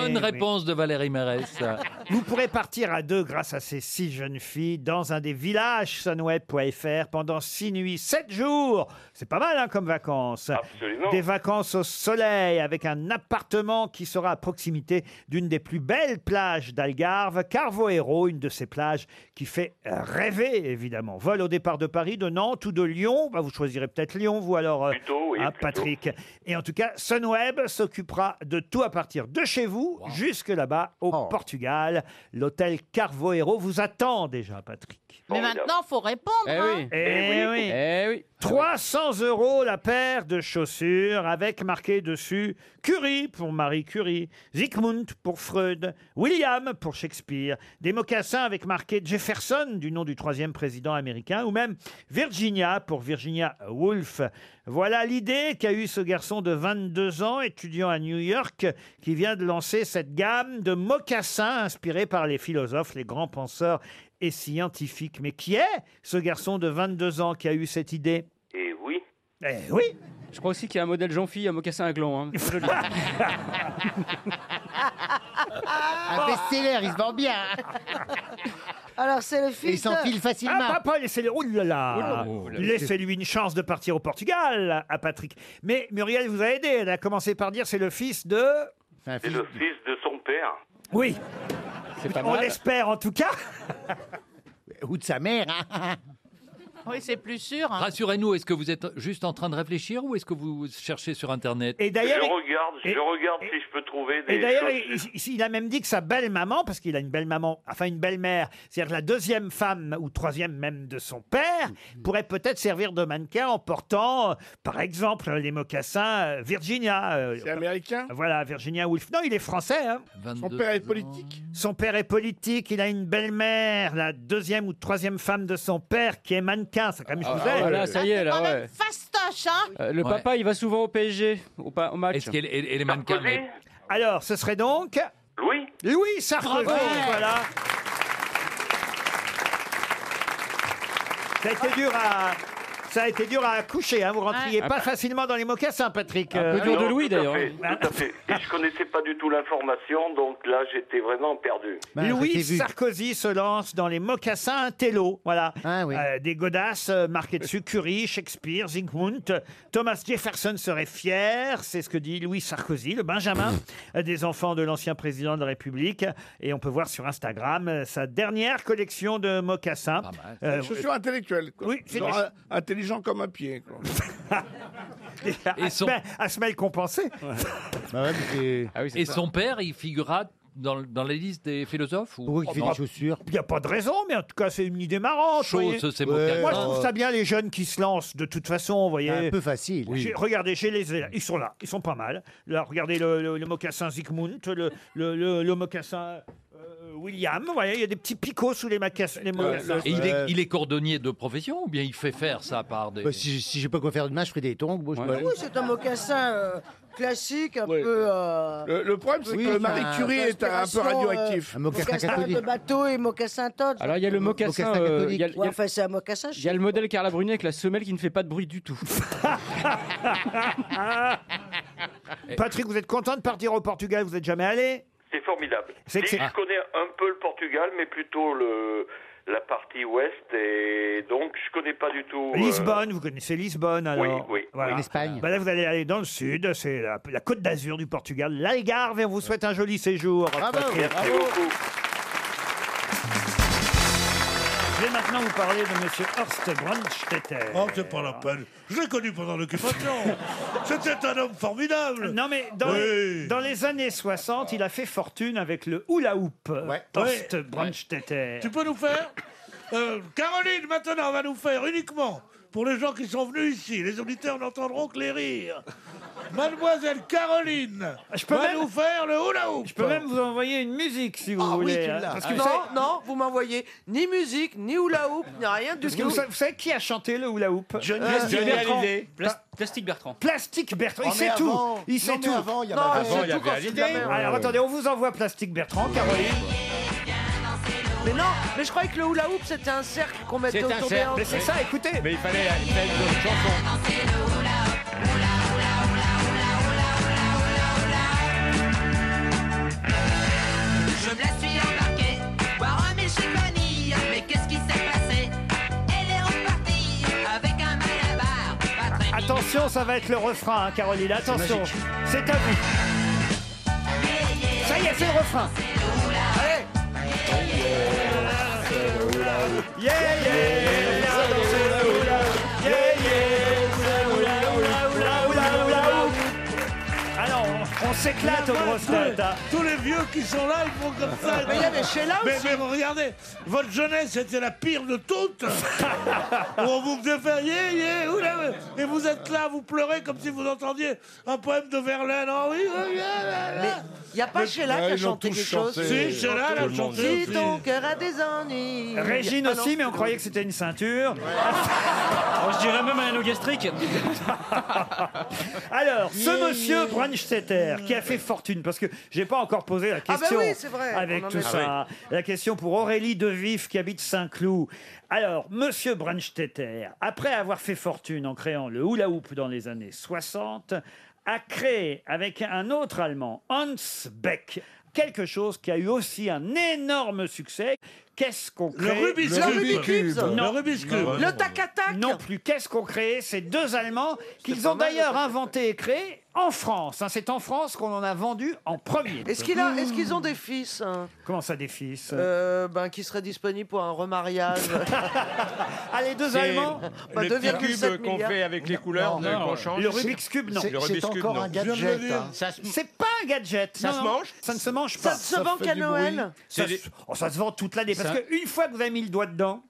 S10: Bonne réponse de Valérie Mérès.
S2: Eh Vous pourrez partir à deux grâce à ces six jeunes filles dans un des villages sunweb.fr pendant six nuits, sept jours. C'est pas mal hein, comme vacances.
S14: Absolument.
S2: Des vacances au soleil avec un appartement qui sera à proximité d'une des plus belles plages d'Algarve, Carvoero, une de ces plages qui fait rêver évidemment. Vol au départ de Paris, de Nantes ou de Lyon. Bah, vous choisirez peut-être Lyon, vous alors, euh, hein, Patrick. Et en tout cas, Sunweb s'occupera de tout à partir de chez vous jusque là-bas au Portugal. L'hôtel Carvoero vous attend déjà, Patrick.
S8: Mais maintenant, faut répondre. hein.
S2: Eh oui. 300 euros la paire de chaussures avec marqué dessus Curie pour Marie Curie, Zygmunt pour Freud, William pour Shakespeare, des mocassins avec marqué Jefferson du nom du troisième président américain ou même Virginia pour Virginia Woolf. Voilà l'idée qu'a eu ce garçon de 22 ans, étudiant à New York, qui vient de lancer cette gamme de mocassins inspirés par les philosophes, les grands penseurs et scientifique. Mais qui est ce garçon de 22 ans qui a eu cette idée
S14: Et oui.
S2: Eh oui
S21: Je crois aussi qu'il y a un modèle jean-fille à mocassin à gland. hein. C'est joli.
S30: Un best-seller, il se vend bien.
S3: Ah. Alors c'est le fils.
S30: il s'enfile
S3: de-
S30: facilement.
S2: Ah, papa, laissez-le. Ouh là là
S30: Oh là là.
S2: Laissez-lui une chance de partir au Portugal, à Patrick. Mais Muriel vous a aidé. Elle a commencé par dire c'est le fils de.
S14: C'est le fils de son père.
S2: Oui.
S30: pas
S2: On
S30: mal.
S2: espère en tout cas.
S30: Ou de sa mère. hein.
S8: Oui, c'est plus sûr. hein.
S10: Rassurez-nous, est-ce que vous êtes juste en train de réfléchir ou est-ce que vous cherchez sur Internet
S2: Et
S14: Je
S2: d'ailleurs. il-
S14: regarde, je regarde si je peux trouver des.
S2: Et d'ailleurs,
S14: choses-
S2: il, il- il a même dit que sa belle-maman, parce qu'il a une belle-maman, enfin une belle-mère, c'est-à-dire la deuxième femme ou troisième même de son père, pourrait peut-être servir de mannequin en portant, euh, par exemple, les mocassins euh, Virginia. C'est américain Voilà, Virginia Woolf. Non, il est français. hein.
S18: Son père est politique.
S2: Son père est politique, il a une belle-mère, la deuxième ou troisième femme de son père, qui est mannequin. Ça, quand même, je
S21: Ah,
S2: vous aide.
S21: ah, là, ça y est, là, Ah, c'est quand ouais. même
S8: Fastoche, hein
S21: Euh, le
S2: Ouais.
S21: papa, il va souvent au PSG, au, pa- au match.
S10: Est-ce qu'elle elle- elle est mannequin mais-
S2: Alors, ce serait donc...
S14: Louis
S2: Louis Sarkozy,
S10: Bravo.
S2: voilà. Ça a été dur à... Ça a été dur à coucher, hein. vous rentriez
S14: Ouais.
S2: pas facilement dans les mocassins, Patrick.
S14: Ah,
S2: Euh, Bah,
S14: non, tout à fait, tout à fait. Et je connaissais pas du tout l'information, donc là, j'étais vraiment perdu.
S2: Louis Sarkozy se lance dans les mocassins Intello, voilà. Euh, des godasses euh, marquées dessus, Curie, Shakespeare, Zygmunt, euh, Thomas Jefferson serait fier, c'est ce que dit Louis Sarkozy, le Benjamin euh, des enfants de l'ancien président de la République. Et on peut voir sur Instagram euh, sa dernière collection de mocassins.
S18: C'est
S2: Euh,
S18: une chaussure intellectuelle. Quoi.
S2: Oui, c'est
S18: Genre,
S2: des-
S18: euh, intelligent comme un pied. Quoi.
S2: à,
S10: son-
S2: semelle, à semelle compensée.
S10: Et son père, il figura dans, dans la liste des philosophes ou...
S2: Oui, il fait
S10: Non.
S2: des Il n'y a pas de raison, mais en tout cas, c'est une idée marrante.
S10: Chose,
S2: vous voyez.
S10: c'est mon cas.
S2: Moi, je trouve ça bien, les jeunes qui se lancent, de toute façon, vous voyez.
S30: Un peu facile.
S2: J'ai- Regardez, j'ai les élèves. Ils sont là, ils sont pas mal. Là, regardez le, le- le mocassin Zygmunt, le, le, le- le mocassin euh, William. Vous voyez, il y a des petits picots sous les macassins.
S21: Euh,
S2: Les mocassins.
S10: Et il est, il est cordonnier de profession ou bien il fait faire ça par des.
S6: Bah, si j'ai- si j'ai pas quoi faire demain, je ferai des tongs. Bon, je
S3: Ah Oui, c'est un mocassin euh, classique, un peu. euh,
S18: Le- le problème, c'est que Marie
S3: enfin,
S18: Curie est un- un peu
S3: d'inspiration,
S18: radioactif.
S3: euh,
S6: Un mocassin
S3: mocassin
S6: catholique.
S3: de bateau et mocassin Todd.
S21: Alors, il y a le mocassin, Mocassin euh, catholique. il y a- il y a-
S3: Ouais, enfin, c'est un mocassin.
S21: Il y a le modèle Carla Bruni avec la semelle qui ne fait pas de bruit du tout.
S7: Ah,
S2: Patrick, vous êtes content de partir au Portugal Vous n'êtes jamais allé
S14: C'est formidable.
S2: C'est que
S14: Si,
S2: c'est-
S14: Je connais un peu le Portugal, mais plutôt le, la partie ouest, et donc je connais pas du tout. euh,
S2: Lisbonne, vous connaissez Lisbonne alors
S14: oui, oui. Oui, l'Espagne.
S2: Bah là, vous allez aller dans le sud, c'est la, la côte d'Azur du Portugal, l'Algarve, et on vous souhaite un joli séjour.
S21: Ah ben
S14: Merci beaucoup.
S2: Je vais maintenant vous parler de Monsieur Horst Brandstetter.
S4: Oh, c'est pas la peine. Je l'ai connu pendant l'occupation. C'était un homme formidable.
S2: Non, mais dans, les, dans les années 60, il a fait fortune avec le hula hoop. Horst
S4: Ouais.
S2: Brandstetter.
S4: Tu peux nous faire Euh, Caroline, maintenant, va nous faire uniquement pour les gens qui sont venus ici. Les auditeurs n'entendront que les rires. Mademoiselle Caroline
S2: Je peux
S4: va
S2: même-
S4: nous faire le hula hoop.
S2: Je peux même vous envoyer une musique si vous
S4: Ah oui,
S2: voulez.
S4: tu
S2: hein,
S4: l'as.
S2: parce que
S7: Non,
S2: vous savez-
S7: non, vous m'envoyez ni musique, ni hula hoop, ni rien du
S2: Parce que
S7: tout. Euh,
S2: vous savez, vous savez qui a chanté le hula hoop
S7: Johnny-
S21: Plastique
S2: Johnny
S21: Bertrand.
S2: Hallyday.
S21: Plas- Plastique Bertrand.
S2: Plastique Bertrand,
S21: Oh,
S2: il
S21: mais
S2: sait tout.
S21: avant.
S2: Il
S21: Non,
S2: sait
S21: mais
S2: tout.
S21: avant, il y avait Hallyday.
S2: il
S21: Avant, il
S2: sait
S21: y
S2: tout
S21: avait
S2: quand c'est
S21: Hallyday.
S2: de la merde. Alors
S21: Ouais.
S2: attendez, on vous envoie Plastique Bertrand, Caroline.
S7: Mais non, mais je croyais que le hula hoop c'était un cercle qu'on mettait autour des hanches.
S2: Mais c'est ça, écoutez. Mais il fallait une chanson.
S6: Je me la suis embarquée, boire un milchiconille, mais qu'est-ce qui s'est passé Elle est repartie avec un malabar, pas très
S2: Attention, ça va être le refrain, hein, Caroline. Attention,
S6: magique.
S2: c'est à vous. Ça y est, c'est le refrain. Allez. Yeah, yeah, viens danser le hula hoop. Yeah, yeah, hula, hula, hula, hula, hula, hula hoop. Alors, on, on s'éclate aux grosses têtes. hein.
S4: Tous les vieux qui sont là, ils font comme ça.
S7: Mais il y avait Sheila
S4: Mais-
S7: aussi.
S4: Mais regardez, votre jeunesse était la pire de toutes. Où on vous faisait faire yeah, yeah, oula, et vous êtes là, vous pleurez comme si vous entendiez un poème de Verlaine. Oh oui, oui,
S7: Mais il n'y a pas Sheila qui a
S4: ils l'ont
S7: chanté
S4: tous
S7: quelque chose.
S4: chanté. Si, Sheila, elle a Tout le monde chanté l'a aussi.
S7: Si ton cœur a des ennuis.
S2: Régine
S7: Ah non,
S2: aussi, mais on
S7: c'est
S2: croyait que c'était une ceinture.
S21: Alors, Oh, je dirais même un anneau gastrique.
S2: Alors, ce monsieur Brandstetter, qui a fait fortune, parce que j'ai pas encore posé la
S7: Ah bah
S2: question
S7: oui, c'est vrai,
S2: avec
S7: on en Ah
S2: tout
S7: est-
S2: ça. La question pour Aurélie Devif, qui habite Saint-Cloud. Alors, monsieur Brandstetter, après avoir fait fortune en créant le hula hoop dans les années 60, a créé avec un autre Allemand, Hans Beck, quelque chose qui a eu aussi un énorme succès. Qu'est-ce qu'on
S4: Le
S2: crée
S4: Rubik's Le Cube. Rubik's Cube.
S2: Non.
S4: Le Rubik's Cube.
S2: Le tac-tac. Non plus. Qu'est-ce qu'on crée Ces deux Allemands qu'ils ont d'ailleurs inventé et créé en France. hein. C'est en France qu'on en a vendu en premier.
S7: Est-ce qu'il a- est-ce qu'ils ont des fils hein
S2: Mmh. Comment ça, des fils
S7: Euh, ben, qui seraient disponibles pour un remariage.
S2: Ah, les deux
S7: C'est
S2: Allemands
S7: Bah,
S11: le petit
S7: 2,7
S11: cube qu'on
S7: milliards.
S11: fait avec les couleurs, euh, qu'on change.
S2: Le Rubik's Cube, non.
S11: C'est- Le c'est Rubik's Cube, encore non. un gadget,
S2: Je viens de le dire.
S11: hein. Ça se-
S2: C'est pas un gadget.
S11: Ça
S2: non,
S11: se
S2: non.
S11: mange
S2: Ça ne se mange
S7: Ça
S2: pas.
S7: ne se Ça vend fait qu'à du Noël bruit.
S2: Ça,
S11: C'est
S2: se...
S11: des-
S2: oh, ça se vend toute l'année. Parce
S11: Ça-
S2: qu'une fois que vous avez mis le doigt dedans,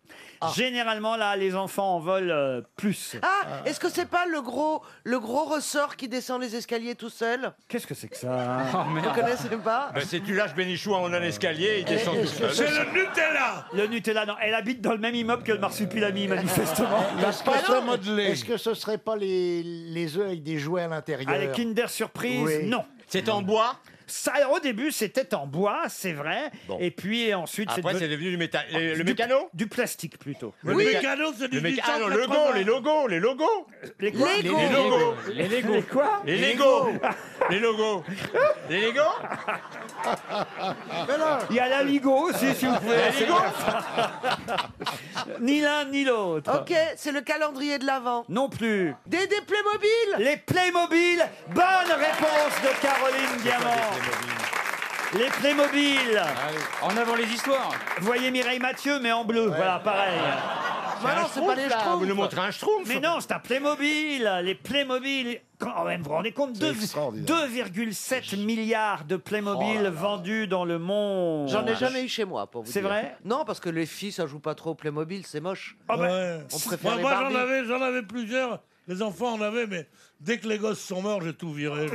S2: généralement, là, les enfants en volent euh, plus.
S7: Ah, est-ce que c'est pas le gros, le gros ressort qui descend les escaliers tout seul
S2: Qu'est-ce que c'est que ça
S7: Vous connaissez pas
S11: Bah, c'est du lâche bénichou en un escalier, il descend tout seul.
S2: Euh, C'est le Nutella Le Nutella, non. Elle habite dans le même immeuble que le marsupilami, manifestement.
S6: Est-ce que, ce- est-ce que ce serait pas les, les œufs avec des jouets à l'intérieur
S2: Ah, les Kinder Surprise,
S6: Oui.
S2: non. C'est en bois ça, alors, au début, c'était en bois, c'est vrai. Et puis ensuite, Ah,
S11: Après, c'est devenu du métal. Le, le mécano
S2: Du plastique plutôt.
S11: Le
S2: Oui.
S11: mécano,
S4: c'est
S11: du mécano. Ah non,
S4: 1880.
S11: le logo, les logos, les logos.
S2: Les
S4: quoi
S11: Les
S4: Lego.
S11: logos.
S2: Les Lego. Les quoi
S11: Les
S2: Les
S11: Lego. Les logos. Les Lego
S2: Il y a la Ligo aussi, si vous pouvez.
S11: La Ligo
S2: Ni l'un ni l'autre.
S7: Ok, c'est le calendrier de l'Avent.
S2: Non plus.
S7: Des, des Playmobil
S2: Les Playmobil Bonne réponse de Caroline Diamant. Les Playmobil En avant les histoires. Voyez Mireille Mathieu, mais en bleu. Voilà, pareil.
S11: Bah non, c'est pas les Schtroumpfs. Vous nous montrez un Schtroumpf.
S2: Mais non, c'est un Playmobil. Les Playmobil. Quand oh, même, vous vous rendez compte deux- 2,7 milliards de
S11: Oh
S2: Playmobil vendus dans le monde.
S7: J'en ai jamais eu chez moi, pour vous
S2: C'est
S7: dire.
S2: vrai Ah ben,
S7: Non, parce que les filles, ça joue pas trop au Playmobil, c'est moche.
S4: Ouais.
S7: On préfère
S4: Moi,
S7: les
S4: moi,
S7: Barbie.
S4: j'en avais, j'en avais plusieurs. Les enfants en avaient, mais dès que les gosses sont morts, j'ai tout viré.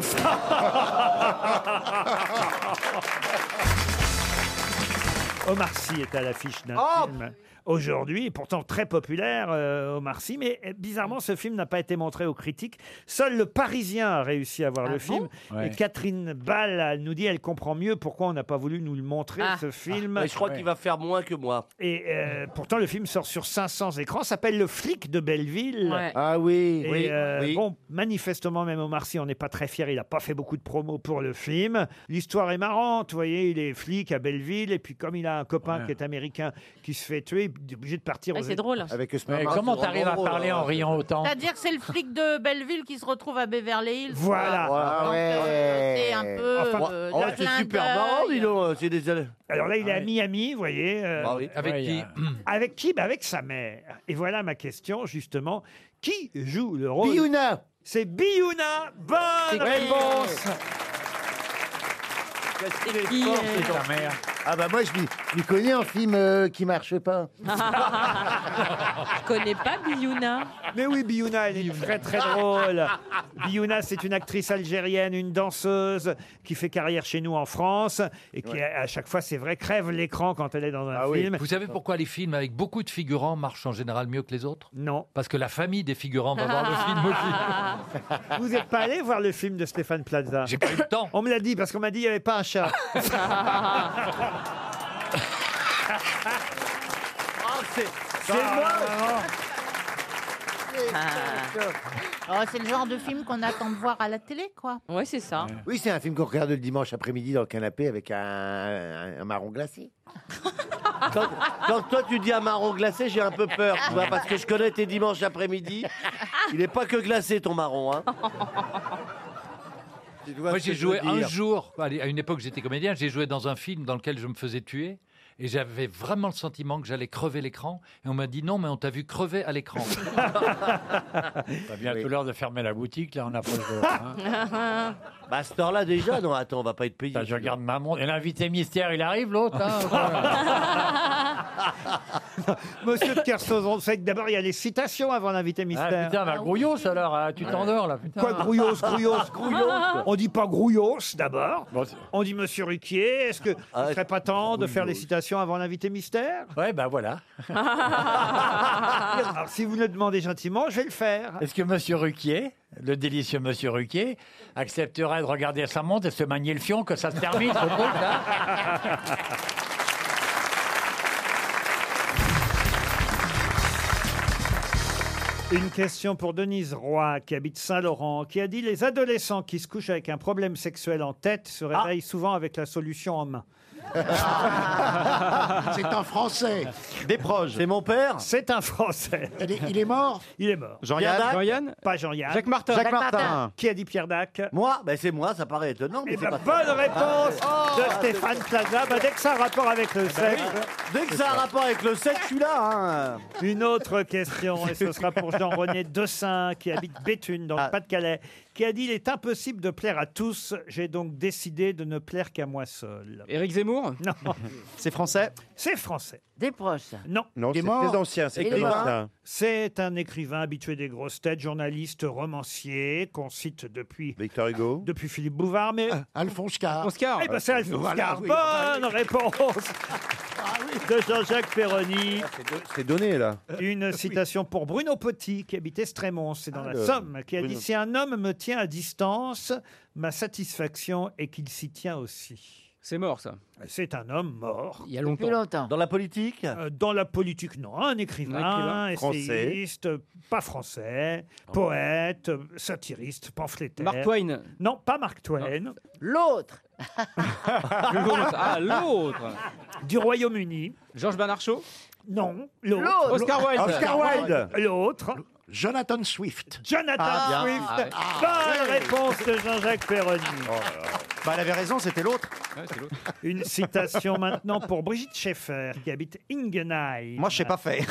S2: Omar Sy est à l'affiche d'un film aujourd'hui, et pourtant très populaire, euh, Omar Sy. Mais euh, bizarrement, ce film n'a pas été montré aux critiques. Seul le Parisien a réussi à voir le film.
S10: Ouais.
S2: Et Catherine Ball elle nous dit, elle comprend mieux pourquoi on n'a pas voulu nous le montrer,
S7: Ah.
S2: ce film.
S9: Mais Ah. je crois qu'il va faire moins que moi.
S2: Et euh, pourtant, le film sort sur 500 écrans, s'appelle Le flic de Belleville.
S9: Ouais.
S2: Ah oui,
S9: oui, oui.
S2: Bon, manifestement, même Omar Sy, on n'est pas très fier. Il n'a pas fait beaucoup de promos pour le film. L'histoire est marrante, vous voyez, il est flic à Belleville, et puis comme il a un copain
S12: Ouais.
S2: qui est américain qui se fait tuer, il est obligé de partir.
S12: Ouais,
S2: aux
S12: Ah, c'est
S2: Éta-
S12: drôle. Avec Usman Ouais, Hamid, comment c'est t'arrives vraiment à drôle, hein. parler en alors. riant autant
S8: C'est-à-dire que c'est le flic de Belleville qui se retrouve à Beverly Hills.
S2: Voilà.
S15: Ah,
S8: Donc, euh, c'est un peu.
S9: Enfin,
S8: euh,
S9: oh,
S8: le clin
S9: c'est super
S8: d'œil.
S2: Ah,
S9: marrant, dis donc. euh, C'est des...
S2: Alors là, il est à Miami, vous voyez. euh,
S9: Bah oui. Avec Ouais, qui il y a-
S2: Avec qui Bah, Avec sa mère. Et voilà ma question, justement. Qui joue le rôle Biouna C'est Biouna Bonne réponse
S12: Qui fort, est- c'est ta
S2: mère.
S12: Ah bah moi je m'y- je m'y connais en film euh, qui marche pas.
S2: Je connais pas Biouna. Mais oui, Biouna, elle est très très drôle. Biouna, c'est une actrice algérienne, une danseuse qui fait carrière chez nous en France et qui, à à chaque fois, c'est vrai, crève l'écran quand elle est dans un
S9: Ah
S2: film.
S10: Vous savez pourquoi les films avec beaucoup de figurants marchent en général mieux que les autres
S2: Non.
S10: Parce que la famille des figurants va voir le
S9: Ah.
S10: film aussi.
S8: Ah.
S2: Vous n'êtes pas allé voir le film de Stéphane Plaza J'ai
S10: pas eu le temps.
S2: On me l'a dit parce qu'on m'a dit qu'il n'y avait pas un chat.
S11: Ah,
S9: C'est moi
S8: Ah. Oh, c'est le genre de film qu'on attend de voir à la télé, quoi.
S12: Ouais, c'est ça. Oui, c'est un film qu'on regarde le dimanche après-midi dans le canapé avec un, un- un marron glacé.
S9: quand, quand toi tu dis un marron glacé, j'ai un peu peur, tu vois, parce que je connais tes dimanches après-midi. Il n'est pas que glacé ton marron, hein.
S10: Moi,
S9: ce
S10: j'ai
S9: que je
S10: joué
S9: veux
S10: un
S9: dire.
S10: jour, allez, à une époque, j'étais comédien, j'ai joué dans un film dans lequel je me faisais tuer. Et j'avais vraiment le sentiment que j'allais crever l'écran. Et on m'a dit non, mais on t'a vu crever à l'écran.
S12: T'as bientôt
S10: l'heure de fermer la boutique, là, on approche
S9: hein. Bah, à cette heure-là déjà, non, attends, on va pas être payé. je regarde ma montre. Et l'invité mystère, il arrive, l'autre. hein,
S2: Monsieur de Kersauzon, on sait que d'abord il y a les citations avant l'invité mystère.
S12: putain, bah,
S2: grouillos alors, tu
S12: t'endors, là,
S2: Quoi, grouillos, grouillos, grouillos On dit pas grouillos d'abord.
S12: Bon, c'est-
S2: on dit monsieur Ruquier, est-ce que ce serait pas temps de faire les citations avant l'invité mystère Ouais,
S12: bah,
S2: ben voilà. alors si vous le demandez gentiment, je vais le faire.
S12: Est-ce que Monsieur Ruquier, le délicieux Monsieur Ruquier, accepterait de regarder sa montre et se manier le fion que ça se termine ce truc, là
S2: Une question pour Denise Roy, qui habite Saint-Laurent, qui a dit Les adolescents qui se couchent avec un problème sexuel en tête se réveillent souvent avec la solution en main.
S12: C'est un
S2: Français.
S12: Des proches.
S2: C'est mon père C'est un Français.
S12: Il est- il est mort
S2: Il est mort.
S12: Jean-Yann
S2: Pierre Dac
S12: Jean-Yann
S2: Pas Jean-Yann.
S12: Jacques Martin. Jacques Martin.
S2: Qui a dit Pierre Dac
S9: Moi Ben c'est moi, ça paraît étonnant. Mais
S2: Eh
S9: c'est
S2: ben,
S9: pas
S2: bonne
S9: ça.
S2: réponse
S9: Ah, ben
S2: de Stéphane Plaza. Ben, dès que ça a rapport avec le sexe.
S9: Dès que ça a rapport avec le sexe, je suis là. Hein.
S2: Une autre question, et ce sera pour Jean-René Dessin, qui habite Béthune,
S9: Ah.
S2: dans le Pas-de-Calais, qui a dit Il est impossible de plaire à tous, j'ai donc décidé de ne plaire qu'à moi seul. Éric Zemmour Non. C'est français C'est français.
S12: Des proches.
S2: Non.
S12: Non, Des c'est morts. des anciens, c'est Des des morts. anciens.
S2: C'est un écrivain habitué des grosses têtes, journaliste, romancier, qu'on cite depuis. Victor Hugo. Depuis Philippe Bouvard, mais. Ah, Alphonse Carr. Alphonse Carr. Eh ben, c'est Alphonse
S12: Ah, Voilà,
S2: Carr.
S12: oui.
S2: Bonne réponse de Jean-Jacques Perroni.
S12: Ah, C'est donné là.
S2: Une citation pour Bruno Petit, qui habite Estremont, c'est dans
S12: Ah,
S2: la
S12: le-
S2: Somme, qui a dit
S12: Bruno.
S2: Si un homme me tient à distance, ma satisfaction est qu'il s'y tient aussi. C'est mort, ça. C'est un homme mort. Il y a
S12: Depuis longtemps. longtemps.
S2: Dans la politique Dans la politique, non. Un écrivain,
S12: Un écrivain. Français.
S2: essayiste, pas français, poète, satiriste, pamphlétaire.
S12: Mark Twain.
S2: Non, pas Mark Twain.
S12: L'autre.
S2: L'autre. Ah, l'autre. Du Royaume-Uni. Georges Bernard Shaw Non. L'autre.
S12: L'autre. Oscar Wilde. Oscar Wilde.
S2: L'autre.
S12: Jonathan Swift.
S2: Jonathan
S12: Ah, bien.
S2: Swift.
S12: Ah, ouais.
S2: Bonne réponse de Jean-Jacques Perroni.
S12: Bah, elle avait raison, c'était l'autre.
S2: Une citation maintenant pour Brigitte Schaeffer, qui habite Ingenheim. Moi, je sais pas faire.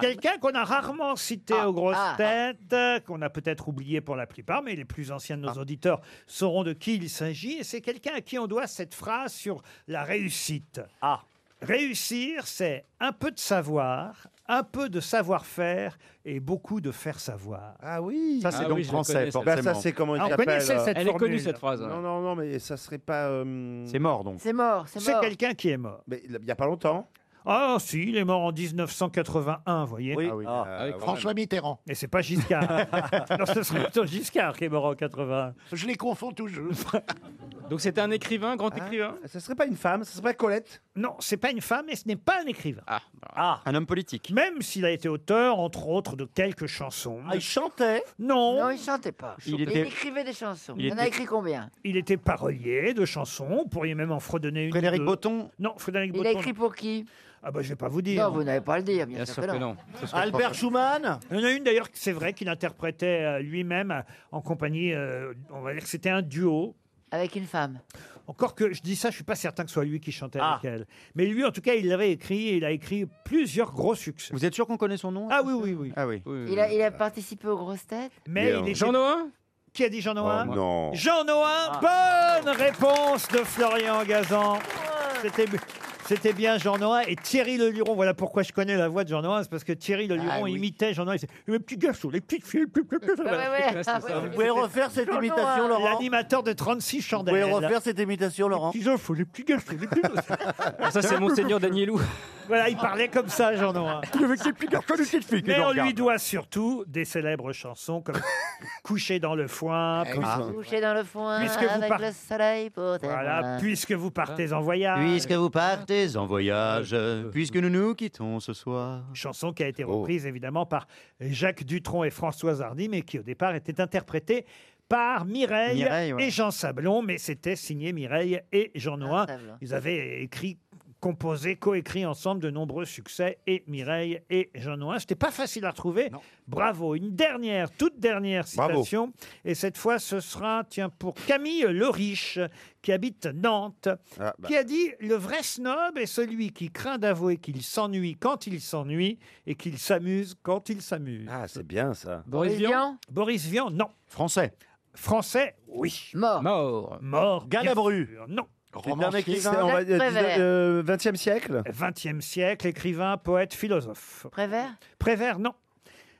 S2: Quelqu'un qu'on a rarement cité aux grosses
S12: ah,
S2: têtes, euh, qu'on a peut-être oublié pour la plupart, mais les plus anciens de nos auditeurs sauront de qui il s'agit. Et c'est quelqu'un à qui on doit cette phrase sur la réussite. Ah. Réussir, c'est un peu de savoir, un peu de savoir-faire et beaucoup de faire savoir.
S1: Ah oui
S2: Ça, c'est Ah donc oui, je français, connais, celle-là.
S1: Bah, ça, c'est comment il
S2: Ah, on
S1: s'appelle
S3: euh,
S2: connaissait cette Elle est connue, formule. cette phrase, ouais.
S1: Non, non, non, mais ça serait pas... euh,
S2: C'est mort, donc.
S13: C'est mort, c'est
S2: C'est
S13: mort.
S2: quelqu'un qui est mort.
S1: Mais il n'y a pas longtemps
S2: Ah si, il est mort en 1981, vous voyez.
S1: Oui. Ah oui, Ah, euh, avec voilà. François
S2: Mitterrand. Et c'est pas Giscard. non, ce serait plutôt Giscard qui est mort en 81.
S30: Je les confonds toujours.
S2: Donc c'était un écrivain, grand écrivain Ah, Ce serait pas une femme, ce serait pas Colette Non, c'est pas une femme et ce n'est pas un écrivain. Ah, un homme politique. Même s'il a été auteur, entre autres, de quelques chansons.
S1: il chantait
S2: Non.
S13: Ah, Non, il chantait pas.
S2: Il
S13: Il,
S2: était-
S13: écrivait des chansons.
S2: Il
S13: Il, en a
S2: était-
S13: écrit combien
S2: Il était parolier de chansons, vous pourriez même en fredonner une.
S13: Frédéric
S2: Botton Non, Frédéric
S13: Il
S2: Botton.
S13: a écrit pour qui
S2: Ah bah je vais pas vous dire.
S13: Non, vous n'allez pas le dire, bien, sûr, que non.
S2: Schumann Il y en a une d'ailleurs, que c'est vrai, qu'il interprétait euh, lui-même euh, en compagnie, euh, on va dire que c'était un duo.
S13: Avec une femme
S2: Encore que je dis ça, je suis pas certain que ce soit lui qui chantait avec elle. Mais lui, en tout cas, il l'avait écrit et il a écrit plusieurs gros succès. Vous êtes sûr qu'on connaît son nom Ah oui, oui, oui.
S1: Ah oui.
S13: Il a, il a participé aux grosses têtes
S2: Mais il était- Qui a dit Jean Noin
S1: Oh, non.
S2: Jean Noin, bonne réponse de Florian Gazan. C'était. C'était bien Jean Noin et Thierry Leluron. Voilà pourquoi je connais la voix de Jean Noin. C'est parce que Thierry Leluron
S13: Ah oui.
S2: imitait Jean Noin. Il disait Les petits garçons, les petites filles. les petits-
S13: ouais, ouais. C'était ça.
S9: Vous pouvez refaire cette
S2: Jean Noin,
S9: imitation, Laurent
S2: L'animateur de 36
S9: Vous
S2: chandelles.
S9: pouvez refaire cette imitation, Laurent
S2: Les petits infos, les petits garçons, les petits
S9: ça, c'est Monseigneur
S2: Danielou. Voilà, il parlait comme ça, Jean Noin. Mais on lui doit surtout des célèbres chansons comme Coucher dans le
S16: Eh
S2: foin, comme-
S16: Ah.
S13: Couché dans le foin
S2: Puisque vous
S13: avec
S2: par-
S13: le soleil pour tes
S2: Voilà,
S13: mains.
S2: puisque vous partez en voyage.
S16: Ah. Puisque vous partez en voyage, puisque nous nous quittons ce soir. Oh.
S2: Chanson qui a été reprise évidemment par Jacques Dutronc et Françoise Hardy, mais qui au départ était interprétée par Mireille,
S16: Mireille, ouais.
S2: et Jean Sablon, mais c'était signé Mireille et Jean Noin.
S16: Sablon.
S2: Ils avaient écrit composé, coécrit ensemble de nombreux succès et Mireille et Jean Noin. C'était pas facile à retrouver. Bravo. Une dernière, toute dernière
S1: Bravo.
S2: citation. Et cette fois, ce sera, tiens, pour Camille Le Riche, qui habite Nantes
S1: Ah, bah.
S2: qui a dit le vrai snob est celui qui craint d'avouer qu'il s'ennuie quand il s'ennuie et qu'il s'amuse quand il s'amuse.
S1: Ah, c'est bien ça.
S2: Boris Vian Boris Vian, non. Français. Français, oui.
S13: Mort.
S2: Mort. Mort. bien
S1: Galabru.
S2: sûr, Non.
S1: un écrivain, on va dire, euh, 20e siècle
S2: 20e siècle, écrivain, poète, philosophe.
S13: Prévert
S2: Prévert, non.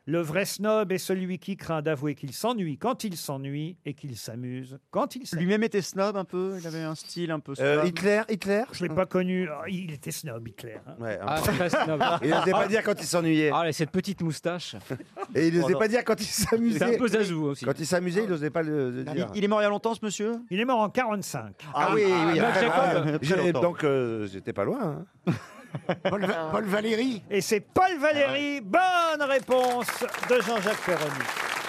S2: Le vrai snob est celui qui craint d'avouer qu'il s'ennuie quand il s'ennuie et qu'il s'amuse quand il s'amuse.
S16: Lui-même était snob un peu, il avait un style un peu snob.
S2: Euh, Hitler, Hitler Je ne l'ai pas connu. Oh, Il était snob, Hitler. hein.
S16: Ah,
S2: très snob.
S1: Il n'osait pas dire quand il s'ennuyait. Ah,
S2: cette petite moustache.
S1: Et il n'osait
S16: Oh,
S1: pas
S16: non.
S1: dire quand il s'amusait.
S16: C'est un peu zazou aussi. Ah,
S1: Quand il s'amusait, il n'osait pas le, le
S16: Il,
S1: dire.
S16: il est mort il y a longtemps, ce monsieur
S2: Il est mort en 45.
S1: Ah, oui, oui, il y a très- ah, j'ai-
S16: donc...
S1: donc euh, j'étais pas loin. hein.
S2: Paul, Valéry. Et c'est Paul Valéry. Bonne réponse de Jean-Jacques Ferroni.